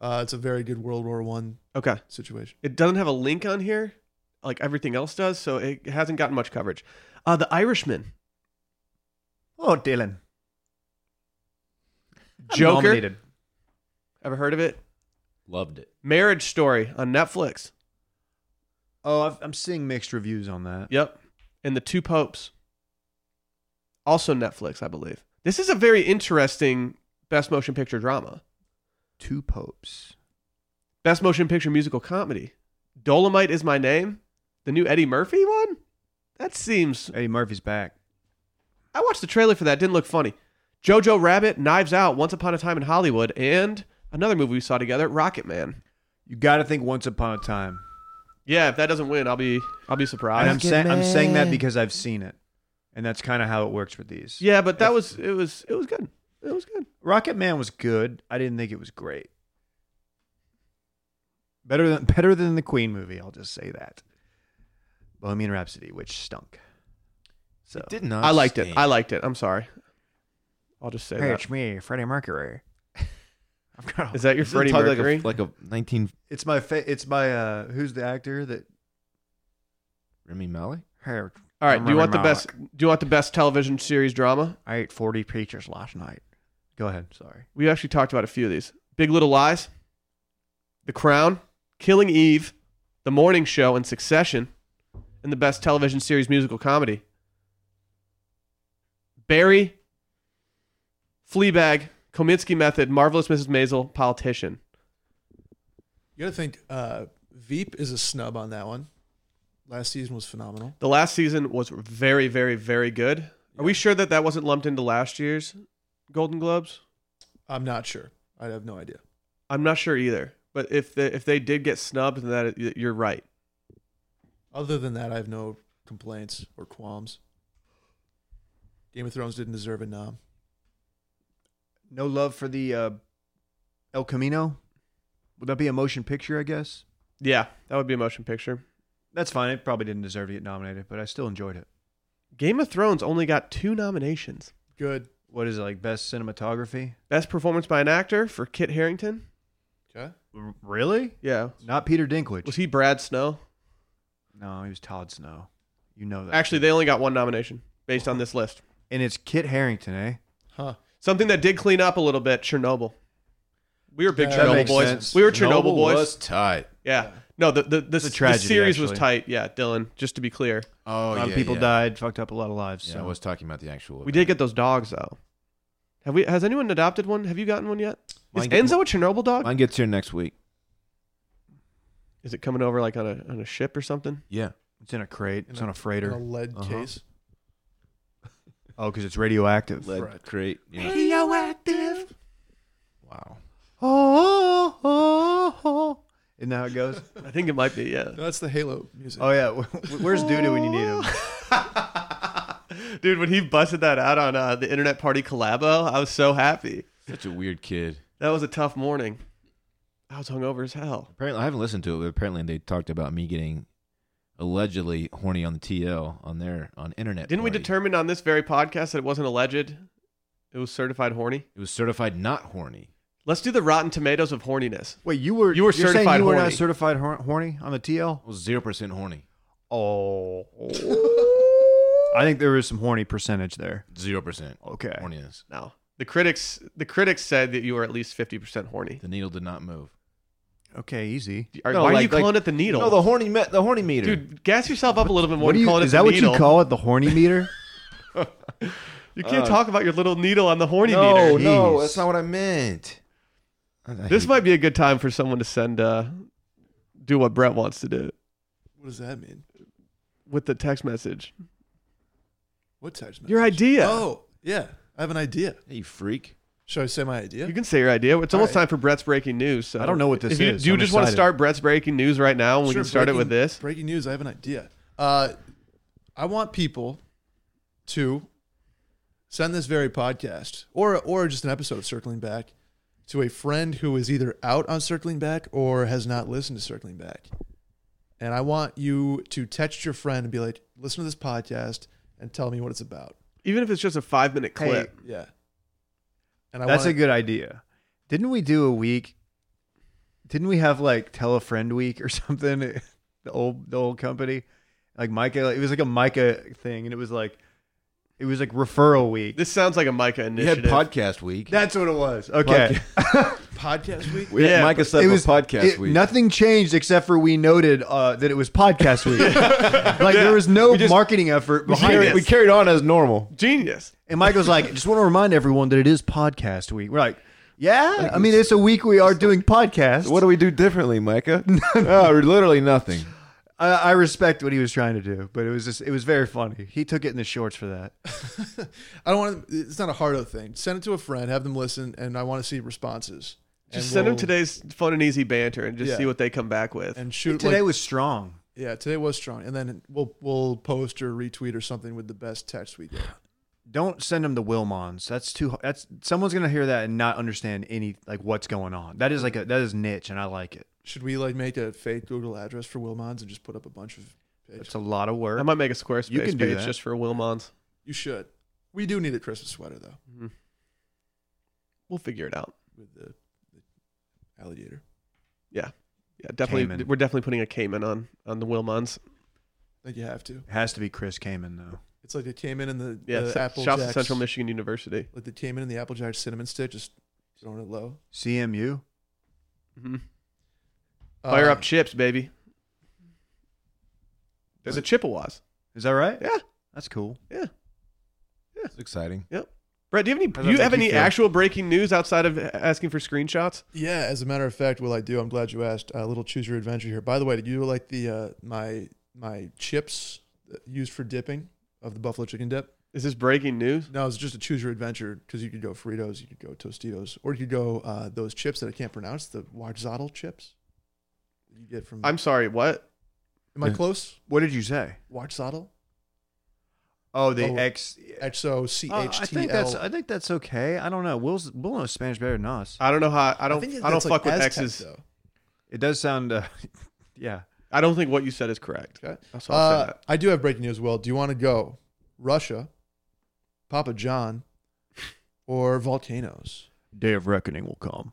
[SPEAKER 4] Uh, it's a very good World War One
[SPEAKER 1] Okay.
[SPEAKER 4] situation.
[SPEAKER 1] It doesn't have a link on here, like everything else does, so it hasn't gotten much coverage. Uh, the Irishman,
[SPEAKER 2] Oh, Dylan. I'm
[SPEAKER 1] Joker.
[SPEAKER 2] nominated.
[SPEAKER 1] Ever heard of it?
[SPEAKER 3] Loved it.
[SPEAKER 1] Marriage Story on Netflix.
[SPEAKER 2] Oh, I've, I'm seeing mixed reviews on that.
[SPEAKER 1] Yep. And the Two Popes. Also Netflix, I believe. This is a very interesting best motion picture drama.
[SPEAKER 2] Two popes.
[SPEAKER 1] Best motion picture musical comedy. Dolomite is my name. The new Eddie Murphy one? That seems
[SPEAKER 2] Eddie Murphy's back.
[SPEAKER 1] I watched the trailer for that, didn't look funny. Jojo Rabbit, Knives Out, Once Upon a Time in Hollywood, and another movie we saw together, Rocket Man.
[SPEAKER 2] You got to think Once Upon a Time.
[SPEAKER 1] Yeah, if that doesn't win, I'll be I'll be
[SPEAKER 2] And
[SPEAKER 1] surprised.
[SPEAKER 2] I'm saying I'm saying that because I've seen it, and that's kind of how it works with these.
[SPEAKER 1] Yeah, but that was it was it was good. It was good.
[SPEAKER 2] Rocket Man was good. I didn't think it was great. Better than better than the Queen movie. I'll just say that. Bohemian Rhapsody, which stunk. So
[SPEAKER 3] It did not.
[SPEAKER 1] I liked it.
[SPEAKER 3] stink.
[SPEAKER 1] I liked it. I'm sorry. I'll just say
[SPEAKER 2] Hey,
[SPEAKER 1] that.
[SPEAKER 2] it's me, Freddie Mercury. I've got.
[SPEAKER 1] Is that your
[SPEAKER 3] Doesn't
[SPEAKER 1] Freddie
[SPEAKER 3] it talk
[SPEAKER 1] Mercury?
[SPEAKER 3] Like a, like a 19
[SPEAKER 2] It's my. Fa- it's my. uh Who's the actor that?
[SPEAKER 3] Remy Malley.
[SPEAKER 2] Hey,
[SPEAKER 1] All right. Do you
[SPEAKER 2] Rami
[SPEAKER 1] want the
[SPEAKER 2] Malek.
[SPEAKER 1] best? Do you want the best television series drama?
[SPEAKER 2] I ate forty peaches last night. Go ahead. Sorry.
[SPEAKER 1] We actually talked about a few of these: Big Little Lies, The Crown, Killing Eve, The Morning Show, and Succession, and the best television series musical comedy: Barry, Fleabag, Kominsky Method, Marvelous Mrs. Maisel, Politician.
[SPEAKER 4] You gotta think uh, Veep is a snub on that one. Last season was phenomenal.
[SPEAKER 1] The last season was very, very, very good. Are we sure that that wasn't lumped into last year's Golden Globes?
[SPEAKER 4] I'm not sure. I have no idea.
[SPEAKER 1] I'm not sure either. But if they, if they did get snubbed, then that y- you're right.
[SPEAKER 4] Other than that, I have no complaints or qualms. Game of Thrones didn't deserve a nom.
[SPEAKER 2] No love for the uh El Camino. Would that be a motion picture? I guess.
[SPEAKER 1] Yeah, that would be a motion picture.
[SPEAKER 2] That's fine. It probably didn't deserve to get nominated, but I still enjoyed it.
[SPEAKER 1] Game of Thrones only got two nominations:
[SPEAKER 4] Good.
[SPEAKER 2] What is it like? Best cinematography?
[SPEAKER 1] best performance by an actor for Kit Harrington.
[SPEAKER 4] Okay.
[SPEAKER 2] Really?
[SPEAKER 1] Yeah,
[SPEAKER 2] Not Peter Dinklage.
[SPEAKER 1] was he Brad Snow?
[SPEAKER 2] no, he was Todd Snow. You know that.
[SPEAKER 1] Actually, they only got one nomination based on this list.
[SPEAKER 2] and it's Kit Harrington, eh?
[SPEAKER 4] Huh.
[SPEAKER 1] Something that did clean up a little bit: Chernobyl. We were big
[SPEAKER 4] That
[SPEAKER 1] Chernobyl
[SPEAKER 4] makes
[SPEAKER 1] boys.
[SPEAKER 2] sense.
[SPEAKER 1] We were Chernobyl, boys.
[SPEAKER 3] was tight.
[SPEAKER 1] Yeah. No, the the, the, the
[SPEAKER 2] tragedy,
[SPEAKER 1] series was
[SPEAKER 2] actually.
[SPEAKER 1] tight. Yeah, Dylan. Just to be clear,
[SPEAKER 3] Oh
[SPEAKER 2] a lot
[SPEAKER 3] yeah,
[SPEAKER 2] of people
[SPEAKER 3] yeah.
[SPEAKER 2] died, fucked up a lot of lives.
[SPEAKER 3] Yeah,
[SPEAKER 2] so
[SPEAKER 3] I was talking about the actual.
[SPEAKER 1] we did get those dogs though. Have we? Has anyone adopted one? Have you gotten one yet? Is
[SPEAKER 3] Mine get-
[SPEAKER 1] Enzo a Chernobyl dog?
[SPEAKER 3] Mine gets here next week.
[SPEAKER 1] Is it coming over like on a on a ship or something?
[SPEAKER 3] Yeah.
[SPEAKER 2] it's in a crate. It's
[SPEAKER 4] In
[SPEAKER 2] on a
[SPEAKER 4] In a
[SPEAKER 2] freighter.
[SPEAKER 4] lead
[SPEAKER 3] Uh-huh.
[SPEAKER 4] case.
[SPEAKER 2] Oh, because it's radioactive.
[SPEAKER 3] Lead
[SPEAKER 4] Right.
[SPEAKER 3] crate. Yeah.
[SPEAKER 2] Radioactive.
[SPEAKER 3] Wow.
[SPEAKER 2] Oh, oh, oh. Isn't that how it goes?
[SPEAKER 1] I think it might be. Yeah,
[SPEAKER 4] No, that's the Halo music.
[SPEAKER 1] Uh,
[SPEAKER 2] oh yeah. Where's Dudu when you need him?
[SPEAKER 1] dude. When he busted that out on uh, the internet party collabo, I was so happy.
[SPEAKER 3] Such a weird kid.
[SPEAKER 1] That was a tough morning. I was hungover as hell.
[SPEAKER 3] Apparently, I haven't listened to it, but apparently they talked about me getting allegedly horny on the TL on their on internet.
[SPEAKER 1] Didn't we
[SPEAKER 3] party.
[SPEAKER 1] determine on this very podcast that it wasn't alleged? It was certified horny.
[SPEAKER 3] It was certified not horny.
[SPEAKER 1] Let's do the Rotten Tomatoes of horniness.
[SPEAKER 2] Wait, you were
[SPEAKER 1] You were
[SPEAKER 2] you're saying
[SPEAKER 1] certified
[SPEAKER 2] you were not
[SPEAKER 1] horny.
[SPEAKER 2] certified hor- horny on the TL.
[SPEAKER 3] It was zero percent horny.
[SPEAKER 2] Oh. I think there was some horny percentage there.
[SPEAKER 3] Zero percent
[SPEAKER 2] Okay.
[SPEAKER 3] horniness.
[SPEAKER 1] No. The critics the critics said that you were at least 50% horny.
[SPEAKER 3] The needle did not move.
[SPEAKER 2] Okay, easy.
[SPEAKER 1] Are-
[SPEAKER 2] No,
[SPEAKER 1] why are you
[SPEAKER 2] like- like-
[SPEAKER 1] calling it the needle?
[SPEAKER 3] No, the horny me- the horny meter.
[SPEAKER 1] Dude, gas yourself up a little bit more
[SPEAKER 2] What do
[SPEAKER 1] than
[SPEAKER 2] you,
[SPEAKER 1] calling
[SPEAKER 2] is
[SPEAKER 1] it
[SPEAKER 2] that
[SPEAKER 1] the
[SPEAKER 2] what
[SPEAKER 1] needle.
[SPEAKER 2] you call it? The horny meter?
[SPEAKER 1] You can't
[SPEAKER 3] Uh,
[SPEAKER 1] talk about your little needle on the horny meter.
[SPEAKER 2] no, Jeez.
[SPEAKER 3] Oh, that's not what I meant.
[SPEAKER 1] This might be a good time for someone to send uh do what Brett wants to do
[SPEAKER 4] What does that mean?
[SPEAKER 1] with the text message.
[SPEAKER 4] What text message?
[SPEAKER 1] Your idea.
[SPEAKER 4] Oh, yeah. I have an idea.
[SPEAKER 3] you freak.
[SPEAKER 4] Should I say my idea?
[SPEAKER 1] You can say your idea. It's almost
[SPEAKER 4] All right.
[SPEAKER 1] time for Brett's breaking news. So
[SPEAKER 2] I don't know what this
[SPEAKER 1] If you,
[SPEAKER 2] is.
[SPEAKER 1] Do you
[SPEAKER 2] I'm
[SPEAKER 1] just want to
[SPEAKER 2] excited.
[SPEAKER 1] start Brett's breaking news right now, and we
[SPEAKER 4] Sure,
[SPEAKER 1] can start it with
[SPEAKER 4] breaking-
[SPEAKER 1] this?
[SPEAKER 4] Breaking news. I have an idea. Uh, I want people to send this very podcast or or just an episode of Circling Back to a friend who is either out on Circling Back or has not listened to Circling Back. And I want you to text your friend and be like, listen to this podcast and tell me what it's about.
[SPEAKER 1] Even if it's just a five minute
[SPEAKER 2] Hey,
[SPEAKER 1] clip.
[SPEAKER 4] Yeah. And I
[SPEAKER 2] That's
[SPEAKER 4] wanna-
[SPEAKER 2] a good idea. Didn't we do a week? Didn't we have like tell a friend week or something? the old the old company, like Micah. It was like a Micah thing, and it was like it was like referral week.
[SPEAKER 1] This sounds like a Micah
[SPEAKER 3] We had
[SPEAKER 1] initiative.
[SPEAKER 3] podcast week.
[SPEAKER 2] That's what it was. Okay,
[SPEAKER 4] podcast week.
[SPEAKER 3] we
[SPEAKER 1] Yeah,
[SPEAKER 3] had Micah said
[SPEAKER 2] it
[SPEAKER 3] it
[SPEAKER 2] was
[SPEAKER 3] podcast
[SPEAKER 2] it-
[SPEAKER 3] week.
[SPEAKER 2] Nothing changed except for we noted uh, that it was podcast week. like there was no
[SPEAKER 3] We just-
[SPEAKER 2] marketing effort
[SPEAKER 3] We
[SPEAKER 2] behind
[SPEAKER 3] carried,
[SPEAKER 2] it.
[SPEAKER 3] we carried on as normal.
[SPEAKER 1] Genius.
[SPEAKER 2] And Michael's like, I just want to remind everyone that it is podcast week. We're like, yeah, I mean, it's a week we are doing podcasts.
[SPEAKER 3] What do we do differently, Micah? oh, literally nothing.
[SPEAKER 2] I, I respect what he was trying to do, but it was just it was very funny. He took it in the shorts for that.
[SPEAKER 4] I don't want to, it's not a hard thing. Send it to a friend, have them listen, and I want to see responses.
[SPEAKER 1] Just
[SPEAKER 4] And
[SPEAKER 1] send them
[SPEAKER 4] we'll-
[SPEAKER 1] today's fun and easy banter and just
[SPEAKER 4] Yeah.
[SPEAKER 1] see what they come back with.
[SPEAKER 4] and shoot.
[SPEAKER 2] Today
[SPEAKER 4] like-
[SPEAKER 2] was strong.
[SPEAKER 4] yeah, today was strong, and then we'll we'll post or retweet or something with the best text we get.
[SPEAKER 2] Don't send him to Wilmons. That's too. That's someone's gonna hear that and not understand any like what's going on. That is like a that is niche, and I like it.
[SPEAKER 4] Should we like make a fake Google address for Wilmons and just put up a bunch of?
[SPEAKER 2] It's a lot of work.
[SPEAKER 1] I might make a Squarespace
[SPEAKER 2] You can do
[SPEAKER 1] page
[SPEAKER 2] that.
[SPEAKER 1] just for Wilmons. Mm-hmm.
[SPEAKER 4] You should. We do need a Christmas sweater though
[SPEAKER 1] We'll figure it out.
[SPEAKER 4] with the, the alligator.
[SPEAKER 1] Yeah, definitely.
[SPEAKER 2] Cayman.
[SPEAKER 1] We're definitely putting a Cayman on on the Wilmons.
[SPEAKER 4] I think you have to.
[SPEAKER 2] It has to be Chris Kamen though.
[SPEAKER 4] It's like it came in in the,
[SPEAKER 1] Yeah,
[SPEAKER 4] the
[SPEAKER 1] so-
[SPEAKER 4] apple
[SPEAKER 1] shouts to
[SPEAKER 4] Jacks-
[SPEAKER 1] Central Michigan University.
[SPEAKER 4] Like it came in in the apple jack cinnamon stick, just throwing it low.
[SPEAKER 2] CMU.
[SPEAKER 4] Mm-hmm.
[SPEAKER 1] hmm Fire
[SPEAKER 4] Uh,
[SPEAKER 1] up chips, baby. There's a Chippewas.
[SPEAKER 2] Is that right?
[SPEAKER 1] Yeah.
[SPEAKER 2] That's cool.
[SPEAKER 3] It's exciting.
[SPEAKER 1] Brett, do you have
[SPEAKER 2] How's
[SPEAKER 1] any?
[SPEAKER 2] that
[SPEAKER 1] Do you have
[SPEAKER 2] make you
[SPEAKER 1] any
[SPEAKER 2] feel?
[SPEAKER 1] actual breaking news outside of asking for screenshots?
[SPEAKER 4] Yeah, as a matter of fact, will I do? I'm glad you asked. A little choose your adventure here. By the way, did you like the uh, my my chips used for dipping of the buffalo chicken dip?
[SPEAKER 1] Is this breaking news?
[SPEAKER 4] No, it's just a choose your adventure because you could go Fritos, you could go Tostitos, or you could go uh, those chips that I can't pronounce, the Wajzottle chips. You get from.
[SPEAKER 1] I'm sorry. What?
[SPEAKER 4] am I close?
[SPEAKER 2] What did you say?
[SPEAKER 4] Wajzottle.
[SPEAKER 2] Oh, the
[SPEAKER 4] Oh,
[SPEAKER 2] X.
[SPEAKER 4] X O C
[SPEAKER 2] Uh,
[SPEAKER 4] H
[SPEAKER 2] I
[SPEAKER 4] T
[SPEAKER 2] think that's
[SPEAKER 4] L.
[SPEAKER 2] I think that's okay. I don't know. Will's Will knows Spanish better than us.
[SPEAKER 1] I don't know how. I don't. I, don't fuck with X's.
[SPEAKER 4] Though.
[SPEAKER 2] Uh, It does sound. Uh, yeah.
[SPEAKER 1] I don't think what you said is correct.
[SPEAKER 4] Okay.
[SPEAKER 1] That's all I'll say
[SPEAKER 4] Uh,
[SPEAKER 1] that.
[SPEAKER 4] I do have breaking news. Will, do you want to go Russia, Papa John, or volcanoes?
[SPEAKER 2] Day of reckoning will come.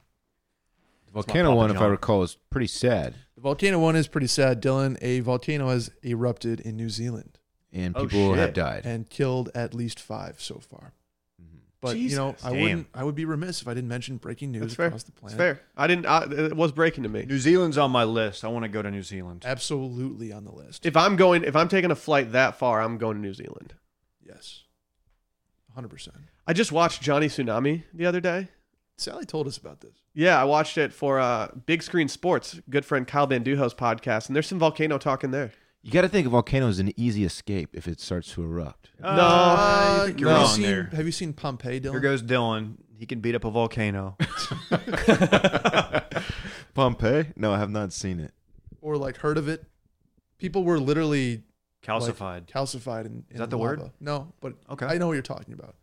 [SPEAKER 3] The
[SPEAKER 2] my
[SPEAKER 3] volcano
[SPEAKER 2] Papa
[SPEAKER 3] one, if I
[SPEAKER 2] John.
[SPEAKER 3] recall, is pretty sad,
[SPEAKER 4] The volcano one is pretty sad. Dylan, a volcano has erupted in New Zealand
[SPEAKER 3] and
[SPEAKER 2] Oh,
[SPEAKER 3] people have
[SPEAKER 2] shit.
[SPEAKER 3] died.
[SPEAKER 4] and killed at least five so far. But you know,
[SPEAKER 1] Jesus.
[SPEAKER 4] I
[SPEAKER 2] Damn.
[SPEAKER 4] wouldn't. I would be remiss if I didn't mention breaking news
[SPEAKER 1] That's fair.
[SPEAKER 4] across the
[SPEAKER 1] It's
[SPEAKER 4] planet.
[SPEAKER 1] fair. I didn't. I, it was breaking to me.
[SPEAKER 2] New Zealand's on my list. I want to go to New Zealand.
[SPEAKER 4] Absolutely on the list.
[SPEAKER 1] If I'm going, if I'm taking a flight that far, I'm going to New Zealand.
[SPEAKER 4] yes, hundred percent.
[SPEAKER 1] I just watched Johnny Tsunami the other day.
[SPEAKER 4] Sally told us about this.
[SPEAKER 1] Yeah, I watched it for uh, Big Screen Sports, good friend Kyle Banduho's podcast, and there's some volcano talk in there.
[SPEAKER 3] You got to think a volcano is an easy escape if it starts to erupt.
[SPEAKER 2] Uh, you think you're
[SPEAKER 4] have, you
[SPEAKER 2] wrong
[SPEAKER 4] seen,
[SPEAKER 2] there.
[SPEAKER 4] have you seen Pompeii, Dylan?
[SPEAKER 2] Here goes Dylan. He can beat up a volcano.
[SPEAKER 3] Pompeii? No, I have not seen it.
[SPEAKER 4] or like heard of it? People were literally
[SPEAKER 2] Calcified.
[SPEAKER 4] like, calcified in, in
[SPEAKER 2] that the
[SPEAKER 4] lava.
[SPEAKER 2] word?
[SPEAKER 4] No, but
[SPEAKER 2] Okay.
[SPEAKER 4] I know what you're talking about.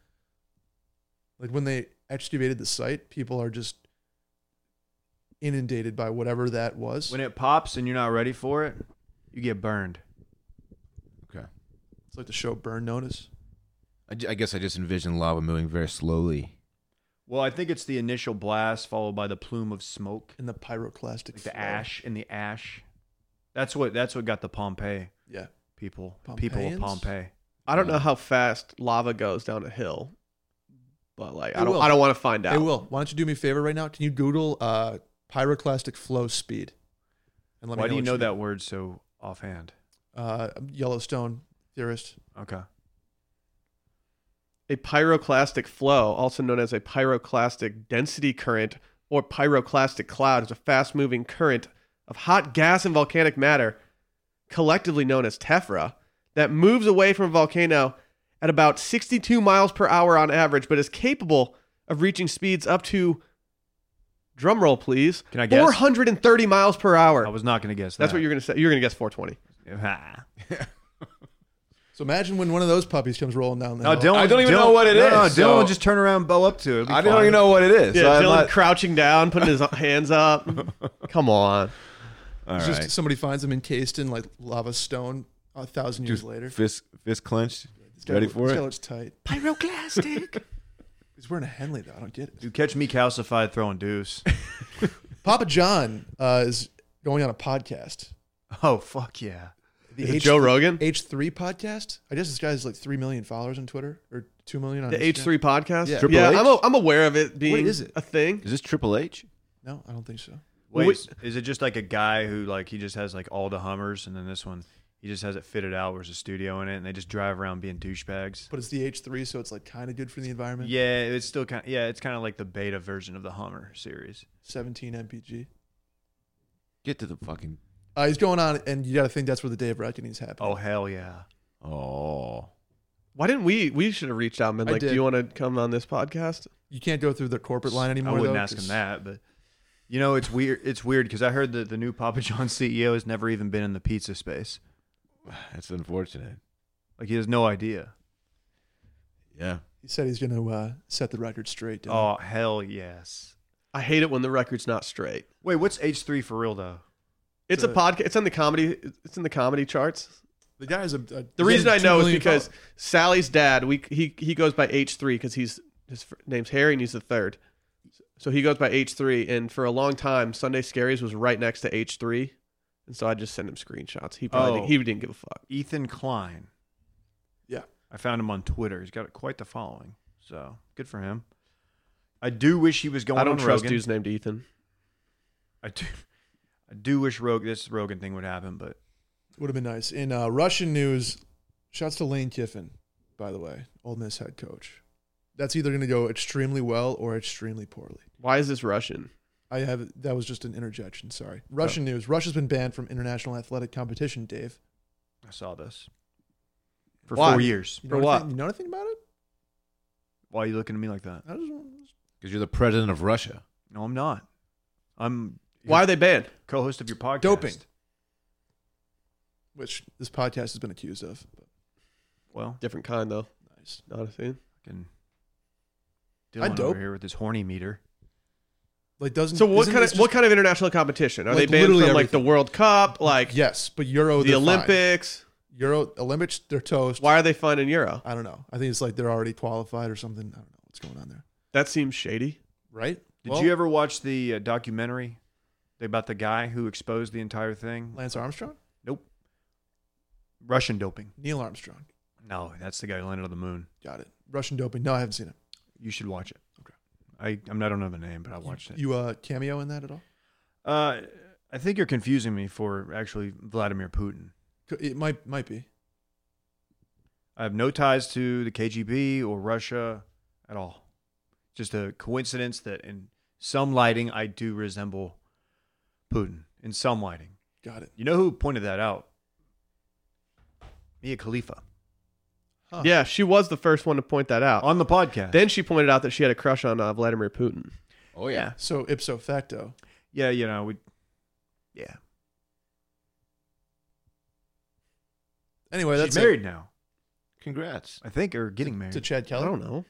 [SPEAKER 4] Like when they excavated the site, people are just inundated by whatever that was.
[SPEAKER 2] when it pops and you're not ready for it, you get burned.
[SPEAKER 3] Okay.
[SPEAKER 4] it's like the show Burn Notice.
[SPEAKER 3] I, ju- I guess I just envision lava moving very slowly.
[SPEAKER 2] Well, I think it's the initial blast followed by the plume of smoke,
[SPEAKER 4] and the pyroclastic
[SPEAKER 2] like
[SPEAKER 4] flow.
[SPEAKER 2] the ash and the ash. That's what that's what got the Pompeii
[SPEAKER 4] Yeah,
[SPEAKER 2] people, people of
[SPEAKER 4] Pompeians?
[SPEAKER 2] Pompeii.
[SPEAKER 1] I don't
[SPEAKER 3] Yeah.
[SPEAKER 1] know how fast lava goes down a hill, but like
[SPEAKER 4] It
[SPEAKER 1] I don't,
[SPEAKER 4] will.
[SPEAKER 1] I don't want to find out.
[SPEAKER 4] hey Will, why don't you do me a favor right now? Can you Google uh, pyroclastic flow speed? And
[SPEAKER 2] Why do you
[SPEAKER 4] what
[SPEAKER 2] know
[SPEAKER 4] mean.
[SPEAKER 2] that word so offhand?
[SPEAKER 4] Uh, Yellowstone theorist.
[SPEAKER 2] Okay.
[SPEAKER 1] A pyroclastic flow, also known as a pyroclastic density current or pyroclastic cloud, is a fast moving current of hot gas and volcanic matter, collectively known as tephra, that moves away from a volcano at about 62 miles per hour on average, but is capable of reaching speeds up to, drumroll please,
[SPEAKER 2] Can I guess?
[SPEAKER 1] 430 miles per hour.
[SPEAKER 2] I was not going to guess that.
[SPEAKER 1] That's what you're going to say. You're going to guess 420.
[SPEAKER 2] Ah.
[SPEAKER 4] So imagine when one of those puppies comes rolling down the
[SPEAKER 2] No,
[SPEAKER 4] hill.
[SPEAKER 2] Dylan,
[SPEAKER 3] I don't even
[SPEAKER 2] Dylan-
[SPEAKER 3] know what it
[SPEAKER 2] no, No,
[SPEAKER 3] is,
[SPEAKER 2] Dylan
[SPEAKER 3] so-
[SPEAKER 2] will just turn around and bow up to it. It'll be
[SPEAKER 3] I don't
[SPEAKER 2] fine.
[SPEAKER 3] even know what it is.
[SPEAKER 1] Yeah,
[SPEAKER 3] so I'm
[SPEAKER 1] Dylan
[SPEAKER 3] not-
[SPEAKER 1] crouching down, putting his hands up. Come on.
[SPEAKER 3] All
[SPEAKER 4] It's
[SPEAKER 3] right.
[SPEAKER 4] just somebody finds them encased in like lava stone a thousand years later.
[SPEAKER 3] Fist, fist clenched.
[SPEAKER 4] This guy
[SPEAKER 3] Ready
[SPEAKER 4] loo-
[SPEAKER 3] for
[SPEAKER 4] this
[SPEAKER 3] it?
[SPEAKER 4] guy looks tight.
[SPEAKER 1] Pyroclastic.
[SPEAKER 4] He's wearing a Henley though. I don't get it.
[SPEAKER 2] You catch me calcified throwing deuce.
[SPEAKER 4] Papa John uh, is going on a podcast.
[SPEAKER 2] oh fuck yeah!
[SPEAKER 4] The
[SPEAKER 1] Is it Joe Rogan?
[SPEAKER 4] H three podcast. I guess this guy has like three million followers on Twitter or two million on
[SPEAKER 1] The
[SPEAKER 4] Instagram.
[SPEAKER 1] H three podcast.
[SPEAKER 4] Yeah.
[SPEAKER 1] Yeah,
[SPEAKER 3] Triple H?
[SPEAKER 1] I'm, a, I'm aware of it being
[SPEAKER 4] is it?
[SPEAKER 1] a thing.
[SPEAKER 3] Is this Triple H?
[SPEAKER 4] No, I don't think so.
[SPEAKER 1] Well,
[SPEAKER 2] Wait,
[SPEAKER 1] we-
[SPEAKER 2] is it just like a guy who like he just has like all the Hummers, and then this one he just has it fitted out where there's a studio in it, and they just drive around being douchebags?
[SPEAKER 4] But it's the H three, so it's like kind of good for the environment.
[SPEAKER 2] Yeah, it's still kind. Of, yeah, it's kind of like the beta version of the Hummer series.
[SPEAKER 4] Seventeen mpg.
[SPEAKER 3] Get to the fucking
[SPEAKER 4] Uh, he's going on, and you got to think that's where the day of reckoning is happening.
[SPEAKER 2] Oh hell yeah!
[SPEAKER 3] Oh,
[SPEAKER 1] Why didn't we? We should have reached out and been
[SPEAKER 4] I
[SPEAKER 1] like,
[SPEAKER 4] did.
[SPEAKER 1] "Do you want to come on this podcast?"
[SPEAKER 4] You can't go through their corporate line anymore.
[SPEAKER 2] I wouldn't
[SPEAKER 4] though,
[SPEAKER 2] ask him
[SPEAKER 4] 'cause-
[SPEAKER 2] that, but you know it's weird. It's weird because I heard that the new Papa John CEO has never even been in the pizza space.
[SPEAKER 3] that's unfortunate.
[SPEAKER 2] Like he has no idea.
[SPEAKER 3] Yeah.
[SPEAKER 4] He said he's going to uh, set the record straight. didn't he?
[SPEAKER 2] Oh hell yes!
[SPEAKER 1] I hate it when the record's not straight.
[SPEAKER 2] Wait, what's H three for real though?
[SPEAKER 1] It's
[SPEAKER 4] So-
[SPEAKER 1] a podcast. It's in the comedy. It's in the comedy charts.
[SPEAKER 4] the guy is a. a-
[SPEAKER 1] The
[SPEAKER 4] he's
[SPEAKER 1] reason
[SPEAKER 4] a
[SPEAKER 1] I
[SPEAKER 4] $2
[SPEAKER 1] know is
[SPEAKER 4] million
[SPEAKER 1] because
[SPEAKER 4] dollar-
[SPEAKER 1] Sally's dad. We he he goes by H three because he's his fir- name's Harry and he's the third. So he goes by H three, and for a long time, Sunday Scaries was right next to H three, and so I just send him screenshots. He probably
[SPEAKER 2] Oh.
[SPEAKER 1] didn't, he didn't give a fuck.
[SPEAKER 2] Ethan Klein.
[SPEAKER 4] Yeah.
[SPEAKER 2] I found him on Twitter. He's got quite the following, so good for him. I do wish he was going.
[SPEAKER 1] I don't
[SPEAKER 2] on
[SPEAKER 1] trust
[SPEAKER 2] Rogan.
[SPEAKER 1] dudes named Ethan.
[SPEAKER 2] I do. I do wish Rogan this Rogan thing would happen, but
[SPEAKER 4] Would have been nice. In uh, Russian news, shouts to Lane Kiffin, by the way, Ole Miss head coach. That's either going to go extremely well or extremely poorly.
[SPEAKER 1] Why is this Russian?
[SPEAKER 4] I have that was just an interjection. Sorry.
[SPEAKER 1] Oh.
[SPEAKER 4] Russian news. Russia's been banned from international athletic competition. Dave,
[SPEAKER 2] I saw this for
[SPEAKER 1] Why?
[SPEAKER 2] four years.
[SPEAKER 4] you
[SPEAKER 1] For
[SPEAKER 4] know anything-
[SPEAKER 1] what?
[SPEAKER 4] You know anything about it?
[SPEAKER 2] Why are you looking at me like that?
[SPEAKER 4] I just,
[SPEAKER 3] Because you're the president of Russia.
[SPEAKER 2] No, I'm not. I'm
[SPEAKER 1] Why are they banned?
[SPEAKER 2] co-host of your podcast.
[SPEAKER 4] Doping. which this podcast has been accused of. But
[SPEAKER 2] Well,
[SPEAKER 1] Different kind though.
[SPEAKER 4] nice.
[SPEAKER 1] Not a thing.
[SPEAKER 2] fucking Dylan
[SPEAKER 4] I dope.
[SPEAKER 2] over here with his horny meter.
[SPEAKER 4] Like doesn't
[SPEAKER 1] So what
[SPEAKER 4] isn't
[SPEAKER 1] kind of
[SPEAKER 4] this just-
[SPEAKER 1] what kind of international competition are
[SPEAKER 4] Like,
[SPEAKER 1] they banned from?
[SPEAKER 4] literally
[SPEAKER 1] Like the
[SPEAKER 4] everything.
[SPEAKER 1] World Cup, like
[SPEAKER 4] yes, but Euro
[SPEAKER 1] the
[SPEAKER 4] they're fine.
[SPEAKER 1] Olympics.
[SPEAKER 4] Euro Olympics they're toast.
[SPEAKER 1] Why are they fine in Euro?
[SPEAKER 4] I don't know. I think it's like they're already qualified or something. I don't know what's going on there.
[SPEAKER 1] That seems shady.
[SPEAKER 4] Right?
[SPEAKER 2] Did
[SPEAKER 4] Well,
[SPEAKER 2] you ever watch the uh, documentary about the guy who exposed the entire thing?
[SPEAKER 4] Lance Armstrong?
[SPEAKER 2] Nope. Russian doping.
[SPEAKER 4] Neil Armstrong.
[SPEAKER 2] No, that's the guy who landed on the moon.
[SPEAKER 4] Got it. Russian doping. No, I haven't seen it.
[SPEAKER 2] You should watch it. Okay. I I'm not, I don't know the name, but I watched it.
[SPEAKER 4] You uh cameo in that at all?
[SPEAKER 2] uh, I think you're confusing me for actually Vladimir Putin.
[SPEAKER 4] Co- It might might be.
[SPEAKER 2] I have no ties to the KGB or Russia at all. Just a coincidence that in some lighting I do resemble Putin. In some lighting.
[SPEAKER 4] Got it.
[SPEAKER 2] You know who pointed that out? Mia Khalifa
[SPEAKER 4] Huh.
[SPEAKER 1] Yeah, she was the first one to point that
[SPEAKER 4] Uh,
[SPEAKER 1] out.
[SPEAKER 2] on the podcast.
[SPEAKER 1] Then she pointed out that she had a crush on uh, Vladimir Putin.
[SPEAKER 3] Oh
[SPEAKER 4] So ipso facto.
[SPEAKER 2] yeah, you know, we yeah.
[SPEAKER 4] Anyway,
[SPEAKER 2] She's
[SPEAKER 4] that's it.
[SPEAKER 2] married now.
[SPEAKER 3] Congrats.
[SPEAKER 2] I think or getting married.
[SPEAKER 4] to Chad
[SPEAKER 1] I
[SPEAKER 4] Kelly.
[SPEAKER 1] don't know.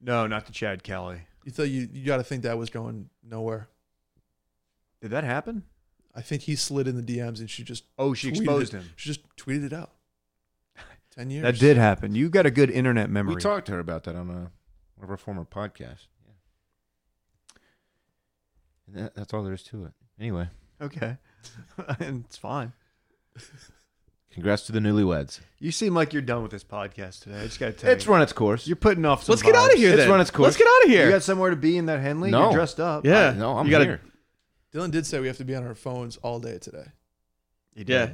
[SPEAKER 2] no, not to Chad Kelly.
[SPEAKER 4] You thought you, you got to think that was going nowhere.
[SPEAKER 2] Did that happen?
[SPEAKER 4] I think he slid in the DMs and she just
[SPEAKER 2] Oh, she
[SPEAKER 4] tweeted
[SPEAKER 2] exposed
[SPEAKER 4] it.
[SPEAKER 2] him.
[SPEAKER 4] She just tweeted it out. Ten years.
[SPEAKER 2] That did happen. You got a good internet memory.
[SPEAKER 3] We talked to her about that on a, one of our former podcasts. Yeah. And that, that's all there is to it. Anyway,
[SPEAKER 2] okay. it's fine.
[SPEAKER 3] congrats to the newlyweds.
[SPEAKER 2] You seem like you're done with this podcast today. I just got to tell
[SPEAKER 3] It's
[SPEAKER 2] you.
[SPEAKER 3] run its course.
[SPEAKER 2] You're putting off. Some
[SPEAKER 1] Let's get out of
[SPEAKER 2] vibes.
[SPEAKER 1] here.
[SPEAKER 3] It's
[SPEAKER 1] then.
[SPEAKER 3] run its course.
[SPEAKER 1] Let's get out of here.
[SPEAKER 2] You got somewhere to be in that Henley?
[SPEAKER 3] No.
[SPEAKER 2] You're dressed up.
[SPEAKER 1] yeah.
[SPEAKER 3] I- no, I'm
[SPEAKER 1] you gotta-
[SPEAKER 3] here.
[SPEAKER 4] Dylan did say we have to be on our phones all day today.
[SPEAKER 2] You did.
[SPEAKER 1] Yeah.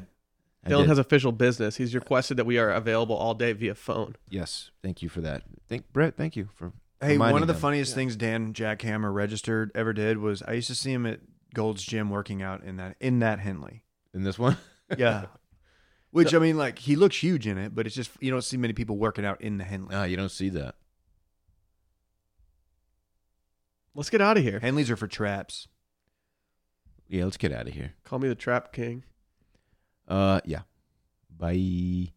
[SPEAKER 3] I
[SPEAKER 1] Dylan
[SPEAKER 3] did.
[SPEAKER 1] has official business. He's requested that we are available all day via phone.
[SPEAKER 3] Yes, thank you for that. Thank Brett. Thank you for.
[SPEAKER 2] Hey, one
[SPEAKER 3] reminding
[SPEAKER 2] of the
[SPEAKER 3] them.
[SPEAKER 2] funniest
[SPEAKER 4] Yeah.
[SPEAKER 2] things Dan Jackhammer registered ever did was I used to see him at Gold's Gym working out in that in that Henley.
[SPEAKER 3] in this one.
[SPEAKER 2] Yeah. Which I mean, like he looks huge in it, but it's just you don't see many people working out in the Henley.
[SPEAKER 3] No, Ah, you don't see that.
[SPEAKER 1] Let's get out of here.
[SPEAKER 2] Henleys are for traps.
[SPEAKER 3] Yeah, let's get out of here.
[SPEAKER 1] Call me the Trap King.
[SPEAKER 3] Uh, yeah. Bye.